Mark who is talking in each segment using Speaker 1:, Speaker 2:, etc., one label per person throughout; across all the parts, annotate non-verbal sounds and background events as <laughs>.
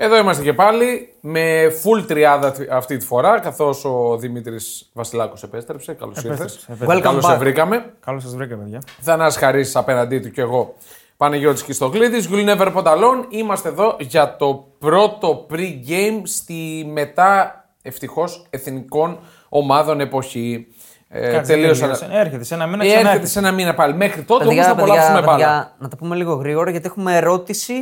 Speaker 1: Εδώ είμαστε και πάλι με full τριάδα θυ- αυτή τη φορά, καθώς ο Δημήτρης Βασιλάκος επέστρεψε. Καλώς ήρθες.
Speaker 2: Επέστρεψε, επέστρεψε.
Speaker 1: Καλώς
Speaker 3: Welcome
Speaker 1: σε
Speaker 3: back.
Speaker 1: βρήκαμε.
Speaker 2: Καλώς σας βρήκα, παιδιά.
Speaker 1: Θανάς Χαρίσης απέναντί του και εγώ, Παναγιώτης Κιστογλίδης, You'll Never Put Alone. Είμαστε εδώ για το πρώτο pre-game στη μετά, ευτυχώς, εθνικών ομάδων εποχή. Ε,
Speaker 2: Κάτσε,
Speaker 1: τελείωσαν.
Speaker 2: τελείωσε. Έρχεται σε ένα μήνα ξανά.
Speaker 1: Έρχεται
Speaker 2: έρχεται.
Speaker 1: σε ένα μήνα πάλι. Μέχρι τότε όμως
Speaker 3: Παιδιά,
Speaker 1: να
Speaker 3: παιδιά,
Speaker 1: απολαύσουμε μπάλα.
Speaker 3: παιδιά, να τα πούμε λίγο γρήγορα γιατί έχουμε ερώτηση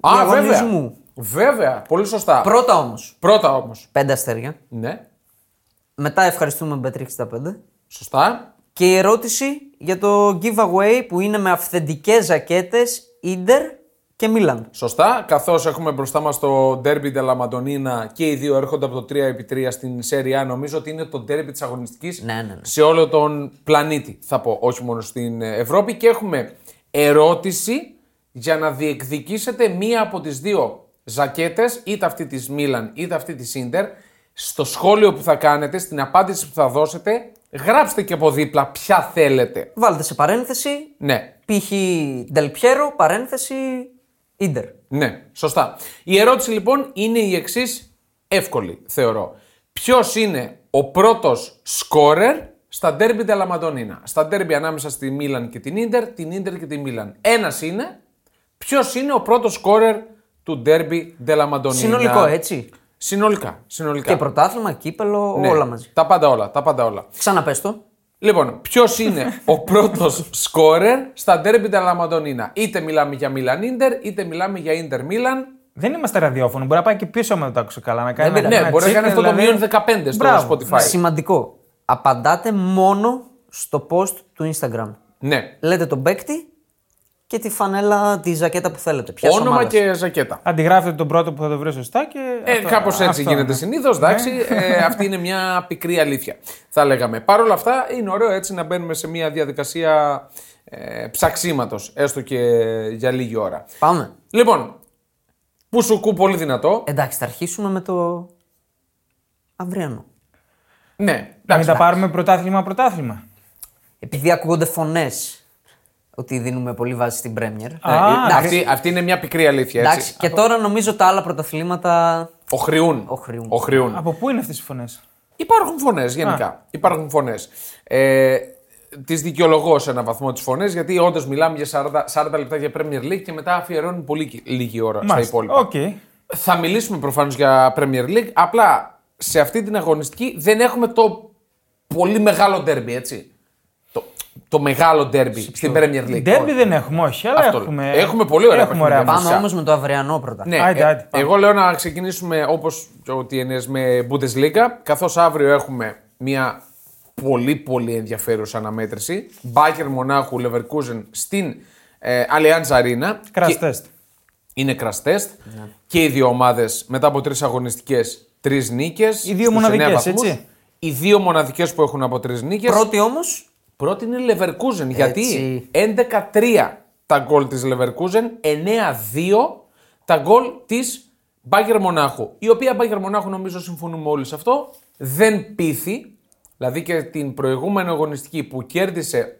Speaker 1: Α, βέβαια.
Speaker 3: διαγωνισμού.
Speaker 1: Βέβαια, πολύ σωστά.
Speaker 3: Πρώτα όμως,
Speaker 1: Πρώτα όμως.
Speaker 3: πέντε αστέρια.
Speaker 1: Ναι,
Speaker 3: Μετά ευχαριστούμε Bet365.
Speaker 1: σωστά.
Speaker 3: Και η ερώτηση για το giveaway που είναι με αυθεντικές ζακέτες Ιντερ και Μίλαν.
Speaker 1: Σωστά, καθώς έχουμε μπροστά μας το Derby de la Madonnina και οι δύο έρχονται από το 3x3 στην Serie A, νομίζω ότι είναι το Derby της αγωνιστικής
Speaker 3: Ναι, ναι, ναι.
Speaker 1: σε όλο τον πλανήτη. Θα πω, όχι μόνο στην ε, Ευρώπη. Και έχουμε ερώτηση για να διεκδικήσετε μία από τις δύο ζακέτες, είτε αυτή της Μίλαν είτε αυτή της Ίντερ. Στο σχόλιο που θα κάνετε, στην απάντηση που θα δώσετε, γράψτε και από δίπλα ποια θέλετε.
Speaker 3: Βάλτε σε παρένθεση.
Speaker 1: Ναι,
Speaker 3: Π.χ. Ντελπιέρο, παρένθεση Ιντερ.
Speaker 1: Ναι, σωστά. Η ερώτηση λοιπόν είναι η εξής εύκολη, θεωρώ. Ποιος είναι ο πρώτος σκόρερ στα ντέρμπι de la Madonnina. Στα ντέρμπι ανάμεσα στη Μίλαν και την ντερ, την ντερ και τη Μίλαν. Ένας είναι. Ποιος είναι ο πρώτος σκόρερ του ντέρμπι de la Madonnina.
Speaker 3: Συνολικό έτσι.
Speaker 1: Συνολικά. συνολικά.
Speaker 3: Και πρωτάθλημα, κύπελο,
Speaker 1: Ναι,
Speaker 3: όλα μαζί.
Speaker 1: Τα πάντα όλα. Τα πάντα όλα.
Speaker 3: Ξαναπες το.
Speaker 1: Λοιπόν, ποιος είναι ο πρώτος σκόρερ στα ντέρμπι de la Madonnina. Είτε μιλάμε για Μίλαν Ιντερ, είτε μιλάμε για Ιντερ Μίλαν.
Speaker 2: Δεν είμαστε ραδιόφωνο. Μπορεί να πάει και πίσω άμα δεν το άκουσε καλά. Να κάνει
Speaker 3: Δεν
Speaker 2: ένα-
Speaker 1: Ναι,
Speaker 2: ένα
Speaker 1: μπορεί να
Speaker 2: check,
Speaker 1: κάνει αυτό το
Speaker 2: δηλαδή.
Speaker 1: μείον 15 στο
Speaker 2: Μπράβο.
Speaker 1: Spotify.
Speaker 3: Σημαντικό. Απαντάτε μόνο στο post του Instagram.
Speaker 1: Ναι.
Speaker 3: Λέτε τον παίκτη και τη φανέλα, τη ζακέτα που θέλετε. Ποια
Speaker 1: Όνομα
Speaker 3: ομάδας.
Speaker 1: και ζακέτα.
Speaker 2: Αντιγράφετε τον πρώτο που θα το βρει σωστά και.
Speaker 1: Ε,
Speaker 2: αυτό-
Speaker 1: Κάπως έτσι
Speaker 2: αυτό,
Speaker 1: γίνεται
Speaker 2: ναι.
Speaker 1: συνήθως, εντάξει. Ε, αυτή είναι μια πικρή αλήθεια, θα λέγαμε. Παρ' όλα αυτά, είναι ωραίο έτσι να μπαίνουμε σε μια διαδικασία ε, ψαξίματος, έστω και για λίγη ώρα.
Speaker 3: Πάμε.
Speaker 1: Λοιπόν, που σου κού πολύ δυνατό.
Speaker 3: Εντάξει, θα αρχίσουμε με το αυριανό.
Speaker 1: Ναι,
Speaker 2: Να μην
Speaker 1: εντάξει.
Speaker 2: τα πάρουμε πρωτάθλημα-πρωτάθλημα.
Speaker 3: Επειδή ακούγονται φωνές ότι δίνουμε πολύ βάση στην Πρέμιερ.
Speaker 1: Ε,
Speaker 2: Α,
Speaker 1: ε,
Speaker 3: εντάξει.
Speaker 1: αυτή, αυτή είναι μια πικρή αλήθεια. Έτσι.
Speaker 3: Εντάξει, και τώρα νομίζω τα άλλα πρωταθλήματα.
Speaker 1: Οχριούν.
Speaker 3: Οχριούν.
Speaker 1: Οχριούν.
Speaker 2: Από πού είναι αυτές οι φωνές.
Speaker 1: Υπάρχουν φωνές γενικά. Υπάρχουν φωνές. Ε, τις δικαιολογώ σε έναν βαθμό τις φωνές, γιατί όντως μιλάμε για 40, 40 λεπτά για Premier League και μετά αφιερώνουν πολύ κι- λίγη ώρα στα υπόλοιπα.
Speaker 2: Οκ.
Speaker 1: Θα μιλήσουμε προφανώς για Premier League. Απλά σε αυτή την αγωνιστική δεν έχουμε το πολύ μεγάλο ντέρμπι, έτσι. Το, το μεγάλο ντέρμπι στην Premier League.
Speaker 2: Ντέρμπι
Speaker 1: Όχι.
Speaker 2: δεν έχουμε, όχι, αλλά
Speaker 1: Αυτό
Speaker 2: έχουμε.
Speaker 1: λέω. Έχουμε πολύ ωραία
Speaker 2: Έχουμε ωραία
Speaker 1: παιχνίδια.
Speaker 2: μάτς.
Speaker 3: Πάμε
Speaker 1: Φυσικά.
Speaker 3: όμως με το αυριανό πρώτα.
Speaker 1: Ναι,
Speaker 2: Άντε,
Speaker 1: ε,
Speaker 2: άντε, πάμε.
Speaker 1: εγώ λέω να ξεκινήσουμε όπως ο TNS με Bundesliga, καθώς αύριο έχουμε μια πολύ πολύ ενδιαφέρουσα αναμέτρηση. Μπάκερ Μονάχου Leverkusen στην ε, Allianz Arena.
Speaker 2: Crash
Speaker 1: Και-
Speaker 2: test. Ναι.
Speaker 1: Είναι crash test. Και οι δύο ομάδες μετά από τρεις αγωνιστικές, τρεις νίκες.
Speaker 2: Οι δύο μοναδικές, έτσι.
Speaker 1: Οι δύο μοναδικές που έχουν από τρεις νίκες.
Speaker 3: Πρώτη όμως.
Speaker 1: Πρώτη είναι η Leverkusen. Γιατί
Speaker 3: Έτσι.
Speaker 1: 11-3 τα γκολ της Leverkusen, 9-2 τα γκολ της Μπάγκερ Μονάχου. Η οποία Μπάγκερ Μονάχου, νομίζω συμφωνούμε όλοι σε αυτό, δεν πείθει. Δηλαδή και την προηγούμενη αγωνιστική που κέρδισε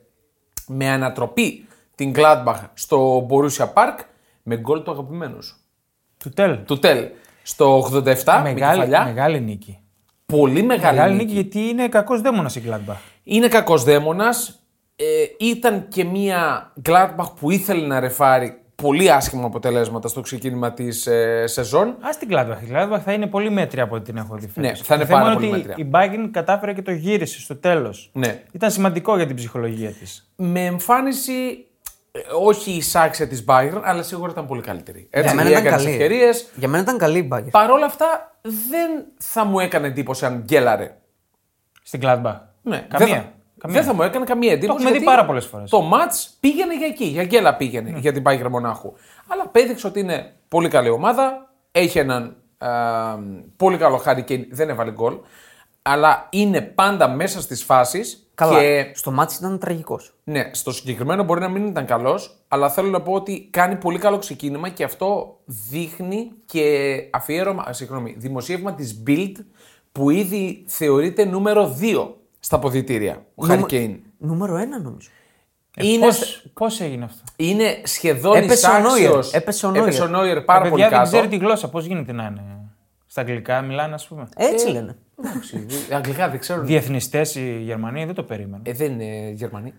Speaker 1: με ανατροπή την Gladbach στο Borussia Park με γκολ του αγαπημένου σου.
Speaker 2: Του τέλ.
Speaker 1: Του Τελ στο 87 με
Speaker 2: Μεγάλη,
Speaker 1: κεφαλιά.
Speaker 2: μεγάλη νίκη.
Speaker 1: Πολύ μεγάλη,
Speaker 2: Μεγάλη
Speaker 1: νίκη.
Speaker 2: νίκη γιατί είναι κακός δαίμονας η Gladbach.
Speaker 1: Είναι κακός δαίμονας. Ε, ήταν και μια Gladbach που ήθελε να ρεφάρει πολύ άσχημα αποτελέσματα στο ξεκίνημα της ε, σεζόν.
Speaker 2: Ας την Gladbach. Η Gladbach θα είναι πολύ μέτρια από ό,τι την έχω δει. φέτος.
Speaker 1: Ναι, θα είναι
Speaker 2: Το θέμα
Speaker 1: πάρα πολύ
Speaker 2: ότι
Speaker 1: μέτρια.
Speaker 2: Η Bayern κατάφερε και το γύρισε στο τέλος.
Speaker 1: Ναι.
Speaker 2: Ήταν σημαντικό για την ψυχολογία της.
Speaker 1: Με εμφάνιση ε, όχι η σάξια της Bayern, αλλά σίγουρα ήταν πολύ καλύτερη. Έτσι,
Speaker 3: Για μένα
Speaker 1: ή
Speaker 3: ήταν
Speaker 1: έκανε
Speaker 3: καλή.
Speaker 1: ευκαιρίες.
Speaker 3: Για μένα ήταν καλή η μπάγκερ.
Speaker 1: Παρ' όλα αυτά, δεν θα μου έκανε εντύπωση αν γκέλαρε.
Speaker 2: Στην Gladbach.
Speaker 1: Ναι,
Speaker 2: Καμία.
Speaker 1: Δεν θα,
Speaker 2: Καμία.
Speaker 1: δεν θα μου έκανε καμία εντύπωση.
Speaker 2: έχουμε δει
Speaker 1: γιατί
Speaker 2: πάρα πολλές φορές. Ναι.
Speaker 1: Το ματ πήγαινε για εκεί, για γκέλα πήγαινε για την Bayern Μονάχου. Αλλά απέδειξε ότι είναι πολύ καλή ομάδα. Έχει έναν ε, πολύ καλό Harry Kane, δεν έβαλε γκολ. Αλλά είναι πάντα μέσα στις φάσεις.
Speaker 3: Καλά.
Speaker 1: Και
Speaker 3: Στο μάτι ήταν τραγικός.
Speaker 1: ναι, στο συγκεκριμένο μπορεί να μην ήταν καλός, αλλά θέλω να πω ότι κάνει πολύ καλό ξεκίνημα και αυτό δείχνει και αφιέρωμα, α, συγγνώμη, δημοσίευμα της Build που ήδη θεωρείται νούμερο 2 στα ποδητήρια. Ο Harry Kane.
Speaker 3: Νούμερο ένα νομίζω.
Speaker 1: είναι,
Speaker 2: Ε, Πώς, πώς έγινε αυτό.
Speaker 1: είναι σχεδόν
Speaker 3: Έπεσε ο Νόιερ.
Speaker 1: εισάξιος.
Speaker 3: Έπεσε ο Νόιερ.
Speaker 1: Νόιερ
Speaker 2: Τα
Speaker 1: πάρα
Speaker 2: Ε, παιδιά
Speaker 1: πολύ
Speaker 2: δεν
Speaker 1: κάτω.
Speaker 2: ξέρει τη γλώσσα. Πώς γίνεται να είναι. Στα αγγλικά μιλάνε, ας πούμε.
Speaker 1: Ε-
Speaker 3: Έτσι λένε.
Speaker 1: Εντάξει, δε- αγγλικά δεν ξέρουν.
Speaker 2: Διεθνιστές οι Γερμανοί δεν το περίμεναν.
Speaker 1: Ε, δεν είναι Γερμανοί.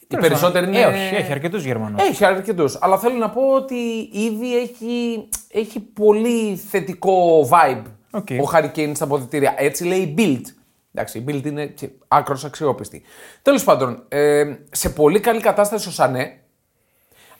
Speaker 1: Οι
Speaker 2: Τέλος
Speaker 1: περισσότεροι
Speaker 2: πάντων.
Speaker 1: είναι. Ε-
Speaker 2: Ε, όχι, έχει αρκετούς Γερμανούς.
Speaker 1: Έχει αρκετούς. Αλλά θέλω να πω ότι ήδη έχει, έχει πολύ θετικό vibe
Speaker 2: Οκ.
Speaker 1: ο Harry Kane στα αποδητήρια. Έτσι λέει η Build. Εντάξει, η Build είναι άκρος αξιόπιστη. Τέλος πάντων, ε, σε πολύ καλή κατάσταση ο Σανέ.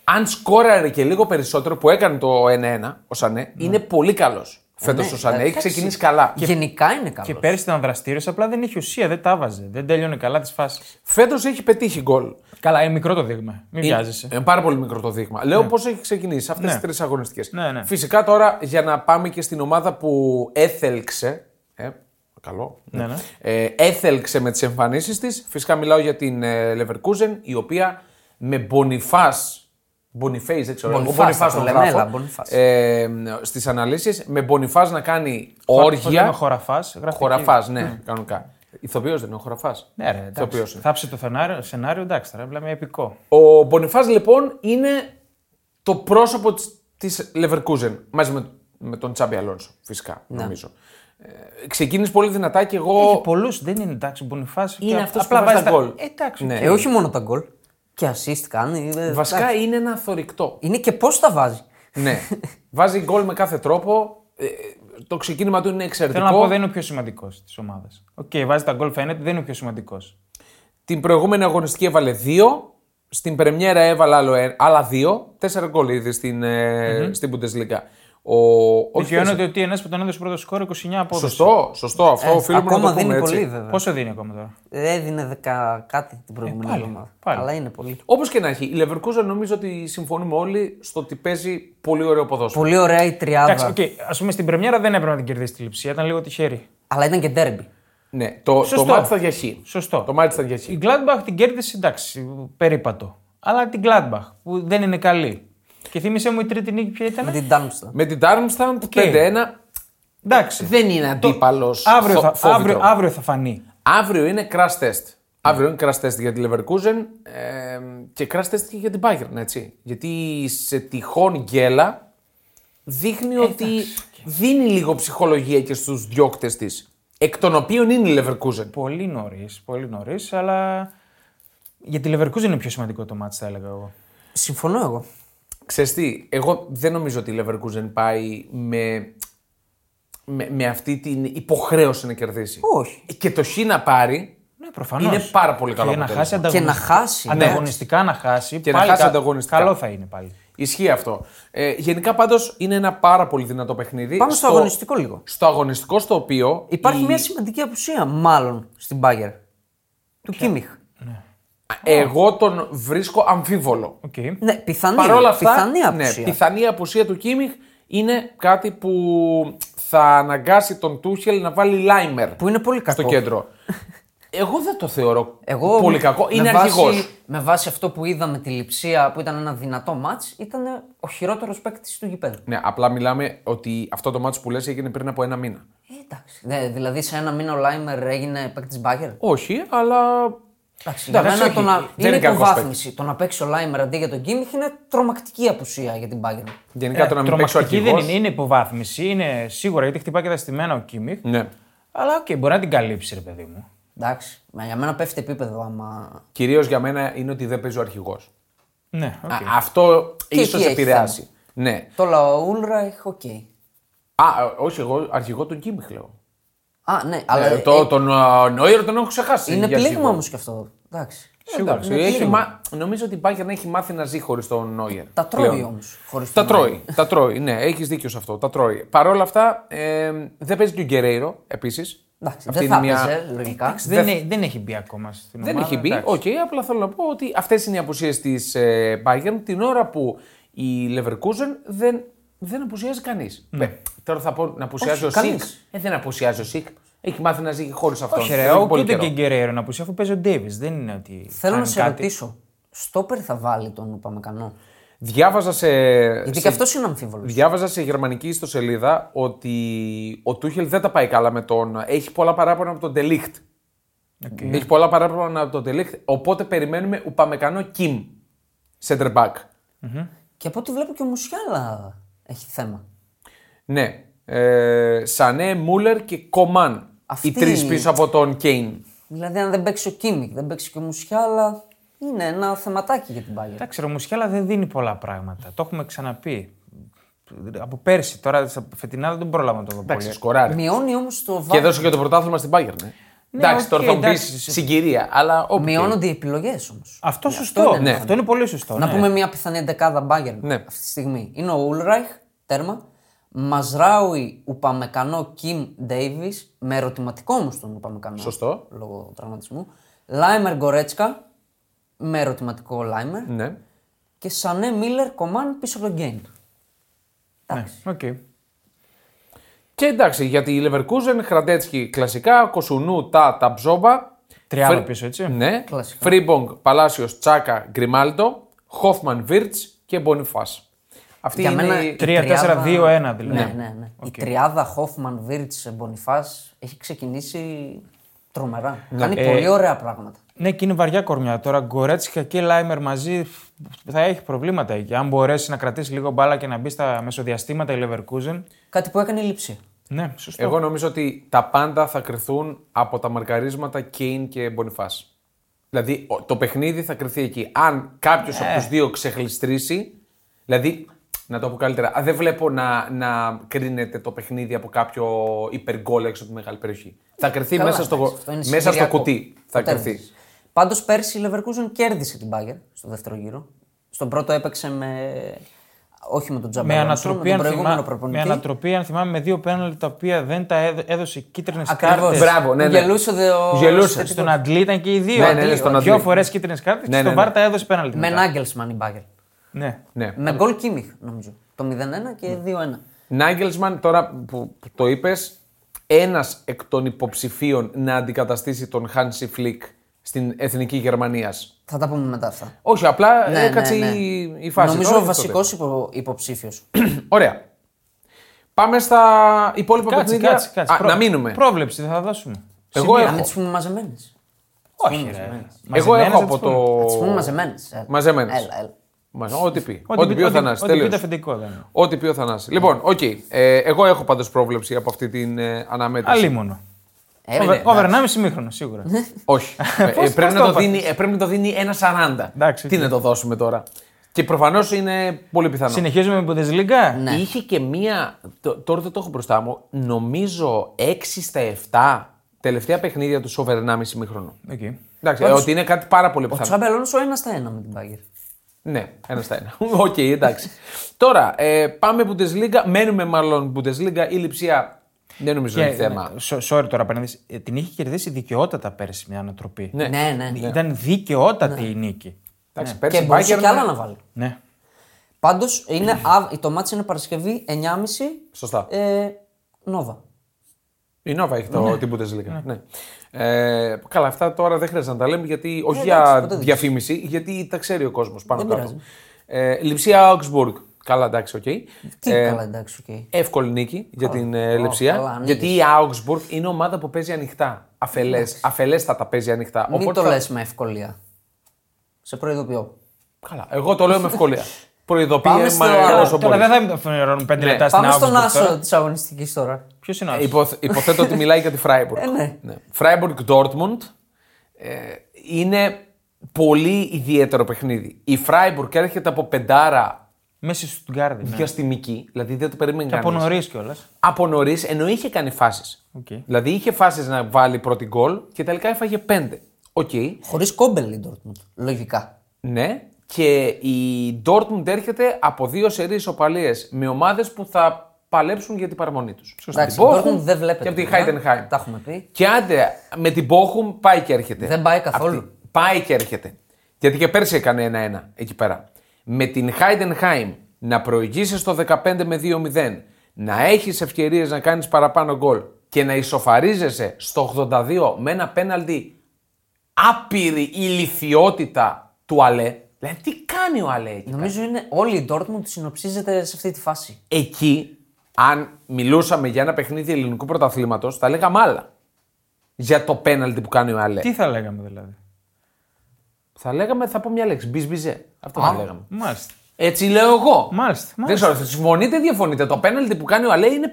Speaker 1: Αν σκόραρε και λίγο περισσότερο που έκανε το 1-1, ο Σανέ είναι πολύ καλός. Φέτος
Speaker 3: ναι,
Speaker 1: ο Σανέ έχει
Speaker 3: εντάξει.
Speaker 1: ξεκινήσει καλά.
Speaker 3: Γενικά είναι
Speaker 2: Και
Speaker 3: καλό.
Speaker 2: πέρυσι ήταν δραστήριος, απλά δεν είχε ουσία, δεν τα βάζε. Δεν τέλειωνε καλά τις φάσεις.
Speaker 1: Φέτος έχει πετύχει γκολ.
Speaker 2: Καλά, είναι μικρό το δείγμα. Μην βιάζεσαι.
Speaker 1: ε, Είναι Ε, πάρα πολύ μικρό το δείγμα. Λέω πώς πώς έχει ξεκινήσει αυτές
Speaker 2: Ναι.
Speaker 1: τι τρεις αγωνιστικές.
Speaker 2: Ναι, ναι.
Speaker 1: Φυσικά τώρα για να πάμε και στην ομάδα που έθελξε. Ε, καλό.
Speaker 2: Ναι, ναι.
Speaker 1: Ε, έθελξε με τις εμφανίσεις της. Φυσικά μιλάω για την ε, Leverkusen, η οποία με Μπονιφά. Boniface, δεν ξέρω. εγώ
Speaker 3: Boniface,
Speaker 1: Boniface
Speaker 3: το
Speaker 1: τον
Speaker 3: λέμε,
Speaker 1: γράφω.
Speaker 3: έλα, Boniface.
Speaker 1: Ε, Στις αναλύσεις, με Μπονιφά να κάνει όργια.
Speaker 2: Χωραφά.
Speaker 1: Χωραφάς, ναι, κανονικά. Ηθοποιός δεν είναι ο Χωραφάς.
Speaker 2: Ναι, ρε, εντάξει.
Speaker 1: Ηθοποιός είναι.
Speaker 2: Θάψε το σενάριο, σενάριο, εντάξει, τώρα μιλάμε επικό.
Speaker 1: Ο Μπονιφά λοιπόν είναι το πρόσωπο της Leverkusen. Μαζί με, με τον Τσάμπι Αλόνσο, φυσικά, νομίζω. Ε, ξεκίνησε πολύ δυνατά και
Speaker 2: Έχει
Speaker 1: εγώ.
Speaker 2: πολλούς, δεν είναι εντάξει, Μπονιφάση.
Speaker 1: Είναι
Speaker 2: και
Speaker 1: αυτός που
Speaker 2: απλά
Speaker 1: βάζει τα
Speaker 2: τα-
Speaker 1: γκολ.
Speaker 2: Ε, Εντάξει.
Speaker 1: Ναι.
Speaker 2: οκ.
Speaker 3: Ε, όχι μόνο τα γκολ. Και assist κάνει. ε,
Speaker 1: Βασικά
Speaker 3: εντάξει.
Speaker 1: είναι ένα θορυκτό.
Speaker 3: Είναι και πώς τα βάζει.
Speaker 1: ναι. Βάζει γκολ με κάθε τρόπο. Ε, το ξεκίνημα του είναι
Speaker 2: Θέλω
Speaker 1: εξαιρετικό.
Speaker 2: να πω, δεν είναι ο πιο σημαντικός της ομάδας. Οκ, βάζει τα γκολ, φαίνεται, δεν είναι ο πιο σημαντικός.
Speaker 1: Την προηγούμενη αγωνιστική έβαλε δύο. Στην Πρεμιέρα έβαλε άλλο, ε- άλλα δύο. Τέσσερα γκολ ήδη στην, ε, στην Bundesliga. Ο, όχι,
Speaker 2: Δικαιώνεται ότι ένας που τον έδωσε πρώτο σκόρ 29 απόδοση.
Speaker 1: Σωστό, σωστό. Αυτό οφείλουμε να το
Speaker 3: Ε, Ακόμα
Speaker 1: πούμε
Speaker 3: δίνει
Speaker 1: έτσι.
Speaker 3: πολύ βέβαια.
Speaker 2: Πόσο δίνει ακόμα τώρα.
Speaker 3: Έδινε δεκα κάτι την
Speaker 1: Ε,
Speaker 3: προηγούμενη
Speaker 2: πάλι,
Speaker 3: εβδομάδα.
Speaker 2: πάλι.
Speaker 3: Αλλά είναι πολύ.
Speaker 1: Όπως και να έχει, η Leverkusen νομίζω ότι συμφωνούμε όλοι στο ότι παίζει πολύ ωραίο ποδόσφαιρο.
Speaker 3: Πολύ ωραία η τριάδα.
Speaker 2: Εντάξει, οκ, ας πούμε στην Πρεμιέρα δεν έπρεπε να την κερδίσει τη λειψία, ήταν λίγο τυχερή.
Speaker 3: Αλλά ήταν και ντέρμπι.
Speaker 1: Ναι, το, το
Speaker 2: Σωστό.
Speaker 1: μάτι θα διαχεί.
Speaker 2: Σωστό.
Speaker 1: Το μάτι θα διαχεί.
Speaker 2: Η Gladbach την κέρδισε εντάξει, περίπατο. Αλλά την Gladbach που δεν είναι καλή. Και θύμισε μου η τρίτη νίκη ποια
Speaker 3: Με
Speaker 2: ήταν.
Speaker 3: την Darmstadt.
Speaker 1: Με την Darmstadt 5-1
Speaker 2: Εντάξει.
Speaker 1: δεν είναι αντίπαλος.
Speaker 2: Αύριο θα, αύριο, αύριο θα φανεί.
Speaker 1: Αύριο είναι crash test. Αύριο είναι crash test για τη Leverkusen ε, και crash test και για την Bayern, έτσι. Γιατί σε τυχόν γέλα δείχνει ότι δίνει λίγο ψυχολογία και στους διώκτες της. Εκ των οποίων είναι η Leverkusen.
Speaker 2: Πολύ νωρίς, πολύ νωρίς, αλλά. Για τη Leverkusen είναι πιο σημαντικό το μάτι, θα έλεγα εγώ.
Speaker 3: Συμφωνώ εγώ.
Speaker 1: Ξέρεις τι, εγώ δεν νομίζω ότι η Leverkusen πάει με, με, με αυτή την υποχρέωση να κερδίσει.
Speaker 3: Όχι.
Speaker 1: Και το χ να πάρει
Speaker 2: Ναι, προφανώς.
Speaker 1: είναι πάρα πολύ καλό
Speaker 2: Και να
Speaker 1: αποτέλεσμα.
Speaker 2: χάσει
Speaker 3: Και να
Speaker 2: ανταγωνιστικά.
Speaker 3: χάσει. ναι.
Speaker 2: Ανταγωνιστικά να χάσει.
Speaker 1: Και να
Speaker 2: πάλι
Speaker 1: χάσει
Speaker 2: κα-
Speaker 1: ανταγωνιστικά.
Speaker 2: Καλό θα είναι πάλι.
Speaker 1: Ισχύει αυτό. Ε, γενικά πάντως είναι ένα πάρα πολύ δυνατό παιχνίδι.
Speaker 3: Πάμε στο αγωνιστικό λίγο.
Speaker 1: Στο αγωνιστικό στο οποίο
Speaker 3: Υπάρχει
Speaker 1: η-
Speaker 3: μια σημαντική απουσία, μάλλον, στην Μπάγκερ. Του Κίμιχ.
Speaker 1: εγώ τον βρίσκω αμφίβολο.
Speaker 2: Οκ.
Speaker 3: Ναι, πιθανή,
Speaker 1: Παρ' όλα αυτά,
Speaker 3: πιθανή
Speaker 1: Ναι,
Speaker 3: απουσία.
Speaker 1: πιθανή απουσία του Κίμιχ είναι κάτι που θα αναγκάσει τον Τούχελ να βάλει Λάιμερ.
Speaker 3: Που είναι πολύ κακό.
Speaker 1: στο κέντρο. Εγώ δεν το θεωρώ
Speaker 3: Εγώ,
Speaker 1: πολύ
Speaker 3: με-
Speaker 1: κακό.
Speaker 3: με
Speaker 1: Είναι
Speaker 3: βάση-
Speaker 1: αρχηγό.
Speaker 3: Με βάση αυτό που είδα με τη λειψία που ήταν ένα δυνατό μάτ, ήταν ο χειρότερος παίκτης του γηπέδου.
Speaker 1: Ναι, απλά μιλάμε ότι αυτό το μάτσο που λες έγινε πριν από ένα μήνα.
Speaker 3: Ε, εντάξει. Δε- δηλαδή σε ένα μήνα ο Λάιμερ έγινε παίκτης Μπάγκερ.
Speaker 1: Όχι, αλλά.
Speaker 3: Εντάξει, για
Speaker 1: Εντάξει,
Speaker 3: μένα
Speaker 1: όχι,
Speaker 3: το
Speaker 1: δεν
Speaker 3: να... είναι
Speaker 1: είναι κακός
Speaker 3: υποβάθμιση. Το να παίξει ο Λάιμερ αντί για τον Κίμιχ είναι τρομακτική απουσία για την Μπάγκερ.
Speaker 1: Γενικά
Speaker 3: Ε,
Speaker 1: το να μην παίξει ο
Speaker 2: Ναι, Τρομακτική δεν
Speaker 1: αρχηγός.
Speaker 2: είναι, είναι υποβάθμιση, είναι σίγουρα γιατί χτυπάει και τα στημένα ο Κίμιχ.
Speaker 1: Ναι.
Speaker 2: Αλλά οκ, μπορεί να την καλύψει, ρε παιδί μου.
Speaker 3: Εντάξει. μα Για μένα πέφτει επίπεδο άμα.
Speaker 1: Κυρίως για μένα είναι ότι δεν παίζει ο αρχηγός.
Speaker 2: Ναι, οκ.
Speaker 1: Αυτό
Speaker 3: εκεί
Speaker 1: ίσω
Speaker 3: έχει
Speaker 1: επηρεάσει. Ναι.
Speaker 3: Το Λαούλρα έχει οκ.
Speaker 1: Α, ε, όχι, εγώ αρχηγό τον Κίμιχ λέω.
Speaker 3: Α, ναι, αλλά.
Speaker 1: Ε, το, τον ε, Νόιερ τον έχω ξεχάσει.
Speaker 3: είναι
Speaker 1: για αρχηγό.
Speaker 3: πλήγμα όμως και αυτό. Εντάξει.
Speaker 1: Ε, εντάξει, έχει μα- Νομίζω ότι η Bayern έχει μάθει να ζει χωρίς τον Νόιερ.
Speaker 3: Τα τρώει
Speaker 1: πλέον.
Speaker 3: όμως.
Speaker 1: Τα τρώει, τα τρώει, ναι, έχεις δίκιο σε αυτό. Τα τρώει. Παρ' όλα αυτά, ε, δεν παίζει και ο Γκερέιρο επίσης.
Speaker 3: Εντάξει, δεν θα έπαιζε, λογικά.
Speaker 2: δεν, ε- δεν έχει μπει ακόμα στην
Speaker 1: Δεν
Speaker 2: ομάδα.
Speaker 1: έχει μπει.
Speaker 2: εντάξει.
Speaker 1: Οκ, απλά θέλω να πω ότι αυτές είναι οι απουσίες της ε, Bayern την ώρα που η Leverkusen δεν, δεν απουσιάζει κανείς. Τώρα θα πω να απουσιάζει
Speaker 3: Όχι,
Speaker 1: ο Σικ.
Speaker 3: κανείς.
Speaker 1: Ε, δεν απουσιάζει ο Σικ. Έχει μάθει να ζει χωρίς αυτόν.
Speaker 2: Όχι,
Speaker 1: Εδώ
Speaker 2: ρε,
Speaker 1: και
Speaker 2: ο-
Speaker 1: πολύ
Speaker 2: ούτε και
Speaker 1: καιρό.
Speaker 2: Γκερέρο να πούσει, αφού παίζει ο Ντέβις. Δεν είναι ότι.
Speaker 3: Θέλω να
Speaker 2: κάνει
Speaker 3: σε
Speaker 2: κάτι.
Speaker 3: ρωτήσω. Στόπερ θα βάλει τον Upamecano.
Speaker 1: Διάβαζα σε.
Speaker 3: Γιατί
Speaker 1: σε-
Speaker 3: και αυτός είναι αμφίβολος.
Speaker 1: Διάβαζα σε γερμανική ιστοσελίδα ότι ο Τούχελ δεν τα πάει καλά με τον. Έχει πολλά παράπονα από τον Τελίχτ. Έχει πολλά παράπονα να το τελείξει. Οπότε περιμένουμε Ουπαμεκανό Κιμ. Center back.
Speaker 3: Και από ό,τι βλέπω και ο Μουσιάλα έχει θέμα.
Speaker 1: Ναι. Ε, Σανέ, Μούλερ και Κομάν.
Speaker 3: Αυτοί-
Speaker 1: Οι τρεις πίσω από τον Κέιν.
Speaker 3: Δηλαδή, αν δεν παίξει ο Κίμικ, δεν παίξει και ο Μουσιάλα, είναι ένα θεματάκι για την Bayern.
Speaker 2: Εντάξει, ρε, ο Μουσιάλα δεν δίνει πολλά πράγματα. Το έχουμε ξαναπεί. Από πέρσι, τώρα στα φετινά δεν τον πρόλαβα να το δω
Speaker 1: Εντάξει,
Speaker 2: πολύ.
Speaker 1: σκοράρει.
Speaker 3: Μειώνει όμως το
Speaker 1: Και
Speaker 3: βάρο.
Speaker 1: έδωσε και το πρωτάθλημα στην Bayern. Ναι. εντάξει,
Speaker 2: οκ,
Speaker 1: τώρα θα μου πεις
Speaker 2: εντάξει.
Speaker 1: συγκυρία, αλλά οκ.
Speaker 3: Μειώνονται οι επιλογές όμως.
Speaker 2: Αυτό σωστό.
Speaker 1: είναι.
Speaker 2: Αυτό είναι πολύ σωστό.
Speaker 3: Να
Speaker 2: ναι.
Speaker 3: πούμε μια πιθανή εντεκάδα Bayern
Speaker 1: Ναι.
Speaker 3: αυτή τη στιγμή. Είναι ο Ούλραϊχ, τέρμα. Μαζράουι, Ουπαμεκανό, Κιμ Ντέιβις, με ερωτηματικό όμως τον Ουπαμεκανό.
Speaker 1: Σωστό.
Speaker 3: Λόγω τραυματισμού. Λάιμερ Γκορέτσκα, με ερωτηματικό Λάιμερ.
Speaker 1: Ναι.
Speaker 3: Και Σανέ Μίλλερ Κομάν πίσω από τον Γκέιν. Εντάξει.
Speaker 2: Ναι. Οκ.
Speaker 1: Και εντάξει, για τη Leverkusen, Χραντέτσκι κλασικά, Κοσουνού, Τα, Ταμπζόμπα.
Speaker 2: Τριάδα πίσω, έτσι.
Speaker 1: Ναι.
Speaker 3: Κλασικά.
Speaker 1: Φρίμπονγκ, Παλάσιος, Τσάκα, Γκριμάλτο, Χόφμαν, Βίρτ και Μπονιφάς. Αυτή
Speaker 3: Για
Speaker 1: είναι
Speaker 3: μένα
Speaker 1: η...
Speaker 3: η
Speaker 2: Τρία,
Speaker 3: τριάδα-
Speaker 2: τέσσερα, δύο, ένα δηλαδή.
Speaker 3: Ναι, ναι, ναι. Η τριάδα Χόφμαν Βίρτ Μπονιφάς έχει ξεκινήσει τρομερά. Κάνει πολύ ωραία πράγματα.
Speaker 2: Ναι, και είναι βαριά κορμιά. Τώρα Γκορέτσικα και Λάιμερ μαζί φ, θα έχει προβλήματα. εκεί. Αν μπορέσει να κρατήσει λίγο μπάλα και να μπει στα μεσοδιαστήματα η Leverkusen.
Speaker 3: Κάτι που έκανε η λήψη.
Speaker 2: Ναι, σωστό.
Speaker 1: Εγώ νομίζω ότι τα πάντα θα κρυθούν από τα μαρκαρίσματα Κέιν και Μπονιφάς. Δηλαδή ο- το παιχνίδι θα κρυθεί εκεί. Αν κάποιος
Speaker 3: Ε.
Speaker 1: από τους δύο ξεχλιστρήσει, δηλαδή να το πω καλύτερα, α, δεν βλέπω να, να κρίνεται το παιχνίδι από κάποιο υπεργκόλ έξω από τη μεγάλη περιοχή. Θα κρυθεί
Speaker 3: Καλά,
Speaker 1: μέσα, στο,
Speaker 3: εντάξει, αυτό είναι
Speaker 1: μέσα στο
Speaker 3: συγκυριακό.
Speaker 1: κουτί. Θα
Speaker 3: Ποτέ
Speaker 1: κρυθεί.
Speaker 3: δεν. Πάντως πέρσι η Leverkusen κέρδισε την Bayern στο δεύτερο γύρο. Στον πρώτο έπαιξε με. Όχι με τον Τζαμπέλ.
Speaker 2: Με
Speaker 3: με
Speaker 2: ανατροπή,
Speaker 3: τον
Speaker 2: αν
Speaker 3: προηγούμενο
Speaker 2: θυμά... με
Speaker 3: προπονητή.
Speaker 2: ανατροπή, αν θυμάμαι, με δύο πέναλ τα οποία δεν τα έδ- έδωσε κίτρινες
Speaker 3: Ακριβώς.
Speaker 2: κάρτες.
Speaker 1: Μπράβο, ναι, ναι.
Speaker 3: Γελούσε δε ο
Speaker 1: Γελούσε.
Speaker 3: Στετικός.
Speaker 2: Στον Αντλή ήταν και οι δύο.
Speaker 1: Ναι, ναι, ναι, στον
Speaker 2: δύο
Speaker 1: Αντλή.
Speaker 2: φορές κίτρινες κάρτες
Speaker 1: Ναι,
Speaker 2: και στον
Speaker 1: ναι, ναι.
Speaker 2: Βάρτα έδωσε πέναλτι.
Speaker 3: Με
Speaker 2: μετά.
Speaker 3: Νάγκελσμαν η Bayern.
Speaker 2: Ναι.
Speaker 1: Ναι.
Speaker 3: Με γκολ Κίμιχ νομίζω. Το 0-1 και 2-1.
Speaker 1: Νάγκελσμαν, τώρα που, που το είπες, ένας εκ των υποψηφίων να αντικαταστήσει τον Χάνσι Φλικ στην εθνική Γερμανίας.
Speaker 3: Θα τα πούμε μετά αυτά.
Speaker 1: Όχι, απλά
Speaker 3: Ναι,
Speaker 1: έκατσε
Speaker 3: ναι, ναι.
Speaker 1: Ε, Η, η φάση.
Speaker 3: Νομίζω
Speaker 1: Τώρα
Speaker 3: ο
Speaker 1: δεν το
Speaker 3: βασικό υπο, υποψήφιος.
Speaker 1: λέω. Ωραία. Πάμε στα υπόλοιπα
Speaker 2: Κάτσε,
Speaker 1: παιχνίδια.
Speaker 2: κάτσε, κάτσε.
Speaker 1: Α,
Speaker 2: Προ-
Speaker 1: να μείνουμε.
Speaker 2: Πρόβλεψη θα δώσουμε.
Speaker 1: Εγώ
Speaker 3: να μην
Speaker 1: έχω,
Speaker 3: τις πούμε μαζεμένες.
Speaker 2: Όχι, ρε.
Speaker 1: εγώ έχω
Speaker 2: Μαζεμένες θα τις
Speaker 1: από
Speaker 2: πούμε.
Speaker 3: Να τις πούμε
Speaker 1: το.
Speaker 3: μαζεμένε.
Speaker 1: Μαζεμένες.
Speaker 3: Έλα, έλα.
Speaker 1: Μα, ό,τι πει.
Speaker 2: Ό,τι πει-
Speaker 1: ο Θανάσης,
Speaker 2: Ό,τι πει
Speaker 1: τελείωσε.
Speaker 2: το αφεντικό ήταν.
Speaker 1: Ό,τι πει ο Θανάσης. Λοιπόν, οκ. Ε, εγώ έχω πάντως πρόβλεψη από αυτή την ε, αναμέτρηση.
Speaker 2: Αλίμονο.
Speaker 1: Ναι,
Speaker 3: Ε,
Speaker 2: Over-
Speaker 3: εντάξει.
Speaker 2: Over 1,5 μήχρονο σίγουρα. <laughs>
Speaker 1: Όχι. Ε,
Speaker 2: Πώς-
Speaker 1: πρέπει,
Speaker 2: πώς
Speaker 1: να
Speaker 2: το
Speaker 1: το
Speaker 2: είπατε?
Speaker 1: δίνει, ε, πρέπει να το δίνει ένα 40.
Speaker 2: Εντάξει,
Speaker 1: Τι
Speaker 2: οκ.
Speaker 1: να το δώσουμε τώρα. Και προφανώς είναι πολύ πιθανό.
Speaker 2: Συνεχίζουμε με Bundesliga.
Speaker 3: Ναι.
Speaker 1: Είχε και μία. το- Τώρα δεν το έχω μπροστά μου. Νομίζω 6 στα 7 τελευταία παιχνίδια του over 1,5 μήχρονο.
Speaker 2: Οκ.
Speaker 1: Εντάξει, ε, ότι είναι κάτι πάρα πολύ
Speaker 3: Ο
Speaker 1: πιθανό.
Speaker 3: Τσάμπελ ο ένας στα ένα με την Bayern.
Speaker 1: Ναι, ένα στα ένα. <laughs> Οκ, εντάξει. τώρα, ε, πάμε Bundesliga. Μένουμε μάλλον Bundesliga. Η λειψία δεν νομίζω είναι θέμα.
Speaker 2: ναι, σο- Sorry τώρα, παρένθεση. Ε, Την είχε κερδίσει δικαιότατα πέρσι μια ανατροπή.
Speaker 1: Ναι.
Speaker 3: Ναι, ναι. ναι.
Speaker 2: Ήταν δικαιότατη η νίκη.
Speaker 1: Εντάξει, ναι.
Speaker 3: Και
Speaker 1: πέρσι
Speaker 3: μπορούσε
Speaker 1: Bayern-
Speaker 3: κι άλλα να βάλει.
Speaker 2: Ναι.
Speaker 3: Πάντως
Speaker 1: Ναι.
Speaker 3: το μάτι είναι Παρασκευή 9.30
Speaker 1: Σωστά.
Speaker 3: ε, Νόβα.
Speaker 1: Η Νόβα έχει το, την Bundesliga. Ναι. Ε, καλά, αυτά τώρα δεν χρειάζεται να τα λέμε γιατί, όχι για
Speaker 3: Ε, ποτέ δεν
Speaker 1: διαφήμιση, γιατί τα ξέρει ο κόσμος πάνω
Speaker 3: Δεν
Speaker 1: κάτω.
Speaker 3: πειράζει.
Speaker 1: Ε, Λιψία Augsburg. Καλά, εντάξει, οκ.
Speaker 3: Τι
Speaker 1: Ε,
Speaker 3: καλά, εντάξει, οκ.
Speaker 1: Εύκολη νίκη για την ε,
Speaker 3: Ω,
Speaker 1: Λιψία.
Speaker 3: καλά, ναι. ανοίγεις.
Speaker 1: γιατί η Augsburg είναι ομάδα που παίζει ανοιχτά. Αφελές. Αφελέστατα παίζει ανοιχτά.
Speaker 3: Μην το
Speaker 1: θα-
Speaker 3: λες με ευκολία. Σε προειδοποιώ.
Speaker 1: Καλά. Εγώ το λέω με ευκολία. Προειδοποιεί
Speaker 3: Πάμε
Speaker 1: με
Speaker 3: στο-
Speaker 1: όσο
Speaker 2: Τώρα
Speaker 1: μπορείς.
Speaker 2: δεν θα μην το αφιερώνουμε πέντε
Speaker 1: Ναι.
Speaker 2: λεπτά στην
Speaker 3: Πάμε στον
Speaker 2: Augsburg τώρα.
Speaker 3: άσο της αγωνιστικής τώρα.
Speaker 2: Ποιος είναι ο
Speaker 1: Ε,
Speaker 2: Άσος.
Speaker 1: υποθ- υποθέτω ότι μιλάει για τη Φράιμπουργκ.
Speaker 3: Ε, ναι.
Speaker 1: Φράιμπουργκ Ντόρτμουντ ε, είναι πολύ ιδιαίτερο παιχνίδι. Η Φράιμπουργκ έρχεται από πεντάρα
Speaker 2: Μέση στην Γκάρδη. Ναι.
Speaker 1: διαστημική, δηλαδή δεν το περίμενε
Speaker 2: Από
Speaker 1: κανείς.
Speaker 2: νωρίς κιόλας.
Speaker 1: Από νωρίς, ενώ είχε κάνει φάσεις.
Speaker 2: Οκ.
Speaker 1: Δηλαδή είχε φάσεις να βάλει πρώτη γκολ και τελικά έφαγε πέντε. Οκ.
Speaker 3: Χωρίς κόμπελ η Dortmund. Λογικά.
Speaker 1: Ναι. Και η Dortmund έρχεται από δύο σερίες ισοπαλίες με ομάδες που θα παλέψουν για την παραμονή τους.
Speaker 3: Εντάξει, η
Speaker 1: Την Bochum
Speaker 3: Dortmund δεν βλέπετε.
Speaker 1: Λοιπόν, Και από τη
Speaker 3: παιδιά.
Speaker 1: Heidenheim.
Speaker 3: Τα έχουμε πει.
Speaker 1: Και άντε, με την Bochum πάει και έρχεται.
Speaker 3: Δεν πάει καθόλου.
Speaker 1: Αυτή- πάει και έρχεται. Γιατί και πέρσι έκανε ένα-ένα εκεί πέρα. Με την Heidenheim να προηγήσεις στο 15 με 2-0, να έχεις ευκαιρίες να κάνεις παραπάνω γκολ και να ισοφαρίζεσαι στο 82 με ένα πέναλτι άπειρη ηλικιότητα του Αλέ. Δηλαδή, τι κάνει ο Αλέ εκεί.
Speaker 3: Νομίζω είναι όλη η Dortmund συνοψίζεται σε αυτή τη φάση.
Speaker 1: Εκεί, αν μιλούσαμε για ένα παιχνίδι ελληνικού πρωταθλήματος, θα λέγαμε άλλα. για το πέναλτι που κάνει ο Αλέ.
Speaker 2: Τι θα λέγαμε δηλαδή.
Speaker 1: Θα λέγαμε, θα πω μια λέξη. Μπιζμπιζέ. Αυτό θα λέγαμε.
Speaker 2: Μάλιστα.
Speaker 1: Έτσι λέω εγώ.
Speaker 2: Μάλιστα.
Speaker 1: Δεν
Speaker 2: μάλιστα.
Speaker 1: ξέρω, θα συμφωνείτε ή διαφωνείτε. Το πέναλτι που κάνει ο Αλέ είναι.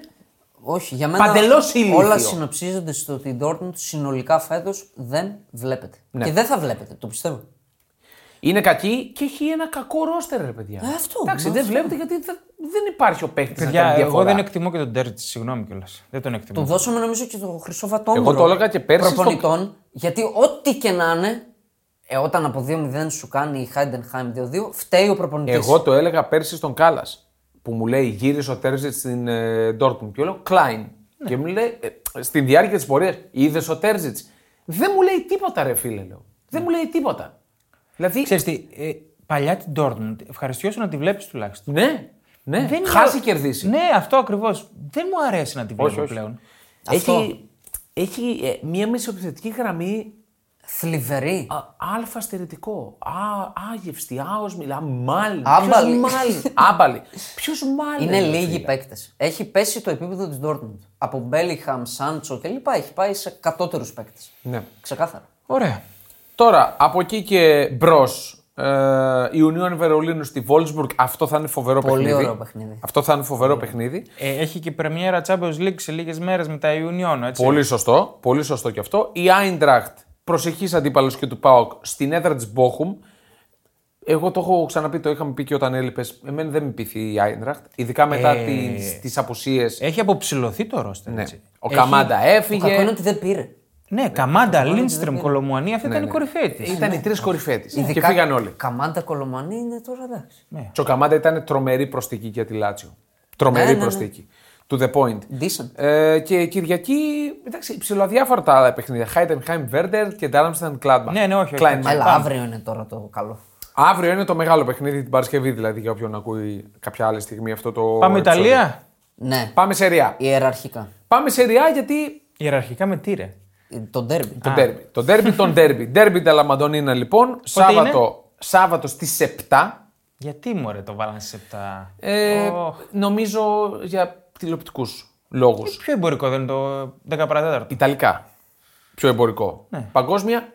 Speaker 3: Όχι, για μένα
Speaker 1: Παντελώς ηλίθιο.
Speaker 3: όλα συνοψίζονται στο ότι η Dortmund συνολικά φέτος δεν βλέπετε.
Speaker 1: Ναι.
Speaker 3: Και δεν θα βλέπετε, το πιστεύω.
Speaker 1: είναι κακή και έχει ένα κακό ρόστερ, ρε παιδιά.
Speaker 3: Ε, αυτό,
Speaker 1: Εντάξει,
Speaker 3: μα,
Speaker 1: δεν
Speaker 3: αυτό.
Speaker 1: βλέπετε γιατί δεν- δεν υπάρχει ο παίχτη να
Speaker 2: Παιδιά,
Speaker 1: κάνει
Speaker 2: εγώ
Speaker 1: διαφορά.
Speaker 2: δεν εκτιμώ και τον Τέρτ, συγγνώμη κιόλας. Δεν τον εκτιμώ.
Speaker 3: Το δώσαμε νομίζω και το χρυσό βατόμουρο.
Speaker 1: Εγώ το έλεγα και πέρσι στο-
Speaker 3: Προπονητών, γιατί ό,τι και να είναι, ε, όταν από 2-0 σου κάνει η Heidenheim 2-2, φταίει ο προπονητής.
Speaker 1: Εγώ το έλεγα πέρσι στον Κάλλας που μου λέει γύρισε ο Τέρζιτ στην ε, Dortmund και λέω Κλάιν.
Speaker 2: Ναι.
Speaker 1: Και μου λέει ε, στη διάρκεια της πορείας είδες ο Τέρζιτ. Δεν μου λέει τίποτα, ρε φίλε, λέω.
Speaker 2: Ναι.
Speaker 1: Δεν μου λέει τίποτα. Δηλαδή.
Speaker 2: Ξέρεις τι, ε, παλιά την Dortmund, ευχαριστιώσου να τη βλέπεις τουλάχιστον.
Speaker 1: Ναι, ναι.
Speaker 2: Δεν είναι-
Speaker 1: χάσει κερδίσει.
Speaker 2: Ναι, αυτό ακριβώς. Δεν μου αρέσει να τη βλέπω
Speaker 1: Όχι, όχι.
Speaker 2: πλέον.
Speaker 3: Αυτό.
Speaker 1: Έχει, έχει ε, μία μεσοπιθετική γραμμή
Speaker 3: Θλιβερή.
Speaker 1: α, αλφα στερετικό. Α, άγευστη, άοσμη, αμάλι.
Speaker 3: Άμπαλη. <laughs>
Speaker 1: Άμπαλη. Ποιος μάλλον.
Speaker 3: είναι λίγοι παίκτες. Έχει πέσει το επίπεδο της Dortmund. Από Μπέλιχαμ, Σάντσο κλπ. Έχει πάει σε κατώτερους παίκτες.
Speaker 1: Ναι.
Speaker 3: Ξεκάθαρα.
Speaker 2: Ωραία.
Speaker 1: Τώρα, από εκεί και μπρος. Ε, η Union Βερολίνου στη Wolfsburg, αυτό θα είναι φοβερό
Speaker 3: Πολύ
Speaker 1: παιχνίδι.
Speaker 3: ωραίο παιχνίδι.
Speaker 1: Αυτό θα είναι φοβερό παιχνίδι.
Speaker 2: Ε, έχει και πρεμιέρα Champions League σε λίγες μέρες μετά Ιουνιόν, έτσι.
Speaker 1: Πολύ σωστό, πολύ σωστό και αυτό. Η Eintracht, προσεχής αντίπαλος και του Πάοκ στην έδρα της Bochum. Εγώ το έχω ξαναπεί, το είχαμε πει και όταν έλειπες. Εμένα δεν με πείθει η Eintracht, ειδικά μετά
Speaker 2: Ε,
Speaker 1: τις τι αποσίε.
Speaker 2: Έχει αποψηλωθεί το ρόστερ.
Speaker 1: ναι.
Speaker 2: έτσι.
Speaker 1: Ο
Speaker 2: Έχει-
Speaker 1: Καμάντα
Speaker 3: Το κακό είναι
Speaker 1: έφυγε.
Speaker 3: ότι δεν πήρε.
Speaker 2: Ναι, Καμάντα, Λίνστρεμ, Κολομουανία, αυτή ήταν η
Speaker 1: ναι.
Speaker 2: κορυφαία τη.
Speaker 1: Ήταν οι τρεις κορυφαίοι της και φύγαν όλοι.
Speaker 3: Καμάντα Κολομανή είναι τώρα εντάξει.
Speaker 1: Και ο Καμάντα ήταν τρομερή προστίκη για τη Λάτσιο. Τρομερή
Speaker 3: Ναι, ναι, ναι.
Speaker 1: προστίκη. To the point.
Speaker 3: Decent.
Speaker 1: Ε, και Κυριακή, εντάξει, ψηλοδιάφορα τα άλλα παιχνίδια. Χάιτενχάιμ Βέρντερ και Ντάλαμσταν Κλάντμα.
Speaker 2: Ναι, ναι, όχι, όχι.
Speaker 1: Ε,
Speaker 3: Έλα,
Speaker 2: πάμε.
Speaker 3: αύριο είναι τώρα το καλό.
Speaker 1: Αύριο είναι το μεγάλο παιχνίδι, την Παρασκευή δηλαδή, για όποιον ακούει κάποια άλλη στιγμή αυτό το.
Speaker 2: Πάμε
Speaker 1: επεισόδιο.
Speaker 2: Ιταλία.
Speaker 3: Ναι,
Speaker 1: Πάμε σε ριά.
Speaker 3: ιεραρχικά.
Speaker 1: Πάμε σε ριά γιατί.
Speaker 2: Ιεραρχικά με τι ρε.
Speaker 3: Ε, Το ντέρμπι.
Speaker 1: Το ντέρμπι. Το ντέρμπι,
Speaker 2: <laughs>
Speaker 1: τον ντέρμπι. Ντέρμπι Νταλαμαντονίνα λοιπόν. Σάββατο, Σάββατο στις 7.
Speaker 2: Γιατί μου ρε το βάλαν σε 7.
Speaker 1: Ε, Νομίζω για τηλεοπτικούς λόγους.
Speaker 2: <laughs> Πιο εμπορικό δεν είναι το 10 παρατέταρτο.
Speaker 1: Ιταλικά. Πιο εμπορικό. Παγκόσμια.
Speaker 2: Ναι.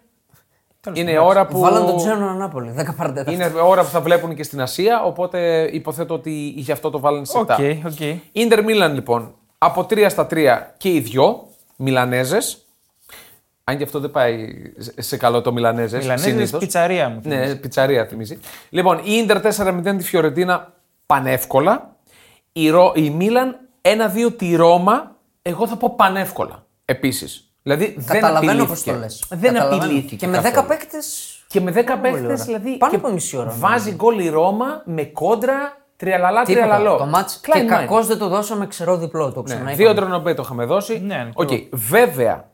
Speaker 2: Τέλος
Speaker 1: Είναι ώρα που.
Speaker 3: Βάλαν τον Τζένονα Νάπολη, 10 παρατέταρτα.
Speaker 1: Είναι ώρα που θα βλέπουν και στην Ασία, οπότε υποθέτω ότι γι' αυτό το βάλανε σε
Speaker 2: Οκ,
Speaker 1: 7.
Speaker 2: οκ.
Speaker 1: Ιντερ Μίλαν λοιπόν, από 3 στα 3 και οι δυο Μιλανέζες. Αν και αυτό δεν πάει σε- σε καλό το Μιλανέζες,
Speaker 2: Μιλανέζες,
Speaker 1: συνήθως.
Speaker 2: πιτσαρία μου.
Speaker 1: Ναι, πιτσαρία θυμίζει. Λοιπόν, η Ιντερ 4-0 τη Φιωρεντίνα πανεύκολα. Η, Ρο... η Μίλαν 1-2 τη Ρώμα, εγώ θα πω πανεύκολα επίσης. Δηλαδή δεν
Speaker 3: Καταλαβαίνω πώ
Speaker 1: απειλήθηκε.
Speaker 3: το λες.
Speaker 1: Δεν απειλήθηκε.
Speaker 3: Και με 10
Speaker 1: καθόλου.
Speaker 3: παίκτες.
Speaker 1: Και με 10 παίχτε,
Speaker 3: ωραία.
Speaker 1: δηλαδή.
Speaker 3: Πάνω
Speaker 1: και
Speaker 3: από μισή ώρα,
Speaker 1: Βάζει γκολ η Ρώμα με κόντρα τριαλαλά τριαλαλό.
Speaker 3: Το μάτς και
Speaker 1: Klein Mind.
Speaker 3: κακώ δεν το δώσαμε ξερό διπλό. Το
Speaker 1: Ναι,
Speaker 3: ξαναείπαμε.
Speaker 1: Δύο τρονομπέ το είχαμε δώσει.
Speaker 2: Ναι, ναι,
Speaker 1: Οκ, Βέβαια.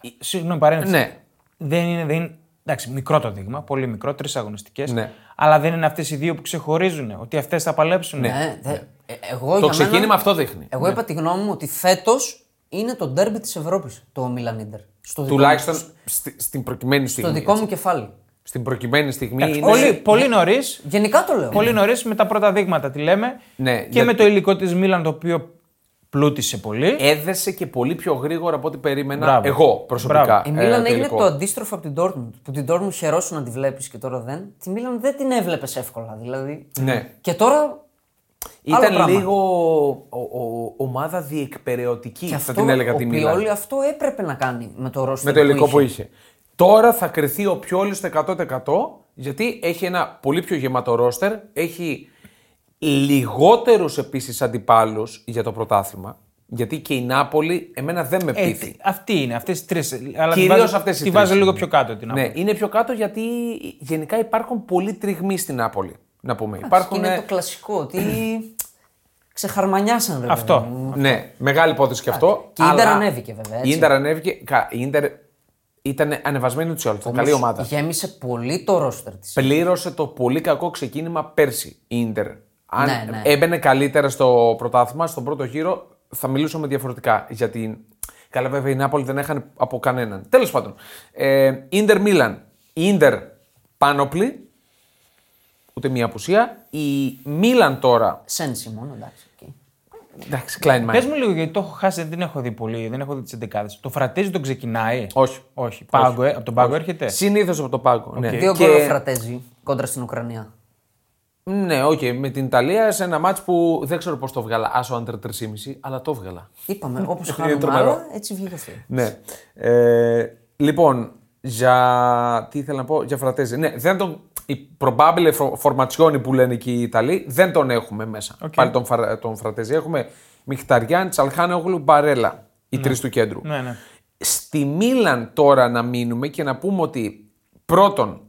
Speaker 2: Ε, Συγγνώμη, παρένθεση.
Speaker 1: Ναι.
Speaker 2: Δεν είναι, δεν είναι- Εντάξει, μικρό το δείγμα, πολύ μικρό, τρεις αγωνιστικές.
Speaker 1: Ναι.
Speaker 2: Αλλά δεν είναι αυτές οι δύο που ξεχωρίζουν, ότι αυτές θα παλέψουν.
Speaker 3: Ναι, δε- ε, εγώ
Speaker 1: Το
Speaker 3: για μένα-
Speaker 1: ξεκίνημα αυτό Ναι. δείχνει.
Speaker 3: Εγώ είπα τη γνώμη μου ότι φέτος είναι το ντέρμπι της Ευρώπης το Μίλαν Ιντερ. Στο δικό
Speaker 1: Τουλάχιστον
Speaker 3: μου-
Speaker 1: στη- στην προκειμένη
Speaker 3: Στο
Speaker 1: στιγμή.
Speaker 3: δικό
Speaker 1: έτσι.
Speaker 3: μου κεφάλι.
Speaker 1: Στην προκειμένη στιγμή.
Speaker 2: Εντάξει,
Speaker 1: είναι- Ναι.
Speaker 2: Πολύ, πολύ νωρίς.
Speaker 3: Γενικά το λέω.
Speaker 2: Πολύ νωρίς με τα πρώτα δείγματα τη λέμε.
Speaker 1: Ναι,
Speaker 2: και
Speaker 1: γιατί-
Speaker 2: με το υλικό της Μίλαν το οποίο πλούτησε πολύ.
Speaker 1: Έδεσε και πολύ πιο γρήγορα από ό,τι περίμενα
Speaker 2: Μπράβο.
Speaker 1: εγώ προσωπικά.
Speaker 2: Μπράβο.
Speaker 3: Η
Speaker 1: ε,
Speaker 3: Μίλαν έγινε
Speaker 1: τελικό.
Speaker 3: το αντίστροφο από την Dortmund. Που την Dortmund χαιρόσουν να τη βλέπεις και τώρα δεν. Τη Μίλαν δεν την έβλεπες εύκολα. Δηλαδή.
Speaker 1: Ναι.
Speaker 3: Και τώρα. άλλο
Speaker 1: Ήταν
Speaker 3: πράγμα.
Speaker 1: λίγο ο, ο- ομάδα διεκπαιρεωτική,
Speaker 3: Και
Speaker 1: θα
Speaker 3: αυτό
Speaker 1: την έλεγα
Speaker 3: ο
Speaker 1: τη Μίλαν.
Speaker 3: Πιόλι αυτό έπρεπε να κάνει με το ρόστερ
Speaker 1: με το υλικό που είχε. Τώρα θα κρυθεί ο Πιόλης στο 100% γιατί έχει ένα πολύ πιο γεμάτο ρόστερ, έχει λιγότερους επίσης αντιπάλους για το πρωτάθλημα, γιατί και η Νάπολη εμένα δεν με
Speaker 2: Ε,
Speaker 1: πείθει.
Speaker 2: αυτή είναι, αυτές τι τρεις. Αλλά τη
Speaker 1: Κυρίως
Speaker 2: βάζω,
Speaker 1: αυτές οι
Speaker 2: τη
Speaker 1: τρεις
Speaker 2: βάζω λίγο
Speaker 1: είναι.
Speaker 2: πιο κάτω την
Speaker 1: ναι,
Speaker 2: άποψη.
Speaker 1: είναι πιο κάτω γιατί γενικά υπάρχουν πολλοί τριγμοί στην Νάπολη, να πούμε.
Speaker 3: Υπάρχουν...
Speaker 1: Υπάρχουν, ε,
Speaker 3: Είναι το κλασικό ότι. ξεχαρμανιάσαν ρε
Speaker 2: Αυτό.
Speaker 3: παιδί μου.
Speaker 1: ναι, μεγάλη υπόθεση και αυτό.
Speaker 3: Και η Ίντερ
Speaker 1: αλλά-
Speaker 3: ανέβηκε, βέβαια, έτσι.
Speaker 1: Η Ίντερ ανέβηκε, κα- η Ίντερ ήταν ανεβασμένη ούτως ή άλλως, ήταν καλή
Speaker 3: Όμως
Speaker 1: ομάδα.
Speaker 3: Γέμισε πολύ το ρόστερ της.
Speaker 1: πλήρωσε το πολύ κακό ξεκίνημα πέρσι η Ίντερ. Αν
Speaker 3: Ναι, ναι.
Speaker 1: έμπαινε καλύτερα στο πρωτάθλημα, στον πρώτο γύρο, θα μιλούσαμε διαφορετικά. Γιατί καλά, βέβαια η Νάπολη δεν έχανε από κανέναν. Τέλος πάντων, ε, Ίντερ Μίλαν. Η Ίντερ πάνοπλη, ούτε μία απουσία. Η Μίλαν τώρα
Speaker 3: Σένση μόνο, εντάξει. εκεί.
Speaker 1: Εντάξει, Klein
Speaker 2: Πε
Speaker 1: Mike.
Speaker 2: μου λίγο, γιατί το έχω χάσει, δεν την έχω δει πολύ, δεν έχω δει τις 11. Το φρατέζι τον ξεκινάει.
Speaker 1: Όχι.
Speaker 2: Όχι. Πάγκο, ε, από τον πάγκο έρχεται.
Speaker 1: Συνήθως από το πάγκο. Ναι,
Speaker 3: Δύο
Speaker 1: Και-
Speaker 3: και... γκολ ο Φρατέζι κόντρα στην Ουκρανία.
Speaker 1: Ναι, οκ, με την Ιταλία σε ένα μάτ που δεν ξέρω πώς το βγάλα. Άσο άντερ 3,5, αλλά το βγάλα.
Speaker 3: Είπαμε, όπως χάνουμε
Speaker 1: Ε, τρομερό.
Speaker 3: άλλα, έτσι βγήκε αυτό.
Speaker 1: Ναι. Ε, λοιπόν, για. Τι ήθελα να πω, για Φρατέζη. Ναι, δεν τον. Η probable φο- formazione που λένε εκεί οι Ιταλοί δεν τον έχουμε μέσα. Πάλι τον, Φρα- τον Φρατέζη. Έχουμε Μιχταριάν, Τσαλχάνογλου, Μπαρέλα. Οι τρεις του κέντρου.
Speaker 2: Ναι, ναι.
Speaker 1: Στη Μίλαν τώρα να μείνουμε και να πούμε ότι πρώτον,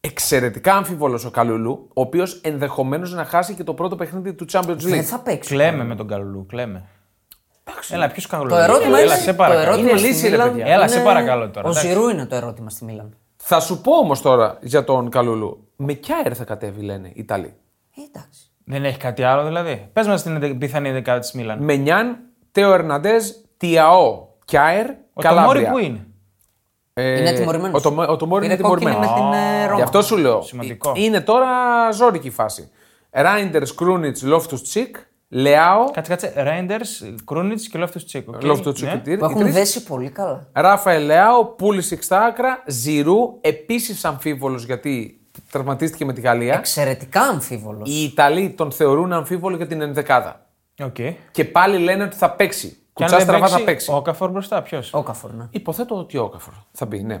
Speaker 1: εξαιρετικά αμφίβολο ο Καλουλού, ο οποίος ενδεχομένως να χάσει και το πρώτο παιχνίδι του Champions
Speaker 3: Δεν
Speaker 1: League.
Speaker 3: θα παίξει.
Speaker 2: Κλαίμε με τον Καλουλού, κλαίμε. Έλα, ποιος Καλουλού.
Speaker 3: Το ερώτημα
Speaker 2: Έλα,
Speaker 3: είναι.
Speaker 2: σε
Speaker 3: το
Speaker 2: παρακαλώ.
Speaker 3: ερώτημα
Speaker 1: Είναι
Speaker 3: στη
Speaker 1: λύση, ρε,
Speaker 3: Μίλαν
Speaker 1: παιδιά.
Speaker 2: Έλα, σε
Speaker 3: είναι-
Speaker 2: παρακαλώ τώρα,
Speaker 3: Ο
Speaker 2: εντάξει.
Speaker 3: Ζηρού είναι το ερώτημα στη Μίλαν.
Speaker 1: Θα σου πω όμως τώρα για τον Καλουλού. Με ποια air θα κατέβει, λένε οι Ιταλοί.
Speaker 3: Ε, εντάξει.
Speaker 2: Δεν έχει κάτι άλλο δηλαδή. Πες μας την εντε- πιθανή δεκάδα της Μίλαν.
Speaker 1: Με Νιάν, Τέο Ερναντές, Τιαό, Κιάερ,
Speaker 2: Ο Ταμόρι
Speaker 1: Καλάβρια.
Speaker 2: που είναι.
Speaker 1: Ε,
Speaker 3: Είναι τιμωρημένος.
Speaker 1: Ο, Τομο- ο Τομόρι
Speaker 3: Πήρε
Speaker 1: είναι τιμωρημένο.
Speaker 3: κόκκινη με την, ε, Ρώμα.
Speaker 1: Γι' αυτό σου λέω.
Speaker 2: Σημαντικό.
Speaker 1: Ε, Είναι τώρα ζώρικη η φάση. Ράιντερ, Κρούνιτ, Λόφτους Τσικ, Λεάο,
Speaker 2: Κάτσε, κάτσε. Ρέιντερ, Κρούνιτ και Λόφτου Τσίκ. οκ.
Speaker 1: Λόφτου
Speaker 2: Ναι.
Speaker 1: Τσικ, οι
Speaker 3: Που έχουν
Speaker 1: τρεις.
Speaker 3: δέσει πολύ καλά.
Speaker 1: Ράφαελ Λεάο, Πούλησικ στα άκρα, Ζηρού, επίσης αμφίβολος γιατί τραυματίστηκε με τη Γαλλία.
Speaker 3: Εξαιρετικά αμφίβολος.
Speaker 1: Οι Ιταλοί τον θεωρούν αμφίβολο για την ενδεκάδα.
Speaker 2: Οκ.
Speaker 1: Και πάλι λένε ότι θα παίξει.
Speaker 2: Και αν
Speaker 1: Κουτσά
Speaker 2: δεν
Speaker 1: στραβά θα
Speaker 2: παίξει,
Speaker 1: παίξει.
Speaker 2: Ο Καφόρ μπροστά, ποιος.
Speaker 3: Ο Καφορνά.
Speaker 1: Υποθέτω ότι ο Όκαφορ θα μπει, ναι.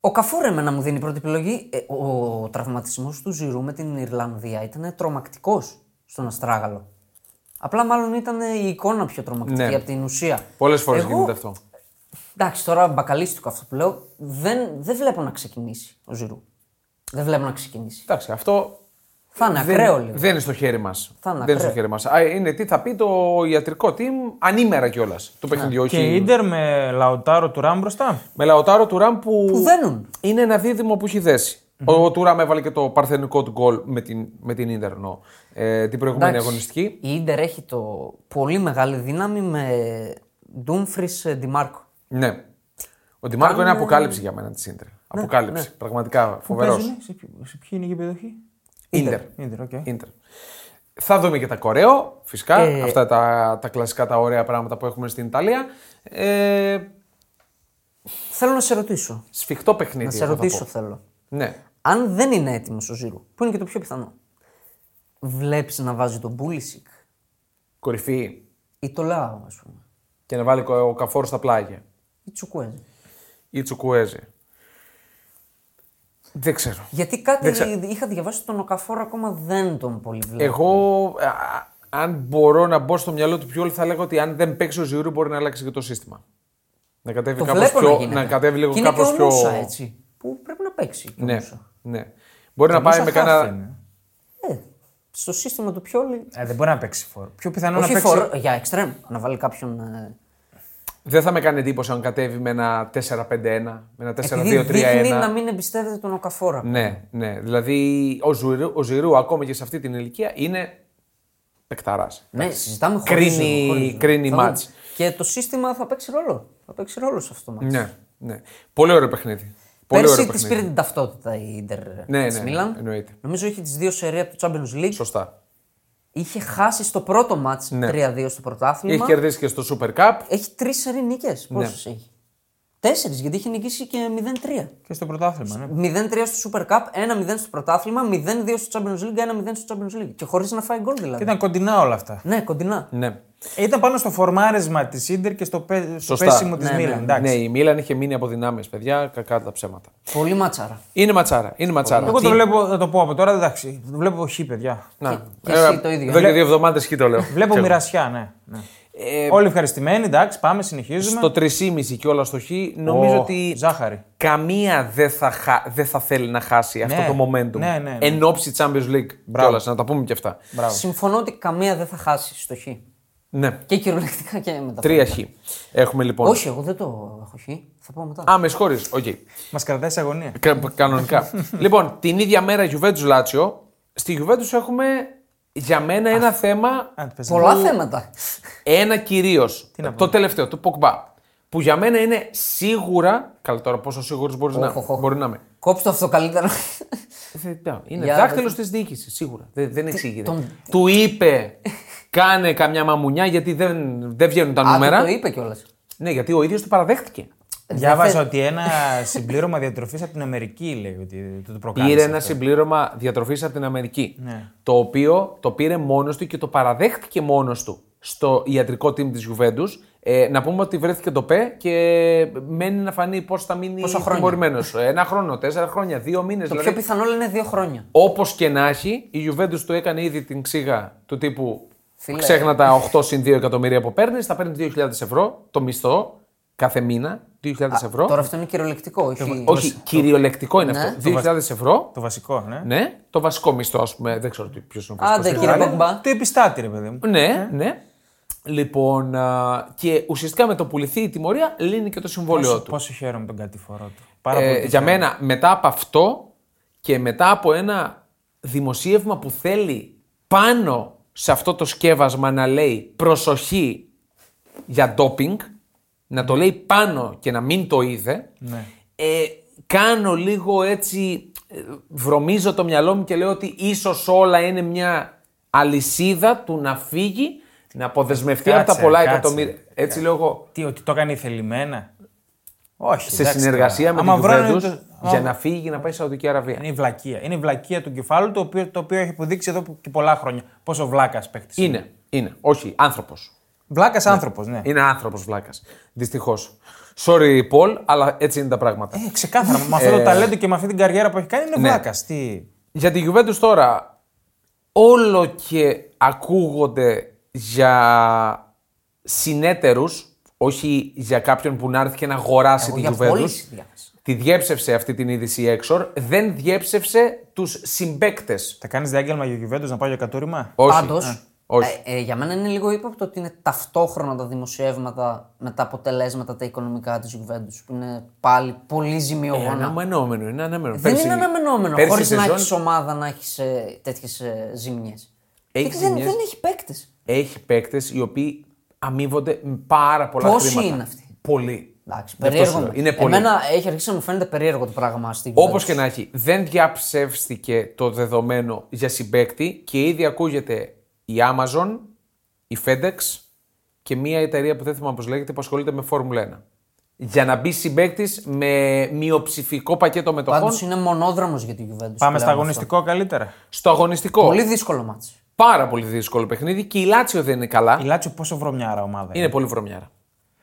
Speaker 3: Ο Καφούρ εμένα μου δίνει πρώτη επιλογή. Ε, ο τραυματισμός του Ζηρού με την Ιρλανδία ήταν τρομακτικός στον Αστράγαλο. Απλά μάλλον ήταν η εικόνα πιο τρομακτική
Speaker 1: Ναι.
Speaker 3: από την ουσία.
Speaker 1: Πολλές φορές
Speaker 3: Εγώ-
Speaker 1: γίνεται αυτό.
Speaker 3: Εντάξει, τώρα μπακαλίστικο αυτό που λέω. Δεν, δεν βλέπω να ξεκινήσει ο Ζηρού. Δεν βλέπω να ξεκινήσει.
Speaker 1: Εντάξει, αυτό
Speaker 3: Θα είναι ακραίο
Speaker 1: δεν,
Speaker 3: λίγο.
Speaker 1: δεν είναι στο χέρι μας.
Speaker 3: Θα είναι
Speaker 1: Δεν είναι στο
Speaker 3: ακραίο.
Speaker 1: χέρι μας. Α, Είναι τι θα πει το ιατρικό team ανήμερα κιόλας το παιχνίδι.
Speaker 2: Και η
Speaker 1: Όχι.
Speaker 2: Ιντερ με Λαουτάρο του Ράμ μπροστά.
Speaker 1: Με Λαοτάρο Τουράμ που,
Speaker 3: Που δένουν.
Speaker 1: είναι ένα δίδυμο που έχει δέσει. Ο, ο Τουράμ έβαλε και το παρθενικό του γκολ με την, με την Ίντερ, εννοώ, ε, την προηγούμενη
Speaker 3: Εντάξει,
Speaker 1: αγωνιστική.
Speaker 3: Η Ιντερ έχει το πολύ μεγάλη δύναμη με ε, Ντούμφρι Ντιμάρκο.
Speaker 1: Ναι. Ο Ντιμάρκο είναι αποκάλυψη για μένα της
Speaker 3: Ναι,
Speaker 1: Ίντερ. αποκάλυψη. Πραγματικά φοβερό.
Speaker 2: Παίζουνε, Σε, ποιο- σε ποιοι είναι η περιοχή.
Speaker 1: Ίντερ.
Speaker 2: Ιντερ, οκ.
Speaker 1: Ίντερ. Θα δούμε και τα κορέο, φυσικά.
Speaker 3: Ε,
Speaker 1: Αυτά τα, τα κλασικά, τα ωραία πράγματα που έχουμε στην Ιταλία. Ε,
Speaker 3: Θέλω να σε ρωτήσω.
Speaker 1: σφιχτό παιχνίδι.
Speaker 3: Να
Speaker 1: Ε,
Speaker 3: σε
Speaker 1: εγώ θα
Speaker 3: ρωτήσω
Speaker 1: πω.
Speaker 3: θέλω.
Speaker 1: Ναι.
Speaker 3: Αν δεν είναι έτοιμος ο Ζήρου, που είναι και το πιο πιθανό, βλέπεις να βάζει τον Πούλησικ
Speaker 1: Κορυφή.
Speaker 3: ή το Λάο, ας πούμε,
Speaker 1: Και να βάλει ο καφόρ στα πλάγια.
Speaker 3: ή Τσουκουέζε.
Speaker 1: Ή τσουκουέζε. Δεν ξέρω.
Speaker 3: Γιατί κάτι
Speaker 1: Δεν ξέρω.
Speaker 3: είχα διαβάσει ότι τον Οκαφόρ ακόμα δεν τον πολύ βλέπω.
Speaker 1: Εγώ, α, αν μπορώ να μπω στο μυαλό του Πιόλ, θα λέγω ότι αν δεν παίξει ο Ζιούρου μπορεί να αλλάξει και το σύστημα. Να κατέβει
Speaker 3: το
Speaker 1: κάπως
Speaker 3: βλέπω
Speaker 1: πιο.
Speaker 3: να γίνεται.
Speaker 1: κατέβει λίγο
Speaker 3: και είναι
Speaker 1: κάπως
Speaker 3: και ο Μούσα,
Speaker 1: πιο.
Speaker 3: έτσι, που πρέπει να παίξει. Και ο
Speaker 1: Ναι,
Speaker 3: Μούσα.
Speaker 1: ναι. Μπορεί να πάει με κανένα.
Speaker 3: Ε, στο σύστημα του Πιόλη,
Speaker 2: Ε, δεν μπορεί να παίξει φόρ. Πιο πιθανό
Speaker 3: όχι
Speaker 2: να παίξει.
Speaker 3: φορ, για εξτρέμ, να βάλει κάποιον... ε,
Speaker 1: Δεν θα με κάνει εντύπωση αν κατέβει με ένα 4-5-1, με ένα
Speaker 3: Ε, Επειδή δείχνει να
Speaker 1: 4-2-3-1.
Speaker 3: μην εμπιστεύεται τον Οκαφόρα.
Speaker 1: Ναι, ναι. Δηλαδή ο Ζουρού, ο Ζουρού ακόμα και σε αυτή την ηλικία είναι παικταράς.
Speaker 3: Ναι, συζητάμε χωρίς
Speaker 1: Κρίνει-
Speaker 3: ζύγο, χωρίς ζύγο.
Speaker 1: κρίνει
Speaker 3: Θα δούμε.
Speaker 1: μάτς.
Speaker 3: Και το σύστημα θα παίξει ρόλο. Θα παίξει ρόλο σε αυτό το μάτς.
Speaker 1: Ναι, ναι. Πολύ ωραίο παιχνίδι. Πολύ ωραίο
Speaker 3: Πέρσι τη πήρε
Speaker 1: παιχνίδι.
Speaker 3: την ταυτότητα η Ιντερ
Speaker 1: ναι,
Speaker 3: της
Speaker 1: ναι,
Speaker 3: Μίλαν.
Speaker 1: εννοείται.
Speaker 3: Νομίζω είχε τις δύο σερίε από το Champions League.
Speaker 1: Σωστά.
Speaker 3: Είχε χάσει στο πρώτο μάτς 3-2 στο πρωτάθλημα.
Speaker 1: Έχει Ναι. κερδίσει Ναι. και στο Super Cup.
Speaker 3: Έχει τρεις σερίε νίκε. Πόσες έχει. Τέσσερις, γιατί είχε νικήσει και 0-3.
Speaker 2: Και στο πρωτάθλημα, ναι.
Speaker 3: 0-3 στο Super Cup, 1-0 στο πρωτάθλημα, 0-2 στο Champions League, 1-0 στο Champions League. Και χωρίς να φάει γκολ δηλαδή.
Speaker 2: Και ήταν κοντινά όλα αυτά.
Speaker 3: Ναι, κοντινά.
Speaker 1: Ναι.
Speaker 2: Ε, Ήταν πάνω στο φορμάρισμα της Ιντερ και στο, πέ, στο
Speaker 1: Σωστά.
Speaker 2: πέσιμο της
Speaker 3: Ναι, ναι,
Speaker 2: Μίλαν.
Speaker 3: ναι.
Speaker 2: εντάξει.
Speaker 1: Ναι, η Μίλαν είχε μείνει από δυνάμεις, παιδιά. Κακά τα ψέματα.
Speaker 3: Πολύ ματσάρα.
Speaker 1: Είναι ματσάρα. Είναι ματσάρα.
Speaker 2: Εγώ το βλέπω, θα το πω από τώρα, εντάξει. Το βλέπω χ, παιδιά.
Speaker 1: Να.
Speaker 3: και- και εσύ το ίδιο.
Speaker 1: Εδώ και δύο εβδομάδες χι το λέω.
Speaker 2: Βλέπω
Speaker 1: Ξέρω.
Speaker 2: μοιρασιά, ναι. ναι.
Speaker 1: Ε,
Speaker 2: Όλοι ευχαριστημένοι, εντάξει, πάμε, συνεχίζουμε.
Speaker 1: στο 3,5 και όλα στο χ, νομίζω
Speaker 2: Ω,
Speaker 1: ότι
Speaker 2: Ζάχαρη.
Speaker 1: καμία δεν θα, χα- δεν θα θέλει να χάσει
Speaker 2: Ναι.
Speaker 1: αυτό το momentum.
Speaker 2: Ναι, ναι, ναι.
Speaker 1: Εν ώψη Champions League
Speaker 2: Μπράβο.
Speaker 1: κιόλας, να τα πούμε κι αυτά.
Speaker 2: Μπράβο.
Speaker 3: Συμφωνώ ότι καμία δεν θα χάσει στο χ.
Speaker 1: Ναι,
Speaker 3: Και κυριολεκτικά και μετά.
Speaker 1: τρία χ. Έχουμε λοιπόν.
Speaker 3: Όχι, εγώ δεν το έχω χ. Θα πω μετά.
Speaker 1: Α, με συγχωρείς, οκ.
Speaker 2: Μας κρατάει σε αγωνία.
Speaker 1: Κα- Κανονικά. λοιπόν, την ίδια μέρα Juventus Lazio. Στη Juventus έχουμε για μένα ένα θέμα.
Speaker 2: Αν πες.
Speaker 3: Πολλά θέματα.
Speaker 1: Ένα κυρίως.
Speaker 2: να
Speaker 1: Το τελευταίο, το Pogba. Που για μένα είναι σίγουρα. Καλά, τώρα πόσο σίγουρος μπορείς να,
Speaker 3: Οχ, οχ, οχ.
Speaker 1: μπορεί να είμαι.
Speaker 3: Κόψτε αυτό καλύτερα.
Speaker 1: Ε, πια, Είναι
Speaker 3: Για-
Speaker 1: δάχτυλο της διοίκησης, σίγουρα. Δεν, δεν εξήγεται.
Speaker 3: τον-
Speaker 1: Του είπε, κάνε καμιά μαμουνιά γιατί δεν, δεν βγαίνουν τα
Speaker 3: Α, του
Speaker 1: νούμερα.
Speaker 3: το είπε κιόλας.
Speaker 1: Ναι, γιατί ο ίδιος το παραδέχτηκε.
Speaker 2: Διάβαζα ότι ένα συμπλήρωμα διατροφής από την Αμερική λέει ότι το, το προκάλεσε.
Speaker 1: Πήρε ένα
Speaker 2: αυτό.
Speaker 1: συμπλήρωμα διατροφής από την Αμερική.
Speaker 2: Ναι.
Speaker 1: Το οποίο το πήρε μόνος του και το παραδέχτηκε μόνος του στο ιατρικό team της Juventus. Ε, να πούμε ότι βρέθηκε το ΠΕ και μένει να φανεί πώς θα μείνει
Speaker 3: Πόσα χρόνια.
Speaker 1: τιμωρημένος. Ένα χρόνο, τέσσερα χρόνια, δύο δηλαδή μήνες.
Speaker 3: Το πιο πιθανό είναι δύο χρόνια.
Speaker 1: Όπως και να έχει, η Juventus του έκανε ήδη την ξύγα του τύπου
Speaker 3: Φίλε.
Speaker 1: ξέχνα τα 8 συν 2 εκατομμύρια που παίρνεις, θα παίρνει 2.000 ευρώ το μισθό κάθε μήνα. 2.000 ευρώ.
Speaker 3: Τώρα αυτό είναι κυριολεκτικό. Όχι.
Speaker 1: Όχι, κυριολεκτικό είναι
Speaker 3: Ναι.
Speaker 1: αυτό. 2.000 ευρώ.
Speaker 2: Το βασικό, ναι.
Speaker 1: Ναι, το βασικό μισθό, ας πούμε. Δεν ξέρω ποιος είναι ο βασικό.
Speaker 3: Άντε κύριε Μπογκμπά.
Speaker 2: Το επιστάτη, ρε παιδί μου.
Speaker 1: Ναι, ναι. Λοιπόν, α, και ουσιαστικά με το που λυθεί η τιμωρία, λύνει και το συμβόλαιό
Speaker 2: Πόσο,
Speaker 1: του.
Speaker 2: πόσο χαίρομαι τον κατηφορό του. Πάρα
Speaker 1: Ε,
Speaker 2: πολύ.
Speaker 1: για
Speaker 2: χαίρομαι.
Speaker 1: μένα, μετά από αυτό και μετά από ένα δημοσίευμα που θέλει πάνω σε αυτό το σκεύασμα να λέει προσοχή για ντόπινγκ, να το λέει πάνω και να μην το είδε,
Speaker 2: Ναι.
Speaker 1: ε, κάνω λίγο έτσι, ε, βρωμίζω το μυαλό μου και λέω ότι ίσως όλα είναι μια αλυσίδα του να φύγει, να αποδεσμευτεί από τα
Speaker 2: Κάτσε,
Speaker 1: πολλά
Speaker 2: κάτσε.
Speaker 1: εκατομμύρια. Έτσι λέω εγώ.
Speaker 2: Τι, ότι το έκανε θελημένα. Όχι.
Speaker 1: Σε
Speaker 2: εντάξει,
Speaker 1: συνεργασία
Speaker 2: τώρα.
Speaker 1: με την
Speaker 2: Άμα βρω ένα-
Speaker 1: Juventus
Speaker 2: το-
Speaker 1: για
Speaker 2: άμα-
Speaker 1: να φύγει και να πάει στη Σαουδική Αραβία.
Speaker 2: Είναι η βλακεία. Είναι η βλακεία του κεφάλου το οποίο, το οποίο έχει αποδείξει εδώ και πολλά χρόνια. Πόσο βλάκας παίχτη.
Speaker 1: Είναι, είναι. Όχι, άνθρωπος.
Speaker 2: Βλάκας άνθρωπος, ναι.
Speaker 1: Είναι άνθρωπος βλάκας. Δυστυχώς. Sorry, Paul, αλλά έτσι είναι τα πράγματα.
Speaker 2: Ε, ξεκάθαρα. με αυτό το ταλέντο και με αυτή την καριέρα που έχει κάνει
Speaker 1: Ναι.
Speaker 2: είναι βλάκας. Τι.
Speaker 1: Για τη Juventus τώρα, όλο και ακούγονται για συνέτερους, όχι για κάποιον που να έρθει και να αγοράσει
Speaker 3: Εγώ
Speaker 1: τη
Speaker 3: για
Speaker 1: Juventus.
Speaker 3: πώληση διάβασα.
Speaker 1: Τη διέψευσε αυτή την είδηση η Έξορ, δεν διέψευσε τους συμπέκτες.
Speaker 2: Θα κάνεις διάγγελμα για Γιουβέντο να πάω για κατούριμα.
Speaker 1: Όχι.
Speaker 3: Πάντως,
Speaker 1: όχι.
Speaker 3: ε, ε, για μένα είναι λίγο ύποπτο ότι είναι ταυτόχρονα τα δημοσιεύματα με τα αποτελέσματα τα οικονομικά της Juventus. Που είναι πάλι πολύ ζημιογόνα.
Speaker 1: Αναμενόμενο, είναι αναμενόμενο.
Speaker 3: ε, δεν
Speaker 1: Ε, Πέρσι-
Speaker 3: είναι αναμενόμενο
Speaker 1: πέρσι
Speaker 3: χωρίς να
Speaker 1: σεζόν-
Speaker 3: έχεις ομάδα να έχεις ε, τέτοιες ε, ζημιές.
Speaker 1: Έχει
Speaker 3: Δεν,
Speaker 1: ζημιές.
Speaker 3: δεν έχει παίκτες.
Speaker 1: έχει παίκτες οι οποίοι αμείβονται με πάρα πολλά
Speaker 3: Πόσοι
Speaker 1: χρήματα.
Speaker 3: είναι αυτοί?
Speaker 1: Πολλοί.
Speaker 3: Εντάξει,
Speaker 1: Γι' αυτό
Speaker 3: περίεργο.
Speaker 1: σου λέω,
Speaker 3: μου.
Speaker 1: Είναι πολλοί.
Speaker 3: Εμένα έχει αρχίσει να μου φαίνεται περίεργο το πράγμα στην
Speaker 1: Όπως
Speaker 3: Juventus.
Speaker 1: και να έχει, δεν διαψεύστηκε το δεδομένο για συμπέκτη και ήδη ακούγεται η Amazon, η FedEx και μια εταιρεία που δεν θυμάμαι πώς λέγεται που ασχολείται με Φόρμουλα 1. Για να μπει συμπέκτης με μειοψηφικό πακέτο μετοχών
Speaker 3: Πάντως είναι μονόδρομος για τη Juventus.
Speaker 2: Πάμε στα
Speaker 3: πλέον
Speaker 2: αγωνιστικό καλύτερα.
Speaker 1: στο αγωνιστικό.
Speaker 3: αυτό. Πολύ δύσκολο μάτσο.
Speaker 1: Πάρα πολύ δύσκολο παιχνίδι και η Λάτσιο δεν είναι καλά.
Speaker 2: Η Λάτσιο πόσο βρωμιάρα ομάδα.
Speaker 1: Είναι πολύ βρωμιάρα.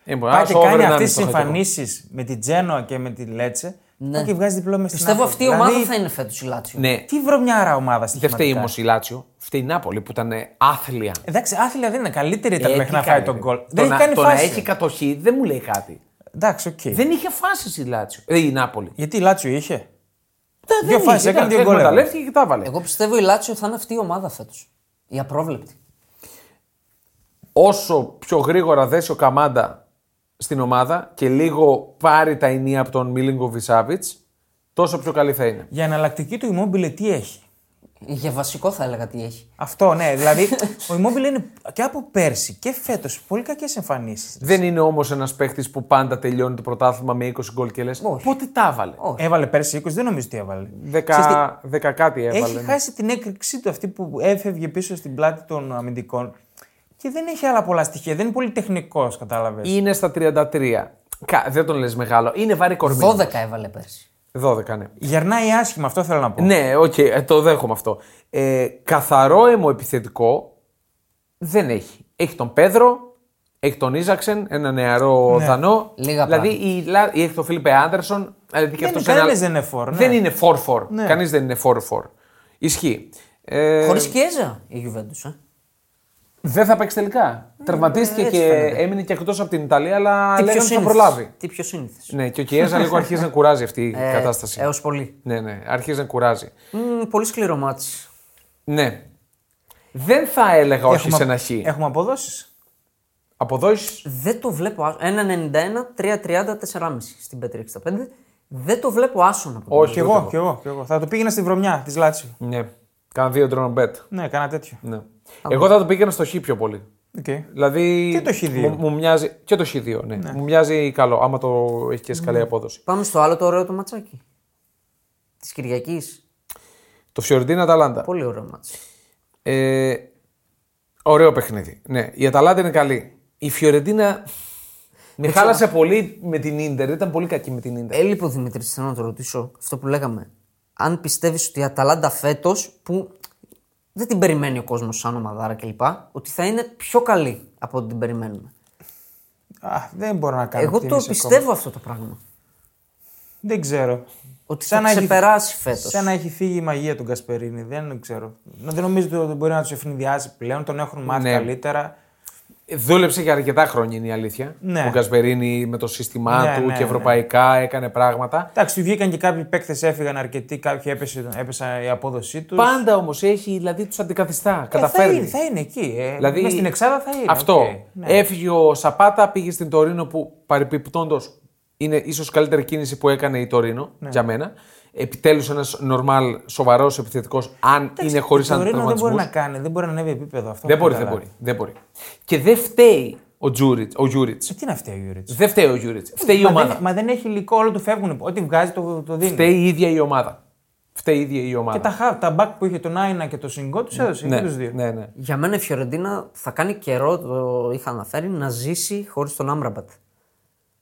Speaker 1: Είναι πολύ-
Speaker 2: Πάει
Speaker 1: Ας
Speaker 2: και
Speaker 1: over
Speaker 2: κάνει
Speaker 1: 1,5
Speaker 2: αυτές τις
Speaker 1: στο χατικό.
Speaker 2: εμφανίσεις με την Τζένοα και με τη Λέτσε. Ναι. Και βγάζει διπλό μες στην
Speaker 3: Πιστεύω
Speaker 2: Νάπολη.
Speaker 3: αυτή η ομάδα
Speaker 2: Δηλαδή,
Speaker 3: θα είναι φέτος η Λάτσιο.
Speaker 1: Ναι,
Speaker 2: Τι βρωμιάρα ομάδα στην
Speaker 1: Δεν φταίει όμως η Λάτσιο. Φταίει η Νάπολη που ήταν ε, άθλια.
Speaker 2: Εντάξει, άθλια δεν είναι. Καλύτερη ήταν
Speaker 1: Ε,
Speaker 2: μέχρι
Speaker 1: τι
Speaker 2: να φάει
Speaker 1: κάνει,
Speaker 2: τον
Speaker 1: ρε.
Speaker 2: γκολ.
Speaker 1: Το
Speaker 2: Δεν
Speaker 1: να-
Speaker 2: έχει κάνει
Speaker 1: το
Speaker 2: φάση.
Speaker 1: να έχει κατοχή δεν μου λέει κάτι.
Speaker 2: Εντάξει, οκ.
Speaker 1: Δεν είχε φάσεις η Λάτσιο. Ε, η Νάπολη.
Speaker 2: Γιατί η Λάτσιο είχε.
Speaker 1: Δεν
Speaker 2: Δύο
Speaker 1: είχε,
Speaker 2: φάσεις,
Speaker 1: ήταν,
Speaker 2: έκανε δύο
Speaker 1: δεν
Speaker 2: γκολ, έβαλε.
Speaker 1: εκμεταλλεύτηκε και τα βάλε.
Speaker 3: Εγώ πιστεύω η Λάτσιο θα είναι αυτή η ομάδα φέτος. Η απρόβλεπτη.
Speaker 1: Όσο πιο γρήγορα δέσει ο Καμάντα στην ομάδα και λίγο πάρει τα ενία από τον Μίλιγκο Βισάβιτ, τόσο πιο καλή θα είναι.
Speaker 2: Για εναλλακτική του Immobile τι έχει.
Speaker 3: Για βασικό θα έλεγα τι έχει.
Speaker 2: Αυτό, ναι. Δηλαδή, ο Immobile είναι και από πέρσι και φέτος πολύ κακές εμφανίσεις.
Speaker 1: Δεν είναι όμως ένας παίχτη που πάντα τελειώνει το πρωτάθλημα με 20 γκολ και λες. Πότε τα έβαλε.
Speaker 2: Έβαλε πέρσι 20, δεν νομίζω τι έβαλε. Ξέρεις τι,
Speaker 1: Δεκα, δεκα κάτι έβαλε.
Speaker 2: Έχει
Speaker 1: ναι.
Speaker 2: χάσει την έκρηξή του αυτή που έφευγε πίσω στην πλάτη των αμυντικών. Και δεν έχει άλλα πολλά στοιχεία. Δεν είναι πολύ τεχνικός, κατάλαβες.
Speaker 1: Είναι στα 33. Κα- δεν τον λες μεγάλο. Είναι βαρύ κορμί.
Speaker 3: 12 έβαλε πέρσι.
Speaker 1: 12, ναι.
Speaker 2: Γερνάει άσχημα, αυτό θέλω να πω.
Speaker 1: Ναι, οκ, ε, το δέχομαι αυτό. Ε, καθαρό αιμοεπιθετικό δεν έχει. Έχει τον Πέδρο, έχει τον Ίζαξεν, ένα νεαρό
Speaker 2: Ναι.
Speaker 1: Δανό.
Speaker 3: Λίγα
Speaker 1: δηλαδή η Λα- ή έχει τον Φίλιππε Άντερσον. Δηλαδή και
Speaker 2: Δεν
Speaker 1: αυτός
Speaker 2: είναι-
Speaker 1: ένα-
Speaker 2: κανένας δεν είναι φορ, ναι.
Speaker 1: Δεν είναι φορ-φορ.
Speaker 2: Ναι.
Speaker 1: Κανείς δεν είναι φορ-φορ. Ισχύει. Ε,
Speaker 3: Χωρίς Κιέζα η Juventus. Ε.
Speaker 1: Δεν θα παίξει τελικά.
Speaker 2: Ναι,
Speaker 1: Τερματίστηκε
Speaker 3: έτσι
Speaker 1: και
Speaker 3: φαίνεται.
Speaker 1: έμεινε και εκτός από την Ιταλία, αλλά
Speaker 3: Τι
Speaker 1: λέγανε
Speaker 3: πιο
Speaker 1: ότι θα
Speaker 3: σύνηθες.
Speaker 1: προλάβει.
Speaker 3: Τι πιο σύνηθες.
Speaker 1: Ναι, και ο Κιέζα λίγο αρχίζει να κουράζει αυτή η
Speaker 3: Ε,
Speaker 1: κατάσταση.
Speaker 3: έως πολύ.
Speaker 1: Ναι, ναι, αρχίζει να κουράζει.
Speaker 3: Μμμ, πολύ σκληρό μάτς.
Speaker 1: Ναι. Δεν θα έλεγα όχι σε ένα χ.
Speaker 2: Έχουμε αποδόσεις.
Speaker 1: Αποδόσεις
Speaker 3: Δεν το βλέπω άσο. 1,91, 3,30, 4,5 στην Πέτρη 65. Δεν το βλέπω άσο να πω.
Speaker 1: Όχι,
Speaker 2: Κι εγώ, κι εγώ, κι εγώ. Θα το πήγαινα στη βρωμιά της Λάτσιο.
Speaker 1: Ναι. Κάνα δύο drone bet.
Speaker 2: Ναι, κάνα τέτοιο.
Speaker 1: Ναι. Εγώ θα το πήγαινα στο χ πιο πολύ.
Speaker 2: Οκ.
Speaker 1: Δηλαδή.
Speaker 2: Και το χ2.
Speaker 1: Μου, μου μοιάζει. Και το χ2, ναι. Μου μοιάζει καλό, άμα το έχει και σε
Speaker 2: Ναι.
Speaker 1: καλή απόδοση.
Speaker 3: Πάμε στο άλλο το ωραίο το ματσάκι. Της Κυριακής.
Speaker 1: Το Φιωρντίνα Αταλάντα.
Speaker 3: Πολύ ωραίο μάτσο.
Speaker 1: Ε, ωραίο παιχνίδι. Ναι, η Αταλάντα είναι καλή. Η Φιωρεντίνα με χάλασε πολύ με την ντερ. Ήταν πολύ κακή με την ντερ.
Speaker 3: Έλειπε ο Δημήτρης, θέλω να το ρωτήσω αυτό που λέγαμε. Αν πιστεύεις ότι η Αταλάντα φέτος, που δεν την περιμένει ο κόσμος σαν ομαδάρα κλπ., ότι θα είναι πιο καλή από ό,τι την περιμένουμε.
Speaker 2: Α, δεν μπορώ να κάνω.
Speaker 3: Εγώ το
Speaker 2: εκτίμηση ακόμα.
Speaker 3: πιστεύω αυτό το πράγμα.
Speaker 2: Δεν ξέρω.
Speaker 3: Ότι
Speaker 2: Σαν να
Speaker 3: θα
Speaker 2: έχει-
Speaker 3: ξεπεράσει φέτος.
Speaker 2: Σαν να έχει φύγει η μαγεία του Γκασπερίνη. Δεν ξέρω. Να- Δεν νομίζω ότι μπορεί να τους ευνηδιάσει πλέον. Τον έχουν μάθει
Speaker 1: Ναι.
Speaker 2: καλύτερα.
Speaker 1: Δούλεψε για αρκετά χρόνια είναι η αλήθεια.
Speaker 2: Ναι.
Speaker 1: Ο Γκασπερίνη με το σύστημά
Speaker 2: Ναι,
Speaker 1: του
Speaker 2: ναι,
Speaker 1: και
Speaker 2: ναι.
Speaker 1: ευρωπαϊκά έκανε πράγματα.
Speaker 2: Εντάξει, του βγήκαν και κάποιοι παίκτες, έφυγαν αρκετοί, κάποιοι έπεσε, έπεσε η απόδοσή τους.
Speaker 1: Πάντα όμως έχει, δηλαδή τους αντικαθιστά. καταφέρνει.
Speaker 2: Ε, θα είναι, θα είναι εκεί. Ε.
Speaker 1: Δηλαδή,
Speaker 2: Μες στην Εξάδα θα είναι.
Speaker 1: Αυτό.
Speaker 2: οκ. Ναι.
Speaker 1: Έφυγε ο Σαπάτα, πήγε στην Τωρίνο που παρεπιπτόντως είναι ίσως καλύτερη κίνηση που έκανε η Τωρίνο
Speaker 2: Ναι.
Speaker 1: για μένα. Επιτέλους ένας νορμάλ σοβαρός επιθετικός, αν είναι χωρίς
Speaker 2: Το Ρήνο δεν μπορεί
Speaker 1: αντιτραυματισμού.
Speaker 2: να κάνει, δεν μπορεί να ανέβει επίπεδο αυτό.
Speaker 1: Δεν
Speaker 2: έχω
Speaker 1: μπορεί, δεν
Speaker 2: καταλάβει.
Speaker 1: μπορεί, δεν μπορεί. Και δεν φταίει ο Τζούριτ. Ο Γιούριτς.
Speaker 2: Σε τι να φταίει ο Γιούριτ.
Speaker 1: Δεν φταίει ο Γιούριτ. Φταίει η
Speaker 2: Μα,
Speaker 1: ομάδα.
Speaker 2: δεν- μα δεν έχει υλικό, όλο του φεύγουν. Ό,τι βγάζει το, το δίνει.
Speaker 1: Φταίει η ίδια η ομάδα. Φταίει η ίδια η ομάδα.
Speaker 2: Και τα, χα- τα μπακ που είχε τον Άινα και τον Σιγκό τους έδωσε.
Speaker 1: ναι,
Speaker 2: και τους δύο.
Speaker 1: ναι, ναι.
Speaker 3: Για μένα η Φιωρεντίνα θα κάνει καιρό, το είχα αναφέρει, να ζήσει χωρίς τον Άμραμπατ.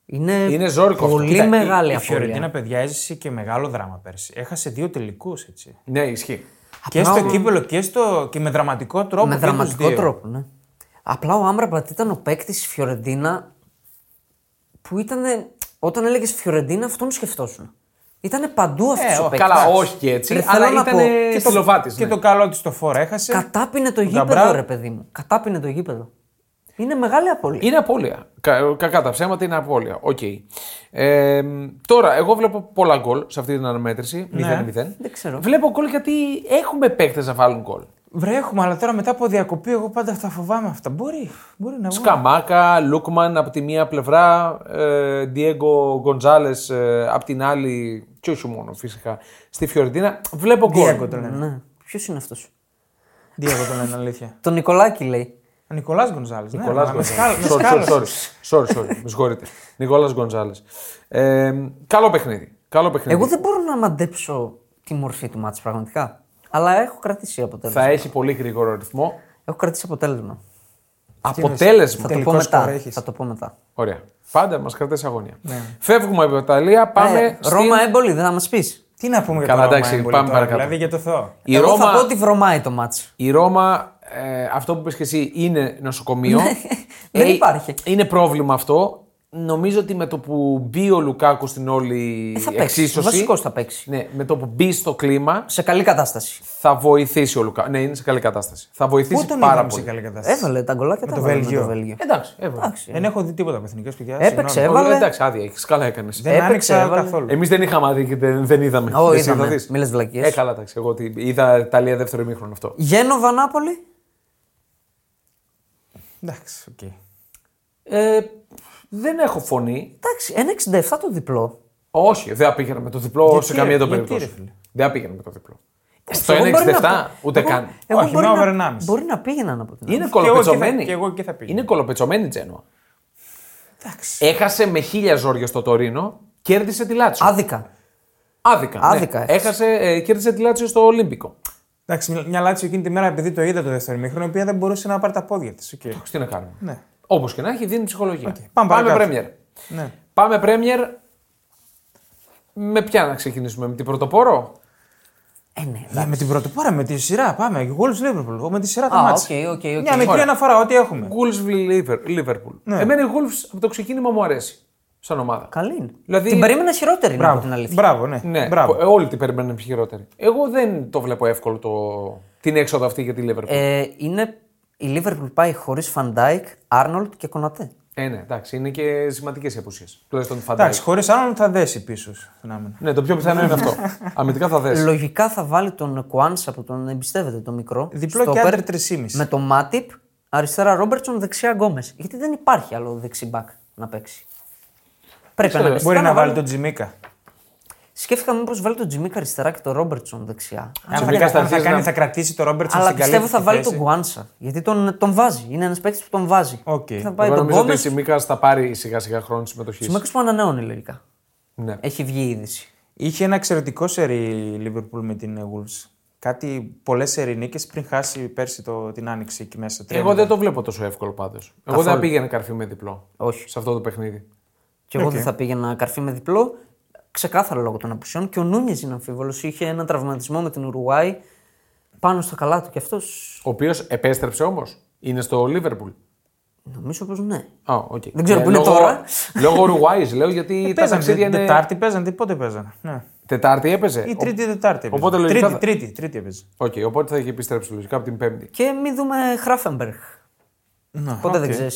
Speaker 3: Είναι,
Speaker 1: Είναι ζόρικο αυτό.
Speaker 3: πολύ
Speaker 1: Κοίτα, η-
Speaker 3: μεγάλη
Speaker 2: Η
Speaker 3: απώλεια.
Speaker 2: Φιωρεντίνα, παιδιά, έζησε και μεγάλο δράμα πέρσι. Έχασε δύο τελικούς έτσι.
Speaker 1: Ναι, ισχύει.
Speaker 2: Και
Speaker 3: Απλά
Speaker 2: στο
Speaker 3: ο-
Speaker 2: κύπελο και, στο... και με δραματικό τρόπο.
Speaker 3: Με
Speaker 2: και τους
Speaker 3: δραματικό
Speaker 2: δύο.
Speaker 3: τρόπο, ναι. Απλά ο Άμραμπατ ήταν ο παίκτης της Φιωρεντίνα που ήταν. Όταν έλεγες Φιωρεντίνα, αυτόν σκεφτόσουν. Ήταν παντού αυτό
Speaker 2: Ε,
Speaker 3: ο
Speaker 2: ο-
Speaker 3: παίκτης.
Speaker 1: Καλά, όχι και έτσι.
Speaker 3: Ρε,
Speaker 1: αλλά
Speaker 3: θέλω να
Speaker 1: ήταν
Speaker 3: πω,
Speaker 2: Και το,
Speaker 1: στυλοβάτη.
Speaker 2: και το καλό της το φόρα έχασε.
Speaker 3: Κατάπινε το γήπεδο,
Speaker 2: Γκαμπρά.
Speaker 3: ρε παιδί μου. Κατάπινε το γήπεδο. Είναι μεγάλη απώλεια.
Speaker 1: Είναι απώλεια. Κα, κακά τα ψέματα είναι απώλεια. Οκ. Ε, τώρα, εγώ βλέπω πολλά γκολ σε αυτή την
Speaker 2: Ναι.
Speaker 1: αναμέτρηση. 0-0.
Speaker 3: Δεν ξέρω.
Speaker 1: Βλέπω γκολ γιατί έχουμε παίκτες να βάλουν γκολ.
Speaker 2: Ναι. Βρέχουμε, αλλά τώρα μετά από διακοπή, εγώ πάντα τα φοβάμαι αυτά. Μπορεί, μπορεί να βγουν.
Speaker 1: Σκαμάκα, Λούκμαν από τη μία πλευρά, ε, Diego Γκοντζάλε από την άλλη. Και όχι μόνο φυσικά. Στη Φιωρεντίνα. Βλέπω γκολ.
Speaker 2: Diego τον λένε.
Speaker 3: Ναι. Ποιος είναι αυτός.
Speaker 2: Diego τον λένε, αλήθεια.
Speaker 3: Τον Νικολάκη λέει.
Speaker 2: Ο ναι, Νικολάς Γκονζάλη.
Speaker 1: Νικόλα Γκονζάλε. Sorry, sorry, sorry, sorry. Με συγχωρείτε. Νικόλα Γκονζάλε. καλό παιχνίδι. Καλό παιχνίδι.
Speaker 3: Εγώ δεν μπορώ να μαντέψω τη μορφή του μάτς πραγματικά. Αλλά έχω κρατήσει αποτέλεσμα.
Speaker 1: Θα έχει πολύ γρήγορο ρυθμό.
Speaker 3: Έχω κρατήσει αποτέλεσμα.
Speaker 1: Αποτέλεσμα.
Speaker 3: Θα το, πω
Speaker 2: Τελικό σκορ
Speaker 3: μετά.
Speaker 2: έχεις.
Speaker 3: θα το πω μετά.
Speaker 1: Ωραία. Πάντα μας κρατάει σε αγωνία. Φεύγουμε από Ιταλία, πάμε.
Speaker 3: Ναι. Ε,
Speaker 1: στην...
Speaker 3: Ρώμα έμπολη, δεν θα μας πεις.
Speaker 2: Τι να πούμε για
Speaker 1: Καλά,
Speaker 2: το
Speaker 1: εντάξει,
Speaker 2: Ρώμα,
Speaker 1: πάμε
Speaker 2: πάμε
Speaker 1: παρακάτω.
Speaker 2: Δηλαδή για το Θεό.
Speaker 1: Η
Speaker 3: Εγώ
Speaker 1: Ρώμα,
Speaker 3: θα πω ότι βρωμάει το μάτσο.
Speaker 1: η Ρώμα ε, αυτό που πες και εσύ, είναι νοσοκομείο.
Speaker 3: Ε, Ναι.
Speaker 1: Ε,
Speaker 3: Δεν υπάρχει.
Speaker 1: Είναι πρόβλημα αυτό. Νομίζω ότι με το που μπει ο Λουκάκο στην όλη
Speaker 3: Ε, θα παίξει.
Speaker 1: εξίσωση.
Speaker 3: Βασικός θα παίξει.
Speaker 1: Ναι, με το που μπει στο κλίμα,
Speaker 3: Σε καλή κατάσταση.
Speaker 1: θα βοηθήσει ο Λουκάκο. Ναι, είναι σε καλή κατάσταση. Θα βοηθήσει
Speaker 2: Πού τον
Speaker 1: πάρα
Speaker 2: είδαμε σε
Speaker 1: πολύ.
Speaker 2: καλή κατάσταση.
Speaker 3: Έβαλε τα γκολάκια τα
Speaker 2: το
Speaker 3: έβαλε με
Speaker 2: Βέλγιο.
Speaker 3: το Βέλγιο.
Speaker 1: Εντάξει, έβαλε.
Speaker 3: Εντάξει.
Speaker 2: Δεν έχω δει τίποτα από εθνικές παιδιά.
Speaker 3: Έπαιξε,
Speaker 2: συγγνώμη.
Speaker 1: Έβαλε.
Speaker 3: Έβαλε.
Speaker 1: Εντάξει, άδεια, έχεις καλά έκανες.
Speaker 2: Δεν
Speaker 3: έπαιξε,
Speaker 2: άνοιξε
Speaker 3: έβαλε.
Speaker 2: καθόλου.
Speaker 1: Εμείς δεν είχαμε δει και δεν, δεν είδαμε.
Speaker 3: Ω,
Speaker 1: Εσύ
Speaker 3: είδαμε.
Speaker 1: θα δεις.
Speaker 3: Μη λες βλακίες.
Speaker 1: Ε, καλά, εντάξει. Εγώ ότι είδα Ιταλία δεύτερο ημίχρονο αυτό.
Speaker 3: Γένοβα Νάπολη.
Speaker 2: Εντάξει, οκ.
Speaker 1: Ε, δεν έχω φωνή.
Speaker 3: Εντάξει, 1,67 το διπλό.
Speaker 1: Όχι, δεν θα πήγαινα με το διπλό
Speaker 2: Γιατί,
Speaker 1: σε καμία
Speaker 2: ρε,
Speaker 1: το
Speaker 2: γιατί,
Speaker 1: περίπτωση.
Speaker 2: ρε, φίλε. Ε,
Speaker 1: δεν θα πήγαινα με το διπλό. Στο
Speaker 3: Εγώ μπορεί να
Speaker 1: 1,67
Speaker 3: πω-
Speaker 1: ούτε
Speaker 3: εγώ-
Speaker 1: καν.
Speaker 3: εγώ
Speaker 2: Όχι,
Speaker 3: μπορεί
Speaker 2: με
Speaker 3: να-
Speaker 2: over 1,5.
Speaker 3: Μπορεί να πήγαιναν από την
Speaker 1: Είναι
Speaker 3: άλλη.
Speaker 2: εγώ και θα-
Speaker 1: κολοπετσωμένη.
Speaker 2: και εγώ και θα πήγαινα.
Speaker 1: Είναι κολοπετσωμένη η Τζένοα. Έχασε με χίλια ζόρια στο Τωρίνο, κέρδισε τη Λάτσιο.
Speaker 3: Άδικα.
Speaker 1: Άδικα. ναι.
Speaker 3: Άδικα έχασε.
Speaker 1: Έχασε, ε, κέρδισε τη Λάτσιο στο Ολύμπικο.
Speaker 2: Εντάξει, μια- μια λάτσιο εκείνη τη μέρα επειδή το είδα το δεύτερο μήχρονο, η οποία δεν μπορούσε να πάρει τα πόδια της. Okay.
Speaker 1: Εντάξει, Τι να κάνουμε.
Speaker 2: Ναι.
Speaker 1: Όπως και να έχει, δίνει ψυχολογία.
Speaker 2: πάμε
Speaker 1: Πάμε
Speaker 2: παρακάτω.
Speaker 1: Πρέμιερ.
Speaker 2: ναι.
Speaker 1: Πάμε Πρέμιερ. Με ποια να ξεκινήσουμε, με την πρωτοπόρο.
Speaker 3: Ε, ναι.
Speaker 2: Ε, με την πρωτοπόρα, με τη σειρά. Πάμε. Γκολ Liverpool. Με τη σειρά τα
Speaker 3: Α,
Speaker 2: μάτς.
Speaker 3: οκ, οκ, οκ.
Speaker 2: Μια μικρή
Speaker 1: Ωραία.
Speaker 2: αναφορά, ό,τι έχουμε.
Speaker 1: Wolves Liver- Liverpool.
Speaker 2: Ναι.
Speaker 1: Εμένα η Wolves από το ξεκίνημα μου αρέσει. Σαν ομάδα.
Speaker 3: Καλή είναι.
Speaker 1: Δηλαδή-
Speaker 3: Την περίμενα χειρότερη να πω την
Speaker 2: Μπράβο.
Speaker 3: αλήθεια.
Speaker 2: Μπράβο, ναι.
Speaker 1: Ναι,
Speaker 2: Μπράβο.
Speaker 1: ε, όλοι την περιμένουν πιο χειρότερη. Εγώ δεν το βλέπω εύκολο το... την έξοδο αυτή για τη Liverpool.
Speaker 3: Ε, είναι Η Λίβερπουλ πάει χωρίς Φαντάικ, Άρνολτ και Κονατέ.
Speaker 1: Ε, ναι, εντάξει, είναι και σημαντικές οι απουσίες. Τουλάχιστον φαντάζομαι.
Speaker 3: ε,
Speaker 2: Εντάξει, χωρίς άλλον θα δέσει πίσω στην άμυνα.
Speaker 1: Ναι, το πιο πιθανό είναι
Speaker 2: <laughs>
Speaker 1: αυτό. Αμυντικά θα δέσει.
Speaker 3: Λογικά θα βάλει τον Κουάνσα που τον εμπιστεύεται το μικρό.
Speaker 2: Διπλό και
Speaker 3: στόπερ,
Speaker 2: άντερ 3,5.
Speaker 3: Με το Μάτιπ, αριστερά Ρόμπερτσον, δεξιά Γκόμε. Γιατί δεν υπάρχει άλλο δεξί μπακ να παίξει. Πρέπει
Speaker 1: Ξέρω,
Speaker 3: αναγκαστικά
Speaker 2: Μπορεί να
Speaker 3: βάλει-
Speaker 2: βάλει τον Τζιμίκα.
Speaker 3: Σκέφτηκα μήπω βάλει τον Τζιμίκα αριστερά και τον Ρόμπερτσον δεξιά.
Speaker 2: Αν θα,
Speaker 1: Τζιμίκα
Speaker 2: αν
Speaker 1: στα
Speaker 2: θα
Speaker 1: αρχίζει
Speaker 2: κάνει,
Speaker 1: να-
Speaker 2: θα κρατήσει τον Ρόμπερτσον
Speaker 3: ναι. Αλλά
Speaker 2: στην καλή
Speaker 3: πιστεύω θα
Speaker 2: του
Speaker 3: βάλει
Speaker 2: θέση.
Speaker 3: τον Γκουάνσα. Γιατί τον, τον βάζει. Είναι ένας παίκτης που τον βάζει.
Speaker 2: Οκ.
Speaker 3: Και Θα πάει
Speaker 1: Εγώ
Speaker 3: τον
Speaker 1: νομίζω ότι η
Speaker 3: Γκόμε.
Speaker 1: Τσιμίκα θα πάρει σιγά σιγά χρόνο συμμετοχή.
Speaker 3: Τσιμέκο που ανανεώνει λογικά.
Speaker 1: Ναι.
Speaker 3: Έχει βγει η είδηση.
Speaker 2: Είχε ένα εξαιρετικό σερί η Liverpool με την ε, Wolves. Κάτι πολλές σερί νίκες πριν χάσει πέρσι το, την άνοιξη εκεί μέσα.
Speaker 3: ε,
Speaker 1: Εγώ δεν το βλέπω τόσο εύκολο πάντως. Εγώ δεν θα πήγαινα καρφί με διπλό
Speaker 3: Όχι.
Speaker 1: σε αυτό το παιχνίδι.
Speaker 3: Και εγώ δεν θα πήγαινα καρφί με διπλό. Ξεκάθαρα λόγω των απουσιών. Και ο Νούνιες είναι αμφίβολος. Είχε ένα τραυματισμό με την Ουρουάη πάνω στα καλά του. Και αυτός
Speaker 1: Ο οποίος επέστρεψε όμως. Είναι στο Λίβερπουλ.
Speaker 3: νομίζω πως ναι.
Speaker 1: Α, οκ.
Speaker 3: Δεν ξέρω που είναι
Speaker 1: λόγω-
Speaker 3: τώρα. Ε,
Speaker 1: Λόγω Ουρουάη λέω γιατί τα
Speaker 2: Παίζανε
Speaker 1: ταξίδια είναι.
Speaker 2: Τετάρτη, παίζανε. Πότε παίζανε. Ναι.
Speaker 1: Τετάρτη έπαιζε.
Speaker 2: Ή Τρίτη, Τετάρτη. έπαιζε.
Speaker 1: Οπότε λογικά θα-
Speaker 2: Τρίτη, Τρίτη, Τρίτη έπαιζε.
Speaker 1: Οκ, οπότε θα έχει επιστρέψει λογικά από την Πέμπτη.
Speaker 3: Και μην δούμε Χράφενμπεργκ. Ποτέ δεν
Speaker 2: οκ.
Speaker 3: ξέρεις.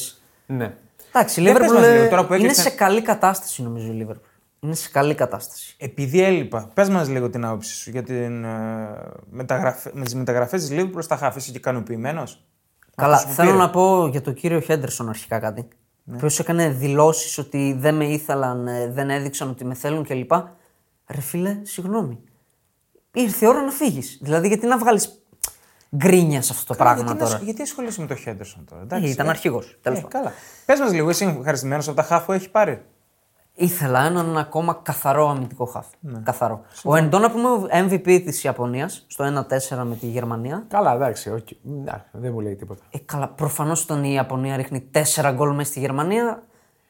Speaker 1: Ναι.
Speaker 3: Εντάξει, η
Speaker 2: Για πες
Speaker 3: Λίβερπουλ
Speaker 2: μας
Speaker 3: ε,
Speaker 2: λίγο, τώρα που
Speaker 3: είναι
Speaker 2: έκλεισε-
Speaker 3: σε καλή κατάσταση νομίζω η Λίβερπουλ. Είναι σε καλή κατάσταση.
Speaker 2: Επειδή έλειπα, πες μας λίγο την άποψή σου για την, ε, μεταγραφε, με τις μεταγραφές της Liverpool στα χάφη. Είσαι και ικανοποιημένος.
Speaker 3: Καλά,
Speaker 2: που
Speaker 3: θέλω
Speaker 2: πήρε.
Speaker 3: να πω για τον κύριο Χέντερσον αρχικά κάτι. Ναι. Ποιος έκανε δηλώσεις ότι δεν με ήθελαν, ε, δεν έδειξαν ότι με θέλουν κλπ. Ρε φίλε, συγγνώμη. Ήρθε η ώρα να φύγεις. Δηλαδή, γιατί να βγάλεις γκρίνια σε αυτό το πράγμα
Speaker 2: γιατί,
Speaker 3: τώρα.
Speaker 2: να- γιατί ασχολείσαι με τον Χέντερσον τώρα.
Speaker 3: Ε,
Speaker 2: Εντάξει,
Speaker 3: Ήταν
Speaker 2: ε,
Speaker 3: αρχηγός.
Speaker 2: ε, καλά. Πες μας λίγο, είσαι ευχαριστημένο από τα χάφη που έχει πάρει.
Speaker 3: Ήθελα έναν ακόμα καθαρό αμυντικό χαφ. Καθαρό. Ο Εντόνα που είμαι MVP της Ιαπωνίας στο 1-4 με τη Γερμανία.
Speaker 1: Καλά, εντάξει, οκ. Να, δεν μου λέει τίποτα.
Speaker 3: Ε, καλά, προφανώς όταν η Ιαπωνία ρίχνει 4 γκολ μέσα στη Γερμανία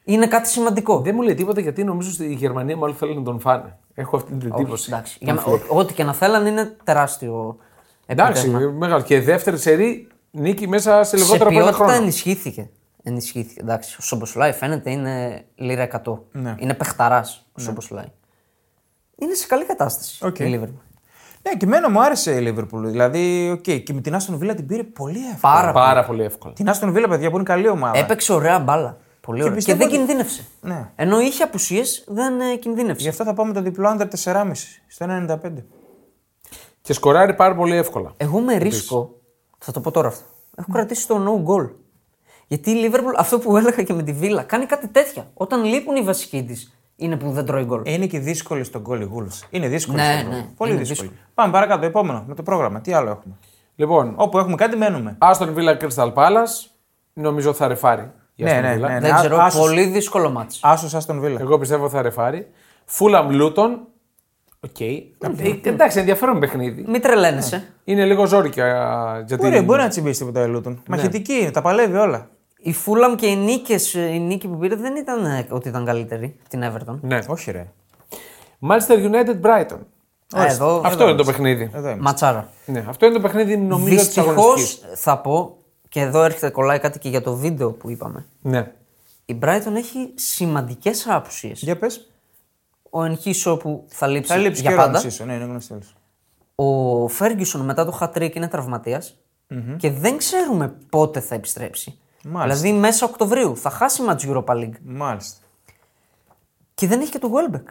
Speaker 3: είναι κάτι σημαντικό.
Speaker 1: Δεν μου λέει τίποτα γιατί νομίζω στη Γερμανία μάλλον θέλουν να τον φάνε. Έχω αυτή την εντύπωση.
Speaker 3: Εντάξει, για μέ- ό- ό,τι και να θέλαν είναι τεράστιο
Speaker 1: Εντάξει,
Speaker 3: επιτεύγμα.
Speaker 1: μεγάλο. Και δεύτερη σερή νίκη μέσα σε
Speaker 3: Σε
Speaker 1: λιγότερο από ένα
Speaker 3: ποιότητα
Speaker 1: χρόνο.
Speaker 3: ενισχύθηκε. ενισχύθηκε. Εντάξει, ο Σομποσλάι φαίνεται είναι λίρα 100. Είναι παιχταράς ο Σομποσλάι. Είναι σε καλή κατάσταση
Speaker 2: Οκ.
Speaker 3: η Λίβερπουλ.
Speaker 2: Ναι, και εμένα μου άρεσε η Liverpool. Δηλαδή, οκ, και με την Άστον Βίλα την πήρε πολύ εύκολα.
Speaker 3: Πάρα πολύ.
Speaker 1: Πάρα πολύ εύκολα.
Speaker 2: Την Άστον Βίλα, παιδιά, που είναι καλή ομάδα.
Speaker 3: Έπαιξε ωραία μπάλα. Πολύ ωραία. Και,
Speaker 2: πιστεύω
Speaker 3: δεν
Speaker 2: ότι-
Speaker 3: κινδύνευσε.
Speaker 2: Ναι.
Speaker 3: Ενώ είχε απουσίες, δεν ε,
Speaker 2: Γι'
Speaker 3: κινδύνευσε.
Speaker 2: αυτό θα πάμε το διπλό under 4,5 στο 1,95.
Speaker 1: Και σκοράρει πάρα πολύ εύκολα.
Speaker 3: Εγώ με ρίσκο, θα το πω τώρα αυτό, έχω κρατήσει το no goal. Γιατί η Λίβερπουλ, αυτό που έλεγα και με τη Βίλα, κάνει κάτι τέτοια. Όταν λείπουν οι βασικοί τη, είναι που δεν τρώει γκολ.
Speaker 2: Ε, Είναι και δύσκολη στον goal η Wolves. Είναι δύσκολη.
Speaker 3: Ναι,
Speaker 2: στον goal.
Speaker 3: ναι,
Speaker 2: Πολύ
Speaker 3: είναι
Speaker 2: δύσκολη. Πάμε παρακάτω, επόμενο με το πρόγραμμα. Τι άλλο έχουμε.
Speaker 1: Λοιπόν,
Speaker 2: Όπου έχουμε κάτι, μένουμε.
Speaker 1: Άστον Βίλα Crystal Palace, νομίζω θα ρεφάρει. η
Speaker 2: Ναι,
Speaker 1: Aston
Speaker 2: ναι,
Speaker 1: Villa.
Speaker 2: ναι, ναι.
Speaker 3: δεν
Speaker 2: α-
Speaker 3: ξέρω,
Speaker 2: άσως.
Speaker 3: πολύ δύσκολο μάτι.
Speaker 2: Άσο Άστον Βίλα.
Speaker 1: Εγώ πιστεύω θα ρεφάρει. Φούλαμ Λούτον. Οκ. Ε, Εντάξει, ενδιαφέρον παιχνίδι.
Speaker 3: Μην
Speaker 2: Ναι.
Speaker 3: τρελαίνεσαι.
Speaker 1: Είναι λίγο ζόρικια για την.
Speaker 2: Μπορεί, μπορεί να τσιμπήσει τίποτα η Luton.
Speaker 3: Ναι.
Speaker 2: Μαχητική είναι, τα παλεύει όλα.
Speaker 3: Η Φούλαμ και οι νίκες, η νίκη που πήρε δεν ήταν ε, ότι ήταν καλύτερη την Everton.
Speaker 1: Ναι.
Speaker 2: Όχι, ρε.
Speaker 1: Manchester United Brighton.
Speaker 2: Ναι.
Speaker 3: Α, εδώ,
Speaker 1: Αυτό είναι το παιχνίδι.
Speaker 2: Εδώ είμαστε.
Speaker 3: ματσάρα.
Speaker 1: Ναι, αυτό είναι το παιχνίδι νομίζω της
Speaker 3: Δυστυχώς
Speaker 1: αγωνιστικής.
Speaker 3: θα πω, και εδώ έρχεται κολλάει κάτι και για το βίντεο που είπαμε.
Speaker 1: Ναι.
Speaker 3: Η Brighton έχει σημαντικές απουσίε.
Speaker 2: Για πες.
Speaker 3: Ο Ενχίσο που θα λείψει,
Speaker 2: Θα λείψει
Speaker 3: για
Speaker 2: και
Speaker 3: πάντα.
Speaker 2: ρόλο ίσω. Ναι, είναι γνωστή. όλες.
Speaker 3: Ο Φέργκισον μετά το χατρίκ είναι τραυματίας και δεν ξέρουμε πότε θα επιστρέψει.
Speaker 2: Μάλιστα.
Speaker 3: Δηλαδή μέσα Οκτωβρίου θα χάσει μάτς Europa League.
Speaker 2: Μάλιστα.
Speaker 3: Και δεν έχει και τον Γουέλμπεκ.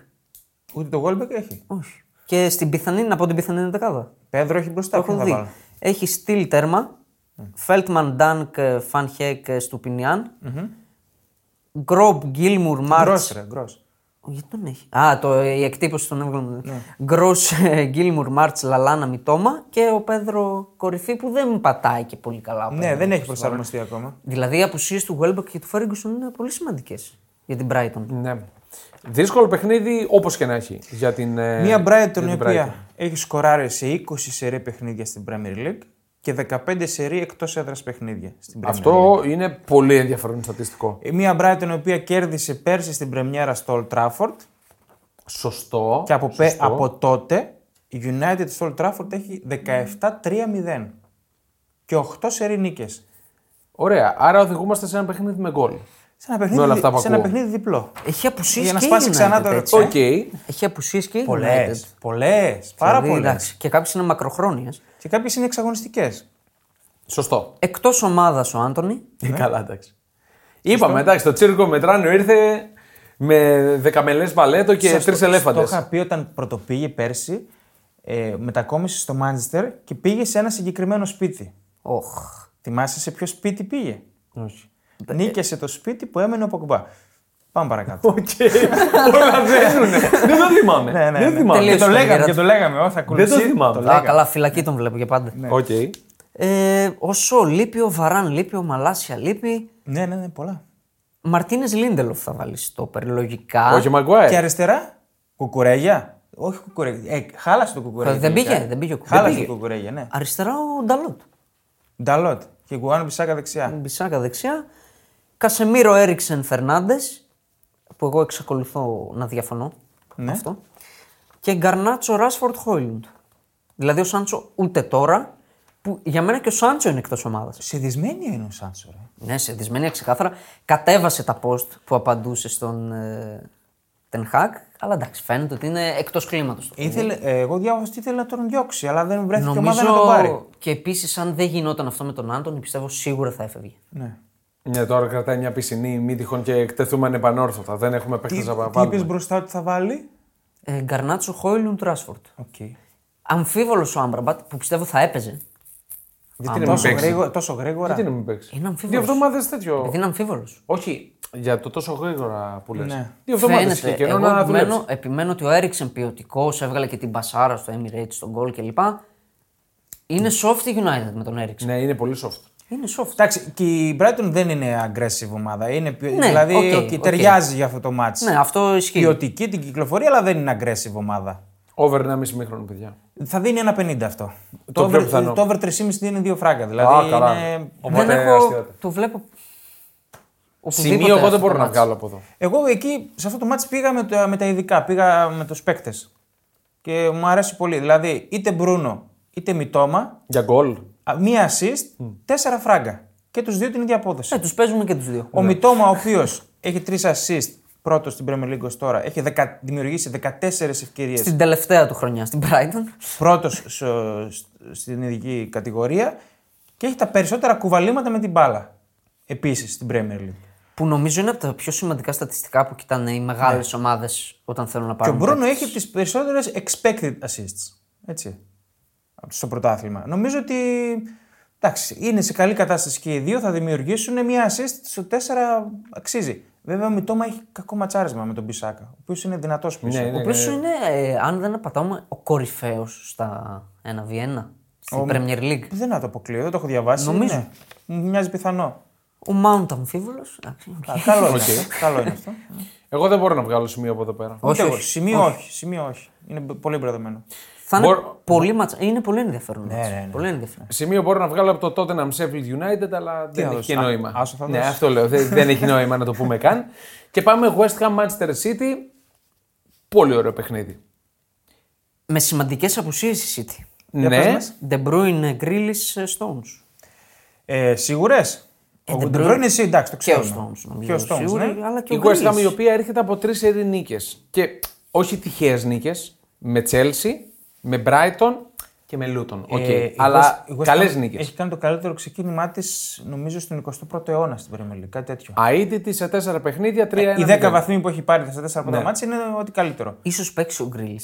Speaker 2: Ούτε το Goldberg έχει.
Speaker 3: Όχι. Και στην πιθανή, να πω την πιθανή δεκάδα.
Speaker 2: Πέδρο έχει μπροστά.
Speaker 3: Το
Speaker 2: ποιον
Speaker 3: έχω
Speaker 2: θα
Speaker 3: δει.
Speaker 2: βάλω.
Speaker 3: Έχει στυλ τέρμα. Φέλτμαν, Ντάνκ, Φανχέκ, Στουπινιάν. Γκρόμπ, Γκίλμουρ, Μάρτ.
Speaker 2: Γκρος, ρε, γκρος.
Speaker 3: Γιατί τον έχει. Α, το, η εκτύπωση των ε, έβγαλε.
Speaker 2: Ναι.
Speaker 3: Γκρός Γκίλμουρ Μάρτ Λαλάνα Μιτόμα και ο Πέδρο Κορυφή που δεν πατάει και πολύ καλά. ο
Speaker 2: Ναι,
Speaker 3: Πέδρο.
Speaker 2: δεν έχει προσαρμοστεί ακόμα.
Speaker 3: Δηλαδή οι απουσίες του Γουέλμπεκ και του Φέργκουσον είναι πολύ σημαντικές για την Brighton.
Speaker 1: ναι. Δύσκολο παιχνίδι όπως και να έχει για την. ε,
Speaker 2: Μία
Speaker 1: για
Speaker 2: Brighton
Speaker 1: την
Speaker 2: η οποία έχει σκοράρει σε 20 σερή παιχνίδια στην Premier League και 15 σερή εκτός έδρας παιχνίδια στην Premier League.
Speaker 1: Αυτό είναι πολύ ενδιαφέρον στατιστικό.
Speaker 2: Ε, Μία Brighton η οποία κέρδισε πέρσι στην Πρεμιέρα στο Old Trafford
Speaker 1: Σωστό.
Speaker 2: και από, πε-
Speaker 1: σωστό.
Speaker 2: από τότε η United στο Old Trafford έχει 17-3-0 και 8 σερή νίκες.
Speaker 1: Ωραία. Άρα οδηγούμαστε σε ένα παιχνίδι με γκολ.
Speaker 2: Σε ένα παιχνίδι,
Speaker 1: όλα αυτά που
Speaker 2: σε ένα
Speaker 1: ακούω.
Speaker 2: παιχνίδι διπλό.
Speaker 3: Έχει απουσίες
Speaker 2: Για
Speaker 3: και
Speaker 2: να
Speaker 3: η
Speaker 2: σπάσει
Speaker 3: United,
Speaker 2: ξανά το
Speaker 3: έτσι.
Speaker 1: Οκ.
Speaker 2: ρεκόρ.
Speaker 3: Έχει απουσίες και η
Speaker 2: Πολλές.
Speaker 3: United.
Speaker 2: Πολλές. Πάρα
Speaker 3: Δηλαδή,
Speaker 2: πολλές.
Speaker 3: εντάξει, Και κάποιες είναι μακροχρόνιες.
Speaker 2: Και κάποιες είναι εξαγωνιστικές.
Speaker 1: Σωστό.
Speaker 3: Εκτός ομάδας ο Άντωνη.
Speaker 2: Ε,
Speaker 1: Καλά, εντάξει. Είπαμε, εντάξει, το τσίρκο Μετράνιο ήρθε με δεκαμελές μπαλέτο και
Speaker 2: Σας το-
Speaker 1: τρεις ελέφαντες.
Speaker 2: Το είχα πει όταν πρωτοπήγε πέρσι, ε, μετακόμισε στο Μάντσεστερ και πήγε σε ένα συγκεκριμένο σπίτι.
Speaker 3: Οχ.
Speaker 2: Θυμάσαι σε ποιο σπίτι πήγε. Όχι. Νίκησε το σπίτι που έμενε ο Ποκμπά. Πάμε παρακάτω.
Speaker 1: Όλα δένουνε. Δεν το θυμάμαι.
Speaker 2: Ναι, ναι,
Speaker 1: Δεν
Speaker 2: ναι.
Speaker 1: θυμάμαι.
Speaker 2: Και
Speaker 3: Τελείωσε
Speaker 2: το
Speaker 3: το
Speaker 2: λέγαμε,
Speaker 3: γύρα
Speaker 2: και
Speaker 3: του.
Speaker 2: το λέγαμε. Ω, θα κουλήσει.
Speaker 1: θυμάμαι.
Speaker 2: Το
Speaker 1: Α,
Speaker 3: Α,
Speaker 2: λέγαμε.
Speaker 3: καλά, φυλακή τον βλέπω για πάντα.
Speaker 2: Ναι.
Speaker 1: Οκ.
Speaker 3: Ε, ο Σο λείπει, ο Βαράν λείπει, ο Μαλάσια λείπει.
Speaker 2: Ναι, ναι, ναι, πολλά.
Speaker 3: Μαρτίνες Λίντελοφ θα βάλεις στο περιλογικά.
Speaker 1: Όχι,
Speaker 2: Και
Speaker 1: Μαγκουάι.
Speaker 2: αριστερά, κουκουρέγια. Όχι κουκουρέγια. Ε, χάλασε το κουκουρέγια.
Speaker 3: Δεν
Speaker 2: τελικά.
Speaker 3: πήγε, δεν πήγε ο κουκουρέγια.
Speaker 2: Χάλασε
Speaker 3: Δεν
Speaker 2: το κουκουρέγια, ναι.
Speaker 3: Αριστερά ο Νταλότ.
Speaker 2: Νταλότ. Και Γκουάνο Μπισάκα δεξιά.
Speaker 3: Μπισάκα δεξιά. Κασεμίρο Έριξεν Φερνάντες. Που εγώ εξακολουθώ να διαφωνώ.
Speaker 2: Ναι.
Speaker 3: Αυτό. Και Γκαρνάτσο Ράσφορντ Χόιλουντ. Δηλαδή ο Σάντσο ούτε τώρα. Που για μένα και ο Σάντσο είναι εκτός ομάδας.
Speaker 2: Σιδισμένη είναι ο Σάντσο, ρε.
Speaker 3: Ναι, σε δυσμένεια ξεκάθαρα. Κατέβασε τα post που απαντούσε στον ε, Τενχάκ. Αλλά εντάξει, φαίνεται ότι είναι εκτός κλίματος.
Speaker 2: Ήθελε, ε, εγώ διάβασα ότι ήθελε να τον διώξει, αλλά δεν βρέθηκε ομάδα να τον πάρει.
Speaker 3: Νομίζω και επίσης, αν δεν γινόταν αυτό με τον Άντων, πιστεύω σίγουρα θα έφευγε.
Speaker 2: Ναι.
Speaker 1: Ναι, τώρα κρατάει μια πισινή, μη τυχόν και εκτεθούμε ανεπανόρθωτα. Δεν έχουμε
Speaker 2: Τι,
Speaker 1: παίχτε να
Speaker 2: τι είπε
Speaker 1: παραπάνω.
Speaker 2: μπροστά ότι θα βάλει.
Speaker 3: Ε, Γκαρνάτσο Χόιλουντ Ράσφορντ.
Speaker 2: Οκ.
Speaker 3: Αμφίβολος ο Άμπραμπατ που πιστεύω θα έπαιζε.
Speaker 1: Γιατί να μην
Speaker 2: Τόσο,
Speaker 1: παίξει.
Speaker 2: γρήγορα, τόσο γρήγορα.
Speaker 1: Γιατί να μην παίξει.
Speaker 3: Είναι αμφίβολος.
Speaker 1: Δύο εβδομάδες τέτοιο.
Speaker 3: Γιατί είναι αμφίβολος.
Speaker 1: Όχι, για το τόσο γρήγορα που λες.
Speaker 2: Ναι.
Speaker 1: Δύο εβδομάδες είχε καιρό
Speaker 3: Εγώ
Speaker 1: να
Speaker 3: επιμένω,
Speaker 1: αναδουλέψει.
Speaker 3: επιμένω ότι ο Έριξεν ποιοτικός έβγαλε και την Μπασάρα στο Emirates, στον Γκολ κλπ. Είναι soft η United με τον Έριξεν.
Speaker 1: Ναι, είναι πολύ soft.
Speaker 3: Είναι soft.
Speaker 2: Εντάξει, και η Brighton δεν είναι aggressive ομάδα. Είναι πιο...
Speaker 3: Ναι,
Speaker 2: δηλαδή
Speaker 3: οκ,
Speaker 2: οκ,
Speaker 3: οκ.
Speaker 2: ταιριάζει για αυτό το μάτι.
Speaker 3: Ναι, αυτό ισχύει.
Speaker 2: Ποιοτική την κυκλοφορία, αλλά δεν είναι aggressive ομάδα.
Speaker 1: Over 1,5 μήχρονο, παιδιά.
Speaker 2: Θα δίνει ένα 50 αυτό. Το,
Speaker 1: πιο
Speaker 2: over,
Speaker 1: πιθανό.
Speaker 2: το over 3,5 δίνει 2 φράγκα. Δηλαδή
Speaker 1: Α, καλά.
Speaker 2: είναι...
Speaker 1: Ο
Speaker 3: Δεν
Speaker 1: Οπότε,
Speaker 3: έχω.
Speaker 1: αστείωτα.
Speaker 3: Το βλέπω. οπουδήποτε
Speaker 1: Σημείο εγώ
Speaker 3: αυτό
Speaker 1: δεν μπορώ
Speaker 3: το
Speaker 1: να
Speaker 3: μάτς.
Speaker 1: βγάλω από εδώ.
Speaker 2: Εγώ εκεί σε αυτό το μάτι πήγα με, τα- με τα ειδικά, πήγα με τους παίκτες. Και μου αρέσει πολύ. Δηλαδή είτε Μπρούνο είτε Μιτόμα,
Speaker 1: Για γκολ.
Speaker 2: α, μία assist, τέσσερα φράγκα. Και τους δύο την ίδια απόδοση.
Speaker 3: Ε, τους παίζουμε και τους δύο.
Speaker 2: Ο Μιτόμα, ο οποίος έχει τρεις assist πρώτος στην Premier League ως τώρα, έχει δεκα- δημιουργήσει 14 ευκαιρίες.
Speaker 3: Στην τελευταία του χρονιά στην Brighton.
Speaker 2: Πρώτος στην ειδική κατηγορία και έχει τα περισσότερα κουβαλήματα με την μπάλα. Επίσης στην Premier League.
Speaker 3: Που νομίζω είναι από τα πιο σημαντικά στατιστικά που κοιτάνε οι μεγάλες
Speaker 1: Ναι.
Speaker 3: ομάδες ομάδε όταν θέλουν να
Speaker 2: Και ο
Speaker 3: πάρουν.
Speaker 2: Μπρούνο
Speaker 3: παίκτες.
Speaker 2: έχει τις περισσότερες expected assists. Έτσι. Στο πρωτάθλημα. Νομίζω ότι. Εντάξει, είναι σε καλή κατάσταση και οι δύο θα δημιουργήσουν μια assist στο 4 αξίζει. Βέβαια, ο Μιτόμα έχει κακό ματσάρισμα με τον Μπισάκα, ο οποίος είναι δυνατός πίσω.
Speaker 1: Ναι, ναι,
Speaker 3: Ο οποίο είναι, ε, αν δεν απατάμε, ο κορυφαίος στα 1v1 στην Premier League.
Speaker 2: Δεν θα το αποκλείω, δεν το έχω διαβάσει.
Speaker 3: Νομίζω.
Speaker 2: Ναι. Μου μοιάζει πιθανό.
Speaker 3: Ο Mount αμφίβολο. εντάξει, οκ.
Speaker 2: Α, καλό, είναι αυτό. καλό είναι αυτό.
Speaker 1: Εγώ δεν μπορώ να βγάλω σημείο από εδώ πέρα.
Speaker 3: Όχι,
Speaker 2: Ούτε εγώ.
Speaker 3: όχι.
Speaker 2: Σημείο όχι. Σημείο όχι. Είναι μπ- πολύ μπερδεμένο.
Speaker 3: Θα είναι,
Speaker 1: Μπορώ-
Speaker 3: πολύ ματσα... είναι πολύ ενδιαφέρον. Ναι,
Speaker 2: ναι, ναι.
Speaker 3: Πολύ ενδιαφέρον.
Speaker 1: Σημείο μπορώ να βγάλω από το Tottenham Sheffield United, αλλά δεν έχει
Speaker 2: θα
Speaker 1: και
Speaker 2: δώσεις.
Speaker 1: νόημα.
Speaker 2: Α, άσο θα
Speaker 1: ναι,
Speaker 2: δώσεις.
Speaker 1: αυτό λέω. Δεν, δεν έχει νόημα να το πούμε καν. Και πάμε West Ham Manchester City. Πολύ ωραίο παιχνίδι.
Speaker 3: Με σημαντικές απουσίες η City.
Speaker 1: ναι,
Speaker 2: μας.
Speaker 3: De Bruyne, Grealish, Stones.
Speaker 2: Ε, Σίγουρες.
Speaker 3: Ε,
Speaker 2: ο
Speaker 3: δεν
Speaker 2: Ντεμπρό είναι εσύ, εντάξει, το
Speaker 3: Και ο
Speaker 2: ξέρουμε.
Speaker 3: Stones.
Speaker 2: Και ο
Speaker 3: νομίζω,
Speaker 2: Stones,
Speaker 3: σίγουρα,
Speaker 2: ναι.
Speaker 3: αλλά και
Speaker 1: η
Speaker 3: ο
Speaker 1: West Ham η
Speaker 3: Grealish.
Speaker 1: οποία έρχεται από τρεις σερή νίκες. Και όχι τυχαίες νίκες. Με Chelsea, με Brighton και με Luton. Οκ.
Speaker 2: Ε, η
Speaker 1: αλλά
Speaker 2: West- η West Ham
Speaker 1: καλές νίκες.
Speaker 2: Έχει κάνει το καλύτερο ξεκίνημά της, νομίζω, στον 21ο αιώνα στην Premier League. Κάτι τέτοιο.
Speaker 1: Αίτητη σε τέσσερα παιχνίδια, τρία
Speaker 2: Οι 10 βαθμοί που έχει πάρει στα 4 πρώτα
Speaker 1: Ναι.
Speaker 2: μάτια είναι ό,τι καλύτερο.
Speaker 3: Ίσως παίξει ο Γκρίλ.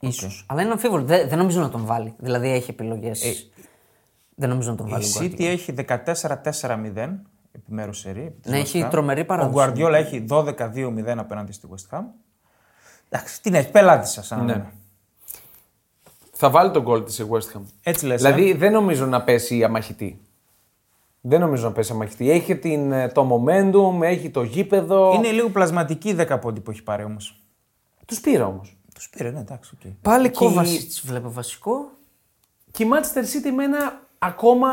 Speaker 3: Ίσως. Αλλά είναι αμφίβολο. Δεν, δεν νομίζω να τον βάλει. Δηλαδή έχει επιλογές. δεν νομίζω να τον
Speaker 2: Η
Speaker 3: βάλει. ο
Speaker 2: City
Speaker 3: Guardiola.
Speaker 2: έχει 14-4-0 επιμέρους σερή.
Speaker 3: Ναι, έχει τρομερή παράδοση.
Speaker 2: Ο Guardiola έχει 12-2-0 απέναντι στη West Ham. Εντάξει, την έχει, πελάτη σα. Ναι.
Speaker 1: Θα βάλει τον γκολ της η
Speaker 2: Ε,
Speaker 1: West Ham.
Speaker 2: Έτσι ε. λε.
Speaker 1: δηλαδή δεν νομίζω να πέσει η αμαχητή. Δεν νομίζω να πέσει αμαχητή. Έχει την, ε, το momentum, έχει το γήπεδο.
Speaker 2: Είναι λίγο πλασματική η 10 πόντι που έχει πάρει όμως.
Speaker 1: Τους πήρε όμως.
Speaker 2: Τους πήρε, ναι, εντάξει, οκ.
Speaker 3: Πάλι
Speaker 1: Και-
Speaker 3: Kovacic βλέπω βασικό.
Speaker 1: Και η Manchester City με ένα ακόμα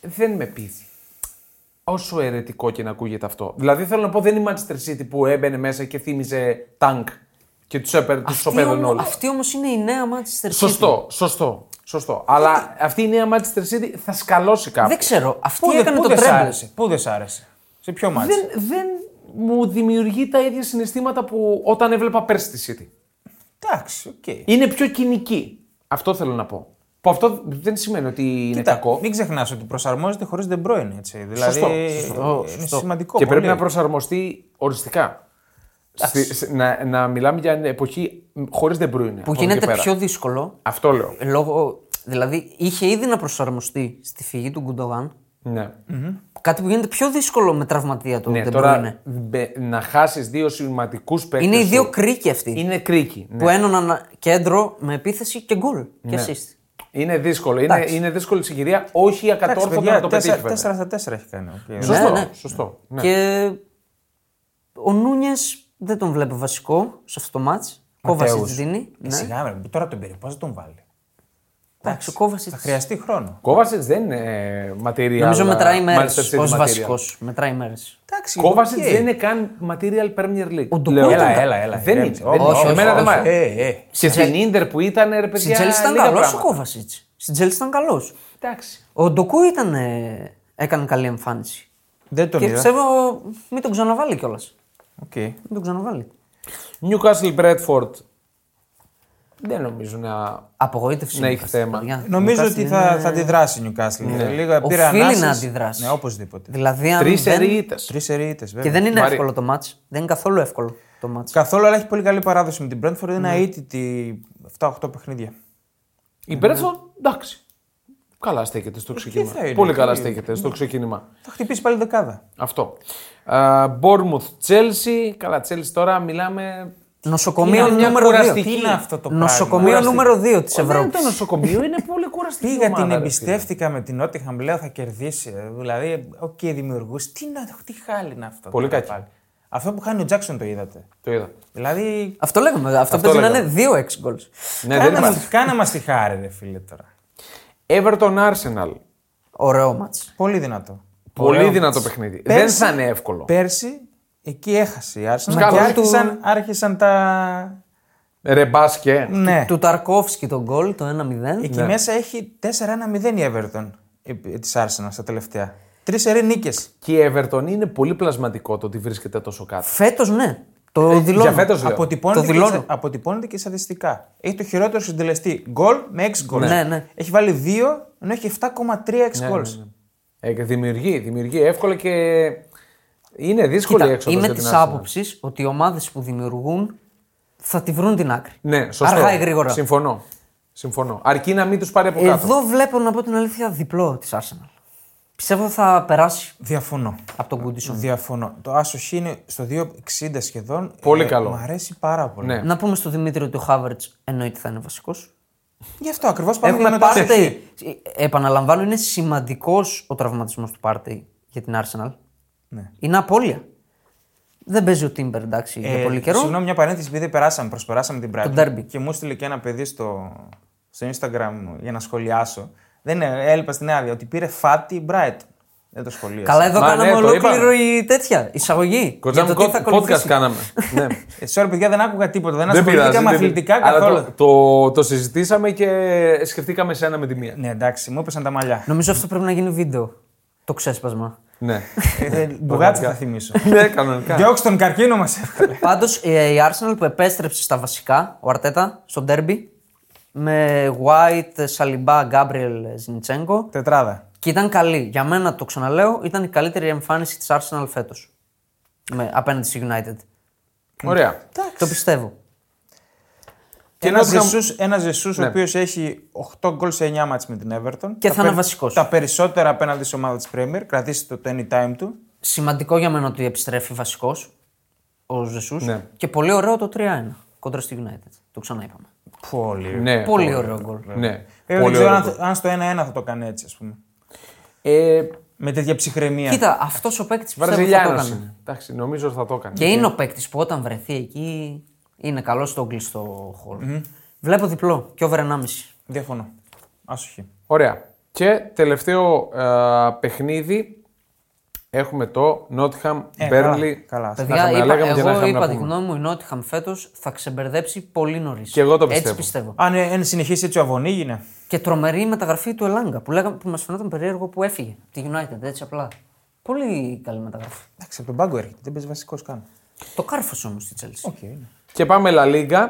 Speaker 1: δεν με πείθει. Όσο αιρετικό και να ακούγεται αυτό. Δηλαδή θέλω να πω δεν είναι η Manchester City που έμπαινε μέσα και θύμιζε tank και τους σοπέδωνε όλους.
Speaker 3: Αυτή όμως είναι η νέα Manchester City.
Speaker 1: Σωστό, σωστό. Σωστό. Αλλά αυτή η νέα Manchester City θα σκαλώσει κάπου.
Speaker 3: Δεν ξέρω. Αυτή
Speaker 2: Πού δεν-
Speaker 3: έκανε
Speaker 2: πού
Speaker 3: το
Speaker 2: δεν σ'
Speaker 3: τρέμπλε.
Speaker 2: άρεσε. Πού δεν σ' άρεσε. Σε ποιο μάτι.
Speaker 1: δεν, δεν μου δημιουργεί τα ίδια συναισθήματα που όταν έβλεπα πέρσι τη City.
Speaker 2: Εντάξει, οκ.
Speaker 1: Είναι πιο κοινική. Αυτό θέλω να πω. Που αυτό δεν σημαίνει ότι είναι
Speaker 2: Κοίτα,
Speaker 1: κακό.
Speaker 2: μην ξεχνάς ότι προσαρμόζεται χωρίς De Bruyne. Έτσι. Δηλαδή,
Speaker 3: ε,
Speaker 1: σωστό,
Speaker 2: είναι σημαντικό.
Speaker 1: Και
Speaker 2: πολύ.
Speaker 1: πρέπει να προσαρμοστεί οριστικά. Στη- σ- να, να μιλάμε για εποχή χωρίς De Bruyne. από εδώ
Speaker 3: Που
Speaker 1: και
Speaker 3: γίνεται
Speaker 1: πέρα.
Speaker 3: πιο δύσκολο.
Speaker 1: Αυτό λέω.
Speaker 3: Λόγω, δηλαδή, είχε ήδη να προσαρμοστεί στη φυγή του Γκουντογάν.
Speaker 1: Ναι.
Speaker 3: Κάτι που γίνεται πιο δύσκολο με τραυματία του.
Speaker 1: ναι
Speaker 3: De Bruyne.
Speaker 1: τώρα μπε- να χάσεις δύο σημαντικούς παίκτε.
Speaker 3: Είναι οι δύο κρίκοι αυτοί.
Speaker 1: Είναι κρίκη. Ναι.
Speaker 3: Που ένωναν κέντρο με επίθεση και γκολ. Και assist.
Speaker 1: Είναι δύσκολο. Είναι,
Speaker 3: Εντάξει.
Speaker 1: είναι δύσκολη συγκυρία. Όχι
Speaker 2: Εντάξει,
Speaker 1: ακατόρθωτο
Speaker 2: παιδιά,
Speaker 1: να το πετύχει.
Speaker 2: 4
Speaker 1: βέβαια.
Speaker 2: στα 4 έχει κάνει. οκ.
Speaker 1: Σωστό.
Speaker 3: Ναι, ναι.
Speaker 1: σωστό. Ναι.
Speaker 3: Και ο Νούνιες δεν τον βλέπω βασικό σε αυτό το μάτς. Κόβασιτ
Speaker 2: Ματέους.
Speaker 3: δίνει.
Speaker 2: Ε,
Speaker 3: Ναι.
Speaker 2: Σιγά, ρε, τώρα τον πήρε. Πώς θα τον βάλει.
Speaker 3: Εντάξει, ο Kovacic-
Speaker 2: Θα χρειαστεί χρόνο.
Speaker 1: Kovacic δεν είναι ε, ματήρια.
Speaker 3: Νομίζω μετράει μέρες
Speaker 1: μέρες
Speaker 3: ω βασικός. Μετράει μέρες.
Speaker 2: Εντάξει,
Speaker 1: Kovacic
Speaker 2: οκ.
Speaker 1: δεν είναι καν material Premier League.
Speaker 3: Ο
Speaker 1: Λέω.
Speaker 3: Ντοκού
Speaker 2: Έλα,
Speaker 3: ήταν-
Speaker 2: έλα, έλα.
Speaker 1: Δεν είναι.
Speaker 2: ηρέμησε.
Speaker 1: Δεν είναι.
Speaker 3: όχι,
Speaker 1: Εμένα
Speaker 3: όχι,
Speaker 1: δεν μ'
Speaker 3: όχι.
Speaker 1: άρεσε.
Speaker 2: Ε, ε.
Speaker 1: Και στην ντερ που ήταν, ρε
Speaker 3: Στην
Speaker 1: παιδιά.
Speaker 3: Τζέλση ήταν
Speaker 1: λίγα
Speaker 3: καλός ο
Speaker 1: πράγματα.
Speaker 3: Κόβασιτ. Στην Τζέλση ήταν καλός.
Speaker 1: Εντάξει.
Speaker 3: Ο Ντοκού ήταν, ε, έκανε καλή εμφάνιση.
Speaker 2: Δεν τον
Speaker 3: Και
Speaker 2: είδα.
Speaker 3: πιστεύω μην τον ξαναβάλει κιόλας.
Speaker 2: Οκ.
Speaker 3: Μην τον ξαναβάλει.
Speaker 1: Newcastle Bradford. Δεν νομίζω να.
Speaker 3: Απογοήτευση.
Speaker 1: Ναι,
Speaker 3: μου
Speaker 1: έχει
Speaker 3: έκανε,
Speaker 1: θέμα.
Speaker 3: παιδιά.
Speaker 2: Νομίζω
Speaker 3: Newcastle
Speaker 2: ότι θα,
Speaker 3: είναι-
Speaker 2: θα αντιδράσει η Newcastle. Λίγα
Speaker 3: Οφείλει
Speaker 2: πήρε ανάσες.
Speaker 3: να αντιδράσει.
Speaker 2: Ναι, οπωσδήποτε.
Speaker 3: Δηλαδή, αν
Speaker 1: Τρεις
Speaker 3: δεν...
Speaker 1: ερείτε.
Speaker 2: Τρει ερείτε, βέβαια.
Speaker 3: Και δεν είναι
Speaker 1: Βαρύ.
Speaker 3: εύκολο το μάτς. Δεν είναι καθόλου εύκολο το μάτς.
Speaker 2: Καθόλου, αλλά έχει πολύ καλή παράδοση με την Brentford. Είναι αίτητη 7-8 παιχνίδια.
Speaker 1: Η Bradford, εντάξει. Καλά στέκεται στο ξεκίνημα.
Speaker 2: θα είναι,
Speaker 1: Πολύ
Speaker 2: Ε, τι-
Speaker 1: καλά στέκεται στο ξεκίνημα.
Speaker 2: Θα χτυπήσει πάλι δεκάδα.
Speaker 1: Αυτό. Μπόρμουθ, Τσέλσι. Καλά, Τσέλσι τώρα μιλάμε.
Speaker 3: Νοσοκομείο
Speaker 1: Είναι μια
Speaker 3: νούμερο 2.
Speaker 1: κουραστική.
Speaker 2: Τι είναι αυτό το πράγμα.
Speaker 3: Νοσοκομείο
Speaker 2: Κουραστική.
Speaker 3: νούμερο 2 της
Speaker 1: Ε, Δεν είναι το
Speaker 3: Ευρώπης.
Speaker 1: νοσοκομείο, είναι πολύ κουραστική.
Speaker 2: <laughs> Πήγα την
Speaker 1: ομάδα, ρε φίλε.
Speaker 2: εμπιστεύτηκα με την Nottingham, λέω θα κερδίσει. ε, Δηλαδή, οκ, δημιουργού. Τι, να- τι χάλι είναι αυτό.
Speaker 1: Πολύ
Speaker 2: τώρα
Speaker 1: κακή.
Speaker 2: πάλι. Αυτό που χάνει ο Τζάξον το είδατε.
Speaker 1: Το είδα.
Speaker 2: Δηλαδή,
Speaker 3: Αυτό λέγαμε. Αυτό
Speaker 1: Αυτό
Speaker 3: πρέπει να
Speaker 1: λέγαμε.
Speaker 3: είναι 2 εξ γκολ.
Speaker 1: Ναι, δεν
Speaker 2: κάνα,
Speaker 1: υπάρχει.
Speaker 2: μας, κάνα μας τη χάρη, ρε φίλε τώρα.
Speaker 1: Everton Arsenal.
Speaker 3: Ωραίο μάτς.
Speaker 2: Πολύ δυνατό.
Speaker 1: Πολύ δυνατό παιχνίδι. Δεν
Speaker 2: Πέρσι-
Speaker 1: θα είναι εύκολο.
Speaker 2: Πέρσι, εκεί έχασε η Arsenal
Speaker 1: Σκάλος
Speaker 2: και
Speaker 1: του-
Speaker 2: άρχισαν, άρχισαν τα...
Speaker 1: Ρε μπάσκε.
Speaker 2: Ναι.
Speaker 3: Του Ταρκόφσκι τον γκολ, το 1-0.
Speaker 1: ναι.
Speaker 2: Εκεί μέσα έχει 4-1-0 η Everton της Arsenal στα τελευταία. Τρεις ερέ νίκε.
Speaker 1: Και η Everton είναι πολύ πλασματικό το ότι βρίσκεται τόσο κάτω.
Speaker 3: Φέτος ναι. Το δηλώνω.
Speaker 1: Ε, φέτος λέω.
Speaker 2: Αποτυπώνεται,
Speaker 3: Το
Speaker 2: και,
Speaker 3: δηλώνω.
Speaker 2: στα- αποτυπώνεται και στατιστικά. Έχει το χειρότερο συντελεστή γκολ με 6 γκολ.
Speaker 3: Ναι, ναι.
Speaker 2: Έχει βάλει 2 ενώ έχει 7,3
Speaker 1: Ναι,
Speaker 2: 6 γκολ.
Speaker 1: Ε, και δημιουργεί, δημιουργεί εύκολα και είναι δύσκολη
Speaker 3: Κοίτα,
Speaker 1: η έξοδος
Speaker 3: είμαι
Speaker 1: για την
Speaker 3: της
Speaker 1: Arsenal.
Speaker 3: άποψης ότι οι ομάδες που δημιουργούν θα τη βρουν την άκρη.
Speaker 1: Ναι, σωστό.
Speaker 3: Αργά ή γρήγορα.
Speaker 1: Συμφωνώ. Συμφωνώ. Αρκεί να μην τους πάρει από κάτω.
Speaker 3: Εδώ βλέπω να πω την αλήθεια διπλό της Arsenal. Πιστεύω θα περάσει
Speaker 2: Διαφωνώ.
Speaker 3: από τον Κούντισον.
Speaker 2: Διαφωνώ. Το άσοχη είναι στο 2,60 σχεδόν. Ε,
Speaker 1: Πολύ καλό.
Speaker 2: Μ' αρέσει πάρα πολύ.
Speaker 1: Ναι.
Speaker 3: Να πούμε στον Δημήτρη ότι ο Χάβερτ εννοείται θα είναι βασικός.
Speaker 2: Γι' αυτό ακριβώς πάμε και
Speaker 3: Έχουμε
Speaker 2: με το άσοχη.
Speaker 3: πάρτε. Επαναλαμβάνω, είναι σημαντικός ο τραυματισμός του πάρτε για την Arsenal.
Speaker 2: Ναι.
Speaker 3: Είναι απώλεια. Δεν παίζει ο Τίμπερ εντάξει
Speaker 2: Ε,
Speaker 3: για πολύ καιρό.
Speaker 2: Συγγνώμη, μια παρένθεση, επειδή περάσαμε, προσπεράσαμε την πράξη.
Speaker 3: Το derby.
Speaker 2: Και μου έστειλε και ένα παιδί στο, στο Instagram μου για να σχολιάσω. Δεν ε, έλειπα στην άδεια ότι πήρε φάτη Μπράιτ. Δεν το σχολίασα.
Speaker 3: Καλά, εδώ
Speaker 1: Μα,
Speaker 3: κάναμε
Speaker 1: ναι, το
Speaker 3: ολόκληρο
Speaker 1: είπαμε.
Speaker 3: η τέτοια εισαγωγή.
Speaker 1: Κοντζάμ,
Speaker 3: για το τι θα
Speaker 1: κο- podcast
Speaker 3: ακολουθήσει. <laughs>
Speaker 1: κάναμε. ναι.
Speaker 2: Ε, sorry, παιδιά, δεν άκουγα τίποτα. Δεν,
Speaker 1: Δεν
Speaker 2: ασχολήθηκα
Speaker 1: πειράζει.
Speaker 2: με
Speaker 1: δεν πειράζει.
Speaker 2: αθλητικά
Speaker 1: Αλλά
Speaker 2: καθόλου.
Speaker 1: Το, το, το συζητήσαμε και σκεφτήκαμε σένα με τη μία.
Speaker 2: Ναι, εντάξει, μου έπεσαν τα μαλλιά.
Speaker 3: Νομίζω αυτό πρέπει να γίνει βίντεο. Το ξέσπασμα. <laughs>
Speaker 1: Ναι.
Speaker 2: Ε, δεν- Μπουγάτσα θα θυμίσω.
Speaker 1: ναι, κανονικά.
Speaker 2: Διώξτε τον καρκίνο μας.
Speaker 3: Πάντως ε, η Arsenal που επέστρεψε στα βασικά, ο Αρτέτα, στο ντέρμπι, με White, Σαλιμπά, Γκάμπριελ, Ζινιτσέγκο.
Speaker 2: Τετράδα.
Speaker 3: Και ήταν καλή. Για μένα, το ξαναλέω, ήταν η καλύτερη εμφάνιση της Arsenal φέτος. Απέναντι στη United.
Speaker 1: Ωραία.
Speaker 3: Το πιστεύω.
Speaker 1: Και
Speaker 2: Ένα
Speaker 1: Nottingham-
Speaker 2: Ζεσούς, ένας Ζεσούς
Speaker 1: Ναι.
Speaker 2: ο οποίος έχει 8 γκολ σε 9 μάτς με την Everton.
Speaker 3: Και θα είναι
Speaker 2: περι-
Speaker 3: βασικός.
Speaker 2: Τα περισσότερα απέναντι στην ομάδα της Premier. Κρατήστε το, το anytime του.
Speaker 3: Σημαντικό για μένα ότι επιστρέφει βασικός ο Ζεσούς.
Speaker 1: Ναι.
Speaker 3: Και πολύ ωραίο το 3-1 κόντρα στη United. Το ξαναείπαμε.
Speaker 2: Πολύ.
Speaker 1: Ναι,
Speaker 3: πολύ ωραίο Ε, γκολ.
Speaker 1: Ναι.
Speaker 2: Βέβαια, δεν
Speaker 1: Πολύ
Speaker 2: ξέρω
Speaker 1: ωραίο
Speaker 2: αν, αν στο 1-1 θα το κάνει έτσι, ας πούμε.
Speaker 1: Ε,
Speaker 2: Με τέτοια ψυχραιμία.
Speaker 3: Κοίτα, αυτός ο παίκτης που θα το
Speaker 1: Βραζιλιάνος
Speaker 3: έκανε.
Speaker 1: είναι. Εντάξει, νομίζω ότι θα το έκανε.
Speaker 3: Και είναι ο παίκτης που όταν βρεθεί εκεί είναι καλός στον κλειστό χώρο. Βλέπω διπλό και over 1,5.
Speaker 2: Διαφωνώ. Άσοχη.
Speaker 1: Ωραία. Και τελευταίο ε, παιχνίδι έχουμε το Nottingham
Speaker 2: Ε,
Speaker 1: Burnley.
Speaker 2: καλά, καλά.
Speaker 1: Να
Speaker 3: Παιδιά,
Speaker 1: είχαμε να
Speaker 3: είπα,
Speaker 1: λέγαμε και να
Speaker 3: εγώ
Speaker 1: είχαμε
Speaker 3: είπα
Speaker 1: να
Speaker 3: τη
Speaker 1: πούμε.
Speaker 3: γνώμη μου, η Νότιχαμ φέτος θα ξεμπερδέψει πολύ νωρίς.
Speaker 1: Και εγώ το
Speaker 3: Έτσι
Speaker 1: πιστεύω.
Speaker 3: πιστεύω.
Speaker 2: Αν ε, εν συνεχίσει έτσι ο ναι. Αβωνί γίνε.
Speaker 3: Και τρομερή μεταγραφή του Ελάγκα που, λέγαμε- που μας φαινόταν περίεργο που έφυγε. Τη United, έτσι απλά. Πολύ καλή μεταγραφή.
Speaker 2: Εντάξει, από τον πάγκο έρχεται. Δεν παίζει βασικός καν. ναι.
Speaker 3: Το κάρφος όμως της Chelsea.
Speaker 2: Οκ, είναι.
Speaker 1: Και πάμε La Liga.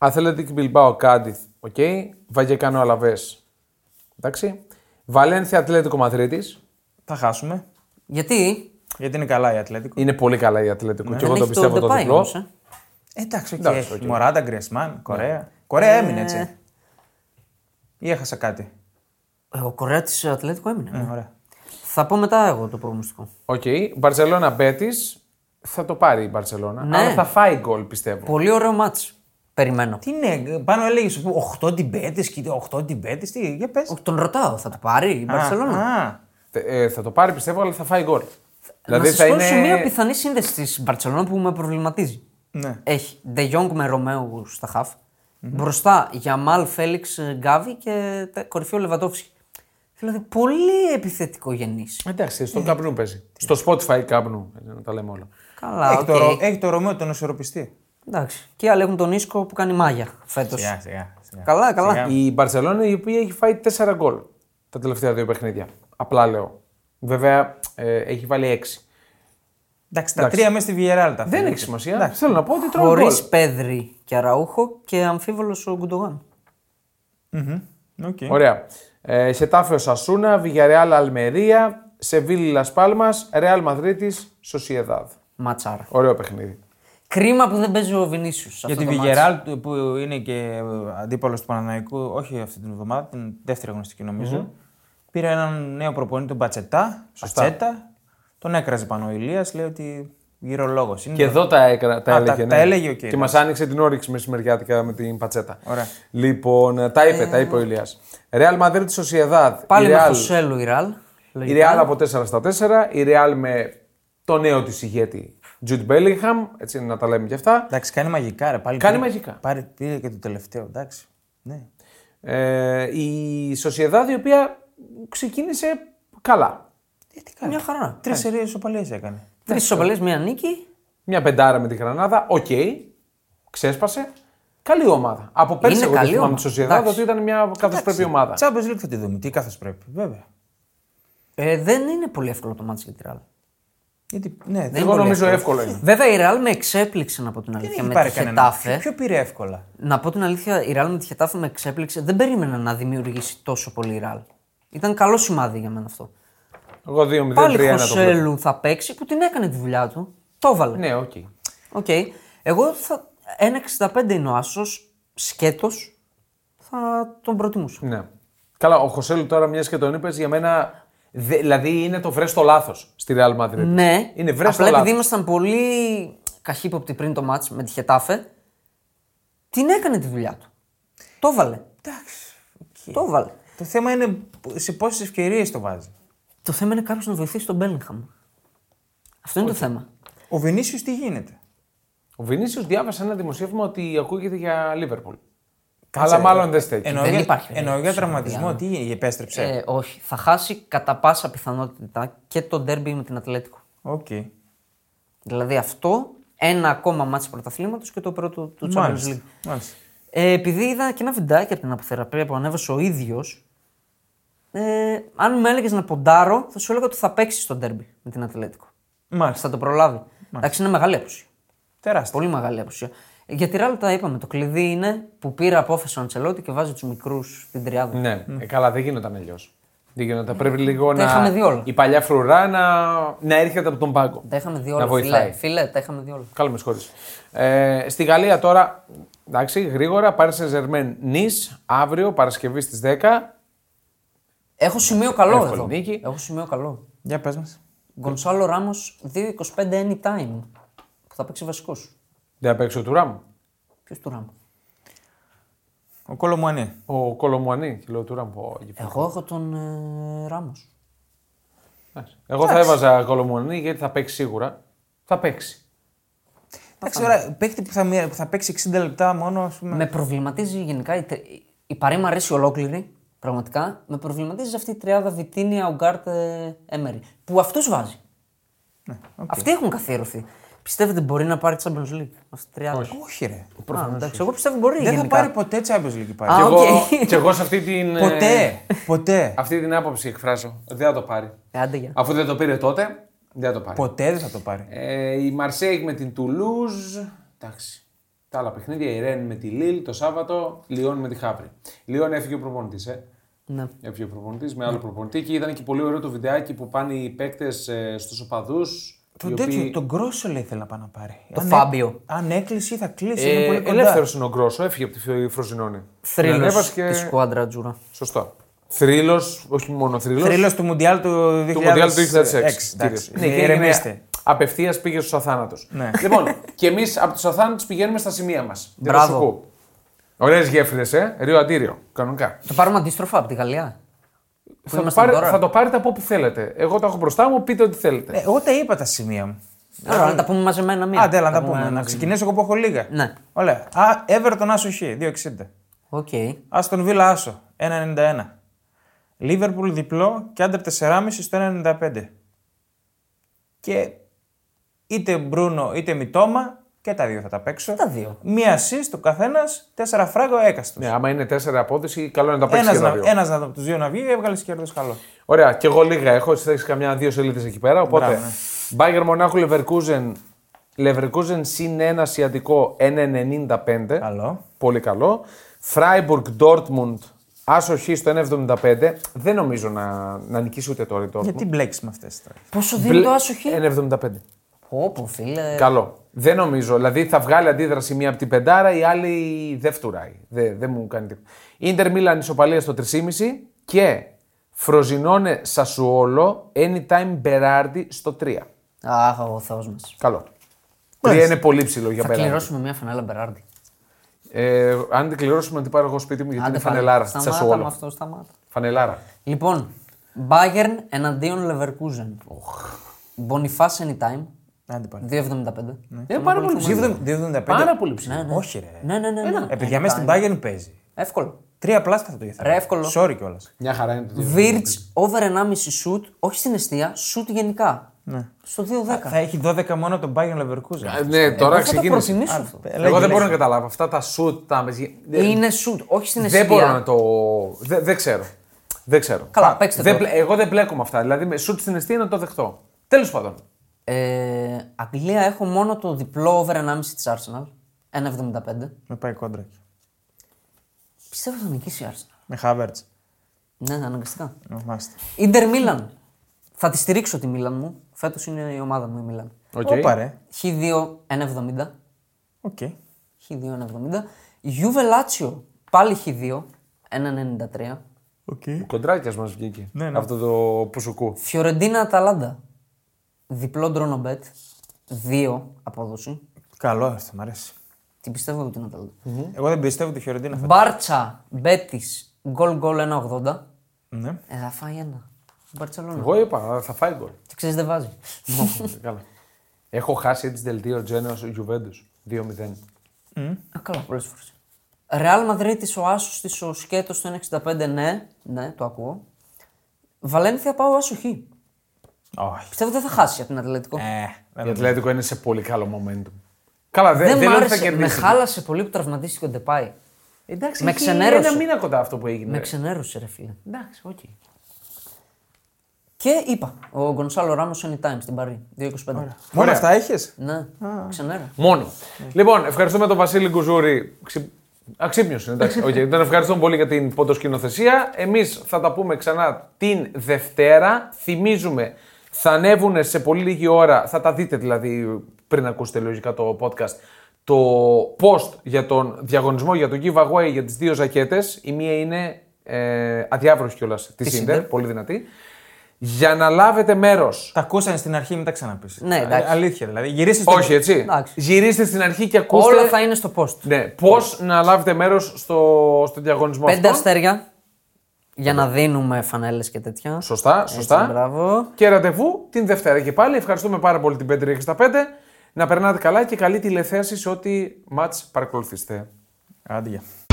Speaker 1: Αθλέτικ Μπιλμπάο Κάντιθ. Οκ. Βαγεκάνο Αλαβέ. Εντάξει. Βαλένθια Ατλέτικο Μαδρίτη.
Speaker 2: Θα χάσουμε.
Speaker 3: Γιατί.
Speaker 2: Γιατί είναι καλά η Ατλέτικο.
Speaker 1: Είναι πολύ καλά η Ατλέτικο. Και
Speaker 3: Ναι. δεν
Speaker 1: εγώ το
Speaker 3: έχει
Speaker 1: πιστεύω το
Speaker 3: Depay
Speaker 1: διπλό.
Speaker 3: όμως, ε.
Speaker 2: Ε, εντάξει, οκ.
Speaker 1: Εντάξει,
Speaker 2: έχει.
Speaker 1: οκ.
Speaker 2: Μωράτα, Γκριασμάν, Κορέα. Κορέα έμεινε έτσι. Ή έχασα κάτι.
Speaker 3: Ε, Ο Κορέα της Ατλέτικο έμεινε.
Speaker 1: Ναι.
Speaker 2: Ε, ωραία.
Speaker 3: Θα πω μετά εγώ το προγνωστικό.
Speaker 1: Οκ. Μπαρσελόνα Μπέτη. Θα το πάρει η Μπαρσελόνα.
Speaker 3: Ναι.
Speaker 1: Αλλά θα φάει γκολ πιστεύω.
Speaker 3: Πολύ ωραίο μάτς. Περιμένω.
Speaker 2: Τι είναι, πάνω έλεγε 8 τυμπέτε και 8 τυμπέτε, τι, για πες.
Speaker 3: Ο- Τον ρωτάω, θα το πάρει η Μπαρσελόνα.
Speaker 1: Ε, θα το πάρει πιστεύω, αλλά θα φάει γκολ. Δηλαδή
Speaker 2: Δηλαδή
Speaker 3: να σας πω σε μια πιθανή σύνδεση της Μπαρσελόνα που με προβληματίζει.
Speaker 2: Ναι.
Speaker 3: Έχει De Jong με Ρωμαίου στα χαφ. Μπροστά Γιαμάλ, Φέληξ, Γκάβι και τα- κορυφαίο Λεβαντόφσκι. Δηλαδή πολύ επιθετικό γεννής.
Speaker 1: Εντάξει,
Speaker 2: Ε.
Speaker 1: στον καπνού παίζει. Στο Spotify καπνού. ε, Να τα λέμε όλα.
Speaker 3: Καλά,
Speaker 2: Έχει,
Speaker 3: οκ.
Speaker 2: το, Ρο- έχει το Ρωμαίο τον ισορροπιστή.
Speaker 3: Εντάξει. Και οι άλλοι έχουν τον Ίσκο που κάνει μάγια φέτος.
Speaker 2: Σιγά, σιγά. σιγά.
Speaker 3: Καλά,
Speaker 2: Ε.
Speaker 3: καλά.
Speaker 1: Η Μπαρσελόνα η οποία έχει φάει 4 γκολ τα τελευταία δύο παιχνίδια. Απλά λέω. Βέβαια ε, έχει βάλει 6.
Speaker 2: Εντάξει, τα
Speaker 1: Εντάξει.
Speaker 2: τρία μέσα στη Βιεράλ τα
Speaker 1: Δεν
Speaker 2: φέρνει.
Speaker 1: έχει σημασία. Θέλω να πω ότι τρώει γκολ.
Speaker 3: Χωρί Πέδρη και Αραούχο και αμφίβολος ο Γκουντογάν.
Speaker 2: Οκ.
Speaker 1: Ωραία. Ε, Σετάφιο Σασούνα, Βιγιαρεάλ Αλμερία, Σεβίλη Λασπάλμα, Ρεάλ Μαδρίτη, Σοσιεδάδ.
Speaker 3: Ματσάρα.
Speaker 1: Ωραίο
Speaker 2: Ναι.
Speaker 1: παιχνίδι.
Speaker 3: Κρίμα που δεν παίζει ο Βινίσιο.
Speaker 2: Για τη Βιγεράλ του- που είναι και αντίπαλος του Παναναϊκού, όχι αυτή την εβδομάδα, την δεύτερη αγωνιστική νομίζω, Πήρε έναν νέο προπονητή, τον Πατσετά. Πατσέτα. Τον έκραζε πάνω ο Ηλίας, λέει ότι γυρολόγος είναι.
Speaker 1: Και εδώ τα, έκρα, τα
Speaker 2: Α,
Speaker 1: έλεγε. ναι.
Speaker 2: τα- τα έλεγε ο κύριος.
Speaker 1: Και μας άνοιξε την όρεξη μεσημεριάτικα με την πατσέτα.
Speaker 2: Ωραία.
Speaker 1: Λοιπόν, ε, τα είπε, τα είπε ο Ηλίας. Ρεάλ Μαδρίτη, Σοσιεδάδ.
Speaker 3: Πάλι
Speaker 1: η
Speaker 3: με
Speaker 1: Real-
Speaker 3: το Σέλου η Ραλ.
Speaker 1: Η Real από 4 στα 4. Η Real με το νέο της ηγέτη Τζουτ Μπέλιγχαμ. Έτσι να τα λέμε και αυτά.
Speaker 2: Εντάξει, κάνει μαγικά ρε πάλι.
Speaker 1: Κάνει
Speaker 2: πήρε-
Speaker 1: μαγικά.
Speaker 2: πάρε- πήρε και το τελευταίο, εντάξει. Ναι.
Speaker 1: Ε, η Σοσιεδάδ η οποία ξεκίνησε καλά.
Speaker 2: Ε, τι
Speaker 3: Μια χαρά.
Speaker 2: Τρεις σερίε οπαλίε έκανε.
Speaker 3: Τρεις ισοπαλίε, μία νίκη.
Speaker 1: Μια πεντάρα με τη Γρανάδα, οκ. ξέσπασε. Καλή ομάδα. Από πέρσι
Speaker 3: Είναι
Speaker 1: εγώ
Speaker 3: καλή
Speaker 1: το θυμάμαι
Speaker 3: ομάδα.
Speaker 1: τη Σοσιαδάδ
Speaker 3: Εντάξει.
Speaker 1: ότι ήταν μια καθώ πρέπει ομάδα.
Speaker 2: Τσάμπε Λίγκ θα τη δούμε. Τι καθώ πρέπει, βέβαια.
Speaker 3: Ε, δεν είναι πολύ εύκολο το μάτς για τη Ραλ.
Speaker 2: Γιατί, ναι, δεν,
Speaker 1: Εγώ
Speaker 2: πολύ
Speaker 1: νομίζω
Speaker 2: εύκολο.
Speaker 1: εύκολο είναι.
Speaker 3: Βέβαια η Ραλ με εξέπληξε να πω την
Speaker 2: Δεν
Speaker 3: αλήθεια.
Speaker 2: έχει
Speaker 3: Με τη
Speaker 2: πάρει κανένα. Ποιο,
Speaker 3: Χετάφε.
Speaker 2: ποιο πήρε εύκολα.
Speaker 3: Να πω την αλήθεια, η Ραλ με τη Χετάφε με εξέπληξε. Δεν περίμενα να δημιουργήσει τόσο πολύ η Ραλ. Ήταν καλό σημάδι για μένα αυτό.
Speaker 1: Εγώ 2-0-3-1 το
Speaker 3: Πάλι
Speaker 1: βλέπω.
Speaker 3: Χωσέλου θα παίξει που την έκανε τη δουλειά του. Το έβαλε.
Speaker 1: Ναι, οκ.
Speaker 3: Οκ. Εγώ θα. 1,65 είναι ο Άσος. Σκέτος. Θα τον προτιμούσα.
Speaker 1: Ναι. Καλά, ο Χωσέλου τώρα μιας και τον είπες για μένα. δε- δηλαδή είναι το βρέστο λάθος στη Real Madrid.
Speaker 3: Ναι.
Speaker 1: Είναι βρέστο
Speaker 3: Απλά επειδή
Speaker 1: λάθος.
Speaker 3: ήμασταν πολύ καχύποπτοι πριν το μάτς με τη Χετάφε, την έκανε τη δουλειά του. Το έβαλε.
Speaker 2: Εντάξει. οκ.
Speaker 3: Το έβαλε.
Speaker 2: Το θέμα είναι σε πόσες ευκαιρίες το βάζει.
Speaker 3: Το θέμα είναι κάποιος να βοηθήσει τον Μπέλιγχαμ. Αυτό είναι το θέμα.
Speaker 2: Ο Βινίσιος τι γίνεται.
Speaker 1: Ο Βινίσιος διάβασε ένα δημοσίευμα ότι ακούγεται για Λίβερπουλ.
Speaker 2: Κάτσε,
Speaker 1: Αλλά
Speaker 2: ρε.
Speaker 1: μάλλον δεν στέκει.
Speaker 2: Εννοώ
Speaker 3: Δεν
Speaker 2: για-
Speaker 3: υπάρχει
Speaker 2: Εννοώ για
Speaker 3: περίπτωση,
Speaker 2: τραυματισμό, τι γίνεται, επέστρεψε.
Speaker 3: Ε, όχι. Θα χάσει κατά πάσα πιθανότητα και το ντέρμπι με την Ατλέτικο.
Speaker 2: Οκ.
Speaker 3: Δηλαδή αυτό, ένα ακόμα μάτς πρωταθλήματος και το πρώτο του Champions League.
Speaker 2: Μάλιστα. Μάλιστα.
Speaker 3: Ε, επειδή είδα και ένα βιντεάκι από την αποθεραπεία που ανέβασε ο ίδιος. Ε, αν με έλεγες να ποντάρω, θα σου έλεγα ότι θα παίξει στο ντέρμπι με την Ατλέτικο.
Speaker 2: Μάλιστα.
Speaker 3: Θα το προλάβει. Εντάξει, είναι μεγάλη απουσία.
Speaker 2: Τεράστιο.
Speaker 3: Πολύ μεγάλη απουσία. Ε, Για τη Ράλ τα είπαμε. Το κλειδί είναι που πήρε απόφαση ο Αντσελότη και βάζει τους μικρούς στην τριάδα.
Speaker 1: Ναι, ε, καλά, δεν γινόταν αλλιώς. Δεν γινόταν. Πρέπει λίγο
Speaker 3: Ναι. Τα
Speaker 1: να.
Speaker 3: είχαμε δει όλα.
Speaker 1: Η παλιά φρουρά να, να έρχεται από τον πάγκο.
Speaker 3: Τα είχαμε δει
Speaker 1: Να
Speaker 3: όλα.
Speaker 1: βοηθάει.
Speaker 3: Φίλε, φίλε, τα είχαμε δει όλα.
Speaker 1: Καλό με συγχωρείς. Ε, στη Γαλλία τώρα, εντάξει, γρήγορα, Paris Saint-Germain Nice, αύριο, Παρασκευή στις 10.
Speaker 3: Έχω σημείο καλό
Speaker 1: Εύκολη
Speaker 3: εδώ.
Speaker 1: νίκη.
Speaker 3: Έχω σημείο καλό.
Speaker 2: Για πες μας.
Speaker 3: Γκονσάλο Ράμος 2-25 anytime. Που θα παίξει βασικός.
Speaker 1: Δεν θα παίξει ο Τουράμ.
Speaker 3: Ποιος του Ράμο.
Speaker 2: Ο Κολομουανί.
Speaker 1: Ο Κολομουανί, και λέω Τουράμ. Πω, γι' αυτό.
Speaker 3: Εγώ έχω τον ε, Ράμος.
Speaker 1: Εντάξει. Εγώ θα έβαζα Κολομουανί γιατί θα παίξει σίγουρα. Θα παίξει.
Speaker 2: Εντάξει, τώρα παίχτη που θα, μοίρα- που θα παίξει 60 λεπτά μόνο. Ας πούμε.
Speaker 3: Με προβληματίζει γενικά η, τε- η παρέ μου αρέσει ολόκληρη. Πραγματικά. Με προβληματίζει αυτή η τριάδα Βιτίνια, Ογκάρτ, ε, Έμερι. Που αυτούς βάζει.
Speaker 2: Ναι,
Speaker 3: Αυτοί έχουν καθιερωθεί. Πιστεύετε μπορεί να πάρει Champions League αυτή η τριάδα. Όχι.
Speaker 2: Όχι, ρε.
Speaker 3: εντάξει, εγώ πιστεύω μπορεί.
Speaker 2: Δεν θα
Speaker 3: γενικά.
Speaker 2: πάρει ποτέ Champions League πάλι.
Speaker 3: Α, ναι.
Speaker 1: και, εγώ,
Speaker 3: οκ.
Speaker 1: και εγώ σε αυτή την, ε,
Speaker 2: Ποτέ. ποτέ.
Speaker 1: αυτή την άποψη εκφράζω. ότι Δεν θα το πάρει.
Speaker 3: Ε, άντε για.
Speaker 1: Αφού δεν το πήρε τότε, δεν θα το Ε, πάρει.
Speaker 2: ποτέ δεν θα το πάρει.
Speaker 1: Ε, η Μαρσέικ με την Τουλούζ. Εντάξει. Τα άλλα παιχνίδια, η Ρεν με τη Λίλ το Σάββατο, Λιόν με τη Χάπρη. Λιόν έφυγε ο προπονητής, ε.
Speaker 3: Ναι.
Speaker 1: Έφυγε ο προπονητής με άλλο προπονητή και ήταν και πολύ ωραίο το βιντεάκι που πάνε οι ε, παίκτε στους οπαδούς.
Speaker 2: Τον τέτοιο, τον Γκρόσο λέει θέλει να πάει να πάρει. Το
Speaker 3: Φάμπιο.
Speaker 2: Αν έκλεισε ή θα κλείσει. είναι πολύ
Speaker 1: Ε,
Speaker 2: κοντά.
Speaker 1: Ελεύθερος είναι ο Γκρόσο, έφυγε από τη Φι- Φροζινόνη. Την
Speaker 3: Θρύλος
Speaker 1: ανέβασε
Speaker 3: και... της
Speaker 1: και...
Speaker 3: σκουάντρα Τζούρα.
Speaker 1: Σωστό. Θρύλος, όχι μόνο θρύλος.
Speaker 2: Θρύλος του Μουντιάλ του 2006.
Speaker 1: Του Μοντιάλ του 2006.
Speaker 2: Εντάξει,
Speaker 1: Ναι, και
Speaker 2: ηρεμήστε.
Speaker 1: Απευθείας πήγε στους αθάνατου.
Speaker 2: Ναι.
Speaker 1: Λοιπόν, και εμείς από τους αθάνατους πηγαίνουμε στα σημεία μας.
Speaker 2: <laughs>
Speaker 3: Μπράβο.
Speaker 1: Ωραίες γέφυρες, ε. Ρίο Αντίριο. Κανονικά.
Speaker 3: Θα πάρουμε αντίστροφα από τη Γαλλία. Που
Speaker 1: Θα το,
Speaker 3: ήμασταν
Speaker 1: πάρε-
Speaker 3: τώρα.
Speaker 1: θα το πάρετε από όπου θέλετε. Εγώ το έχω μπροστά μου, πείτε ό,τι θέλετε.
Speaker 2: Ε, Εγώ τα είπα τα σημεία μου.
Speaker 3: Ωραία, να τα πούμε μαζεμένα μία.
Speaker 2: Άντε, έλα να τα πούμε.
Speaker 3: μαζί.
Speaker 2: Να ξεκινήσω εγώ που έχω λίγα.
Speaker 3: Ναι.
Speaker 2: Ωραία. Α, Everton Άσο Χ, 2,60.
Speaker 3: Οκ.
Speaker 2: ναι. Άστον Βίλα Άσο, 1,91. Λίβερπουλ διπλό και άντερ 4,5 στο 1,95. Και είτε Μπρούνο είτε Μιτόμα και τα δύο θα τα παίξω.
Speaker 3: Τα δύο.
Speaker 2: Μία assist ο καθένας, τέσσερα φράγκο έκαστος.
Speaker 1: Ναι, άμα είναι τέσσερα απόδοση, καλό είναι να τα παίξεις και τα δύο.
Speaker 2: Ένας ένας από τους δύο να βγει, έβγαλες κέρδο καλό.
Speaker 1: Ωραία, και εγώ λίγα έχω. Εσύ θα έχεις καμιά δύο σελίδες εκεί πέρα. Οπότε.
Speaker 2: Μπράβο, ναι.
Speaker 1: Μπάγκερ Μονάχου Λεβερκούζεν. Λεβερκούζεν συν ένα σιατικό 1,95.
Speaker 2: Καλό.
Speaker 1: Πολύ καλό. Φράιμπουργκ Ντόρτμουντ. Άσο χ στο 1,75. Δεν νομίζω να, να νικήσει ούτε τώρα η Ντόρτμουντ.
Speaker 2: Γιατί μπλέξεις με αυτές τώρα.
Speaker 3: Πόσο δίνει το άσοχη.
Speaker 1: Ε,
Speaker 3: Ε.
Speaker 1: 1,75.
Speaker 3: Όπου φίλε.
Speaker 1: Καλό. Δεν νομίζω. Δηλαδή θα βγάλει αντίδραση μία από την πεντάρα, η άλλη δεν φτουράει. Δεν, δεν μου κάνει τίποτα. Ιντερ Μίλαν ισοπαλία στο 3,5 και Φροζινόνε Σασουόλο anytime Μπεράρντι στο 3.
Speaker 3: Αχ, ο Θεός μας.
Speaker 1: Καλό. 3 είναι πολύ ψηλό για
Speaker 3: Θα
Speaker 1: Μπεράρντι.
Speaker 3: κληρώσουμε μια φανέλα Μπεράρντι.
Speaker 1: Ε, αν την κληρώσουμε, να την πάρω εγώ σπίτι μου γιατί είναι φανελάρα τη
Speaker 3: Σταμάτα με
Speaker 1: Σασουόλο.
Speaker 3: αυτό, σταμάτα.
Speaker 1: Φανελάρα.
Speaker 3: Λοιπόν, Bayern εναντίον Leverkusen. Boniface anytime.
Speaker 2: Άντε πάλι.
Speaker 3: 2,75. Ναι.
Speaker 1: Ε, πάρα πολύ ψηλό.
Speaker 2: 2,75.
Speaker 1: Πάρα πολύ ψηλό.
Speaker 2: Όχι, ρε.
Speaker 3: Ναι, ναι, ναι. ναι.
Speaker 2: Ε, παιδιά, μέσα στην Bayern παίζει.
Speaker 3: Εύκολο.
Speaker 2: Τρία πλάστα θα το ήθελα.
Speaker 3: Ρε, εύκολο.
Speaker 2: Sorry κιόλας.
Speaker 1: Μια χαρά είναι το δύο.
Speaker 3: Βίρτ over 1,5 shoot, όχι στην αιστεία, shoot γενικά.
Speaker 1: Ναι.
Speaker 3: Στο 2,10.
Speaker 2: Θα έχει 12 μόνο τον Bayern Leverkusen.
Speaker 1: Ε, Ναι, τώρα
Speaker 3: Εγώ θα το
Speaker 1: ξεκίνησε.
Speaker 3: προτιμήσω αυτό.
Speaker 1: Εγώ δεν μπορώ να καταλάβω. Αυτά τα σουτ, τα.
Speaker 3: Είναι shoot, όχι στην αιστεία.
Speaker 1: Δεν μπορώ να το. Δεν, δεν ξέρω. Δεν ξέρω.
Speaker 3: Καλά,
Speaker 1: Πα-
Speaker 3: παίξτε
Speaker 1: δεν
Speaker 3: το.
Speaker 1: πλε- Εγώ δεν μπλέκω με αυτά. Δηλαδή, με σουτ στην αιστεία να το δεχτώ. Τέλος πάντων.
Speaker 3: Ε, Αγγλία έχω μόνο το διπλό over 1,5 της Arsenal. 1,75.
Speaker 2: Με πάει κόντρα.
Speaker 3: Πιστεύω θα νικήσει η Arsenal.
Speaker 2: Με Χάβερτ.
Speaker 3: Ναι, αναγκαστικά.
Speaker 2: Μάλιστα.
Speaker 3: Ιντερ Μίλαν. Θα τη στηρίξω τη Μίλαν μου. Φέτος είναι η ομάδα μου η Μίλαν.
Speaker 1: Οκ.
Speaker 2: Όπα ρε.
Speaker 3: Χ2 1,70.
Speaker 2: Οκ.
Speaker 3: Χ2 1,70. Γιούβε Λάτσιο. Πάλι Χ2 1,93.
Speaker 2: Οκ.
Speaker 1: Κοντράκιας μας βγήκε.
Speaker 2: Ναι, ναι.
Speaker 1: Αυτό το πουσουκού.
Speaker 3: Φιωρεντίνα Αταλάντα. Διπλό ντρόνο bet. 2 απόδοση.
Speaker 2: Καλό αυτό, μ' αρέσει.
Speaker 3: Την πιστεύω εγώ την Αταλάντα.
Speaker 2: Εγώ δεν πιστεύω ότι ο Χιωρεντίνα θα.
Speaker 3: Μπάρτσα Μπέτης. Γκολ γκολ 1,80.
Speaker 2: Ναι.
Speaker 3: Ε, θα φάει ένα. Μπαρσελόνα.
Speaker 1: Εγώ είπα, θα φάει γκολ. <laughs>
Speaker 3: Το ξέρεις, δεν βάζει.
Speaker 1: Καλά. Έχω χάσει έτσι δελτίο Τζένα Γιουβέντου 2-0.
Speaker 3: Α, καλά, πολλές φορές. Ρεάλ Μαδρίτη, ο Άσο τη, ο Σκέτο στο 1,65, ναι, ναι, το ακούω. Βαλένθια πάω Άσο Χ.
Speaker 2: Όχι.
Speaker 3: Πιστεύω δεν θα χάσεις από την Ατλαντικό.
Speaker 2: Ε,
Speaker 1: Η Ατλέτικο δηλαδή, είναι σε πολύ καλό momentum. Καλά, δεν,
Speaker 3: δεν
Speaker 1: δεν
Speaker 3: μ'
Speaker 1: λέω ότι θα
Speaker 3: άρεσε. Με
Speaker 1: κερδίσει.
Speaker 3: χάλασε πολύ που τραυματίστηκε ο Ντεπάη.
Speaker 1: Εντάξει,
Speaker 3: με
Speaker 1: έχει
Speaker 3: ξενέρωσε.
Speaker 1: Ένα μήνα κοντά αυτό που έγινε.
Speaker 3: Με ξενέρωσε, ρε φίλε. Εντάξει, οκ. Και είπα, ο Γκονσάλο Ράμος Anytime στην Παρή. 2,25.
Speaker 2: Μόνο
Speaker 1: Ωραία.
Speaker 2: αυτά έχεις.
Speaker 3: Ναι, ξενέρα.
Speaker 1: Μόνο.
Speaker 3: Ναι.
Speaker 1: Λοιπόν, ευχαριστούμε τον Βασίλη Κουζούρη. Ξυ... Αξύπνιος είναι, εντάξει. Okay. Τον ευχαριστούμε πολύ για την ποντοσκηνοθεσία. Εμείς θα τα πούμε ξανά την Δευτέρα. Θυμίζουμε, θα ανέβουν σε πολύ λίγη ώρα, θα τα δείτε δηλαδή πριν ακούσετε λογικά το podcast, το post για τον διαγωνισμό, για το giveaway για τις δύο ζακέτες. Η μία είναι ε, αδιάβροχη κιόλας της Ιντερ, πολύ δυνατή. Για να λάβετε μέρος
Speaker 2: Τα ακούσαν στην αρχή, μην τα ξαναπείς.
Speaker 3: Ναι, εντάξει.
Speaker 2: Αλήθεια δηλαδή. Γυρίσει
Speaker 1: όχι, ε- έτσι.
Speaker 3: Εντάξει.
Speaker 1: Γυρίστε στην αρχή και ακούστε.
Speaker 3: Όλα θα είναι στο post.
Speaker 1: Ναι, πώς να λάβετε μέρος στο, στο διαγωνισμό
Speaker 3: Πέντε
Speaker 1: αυτό.
Speaker 3: αστέρια για να δίνουμε φανέλες και τέτοια.
Speaker 1: Σωστά, σωστά.
Speaker 3: Έτσι, μπράβο.
Speaker 1: Και ραντεβού την Δευτέρα και πάλι. Ευχαριστούμε πάρα πολύ την 565. Να περνάτε καλά και καλή τηλεθέαση σε ό,τι μάτς παρακολουθήσετε.
Speaker 2: Άντε, γεια.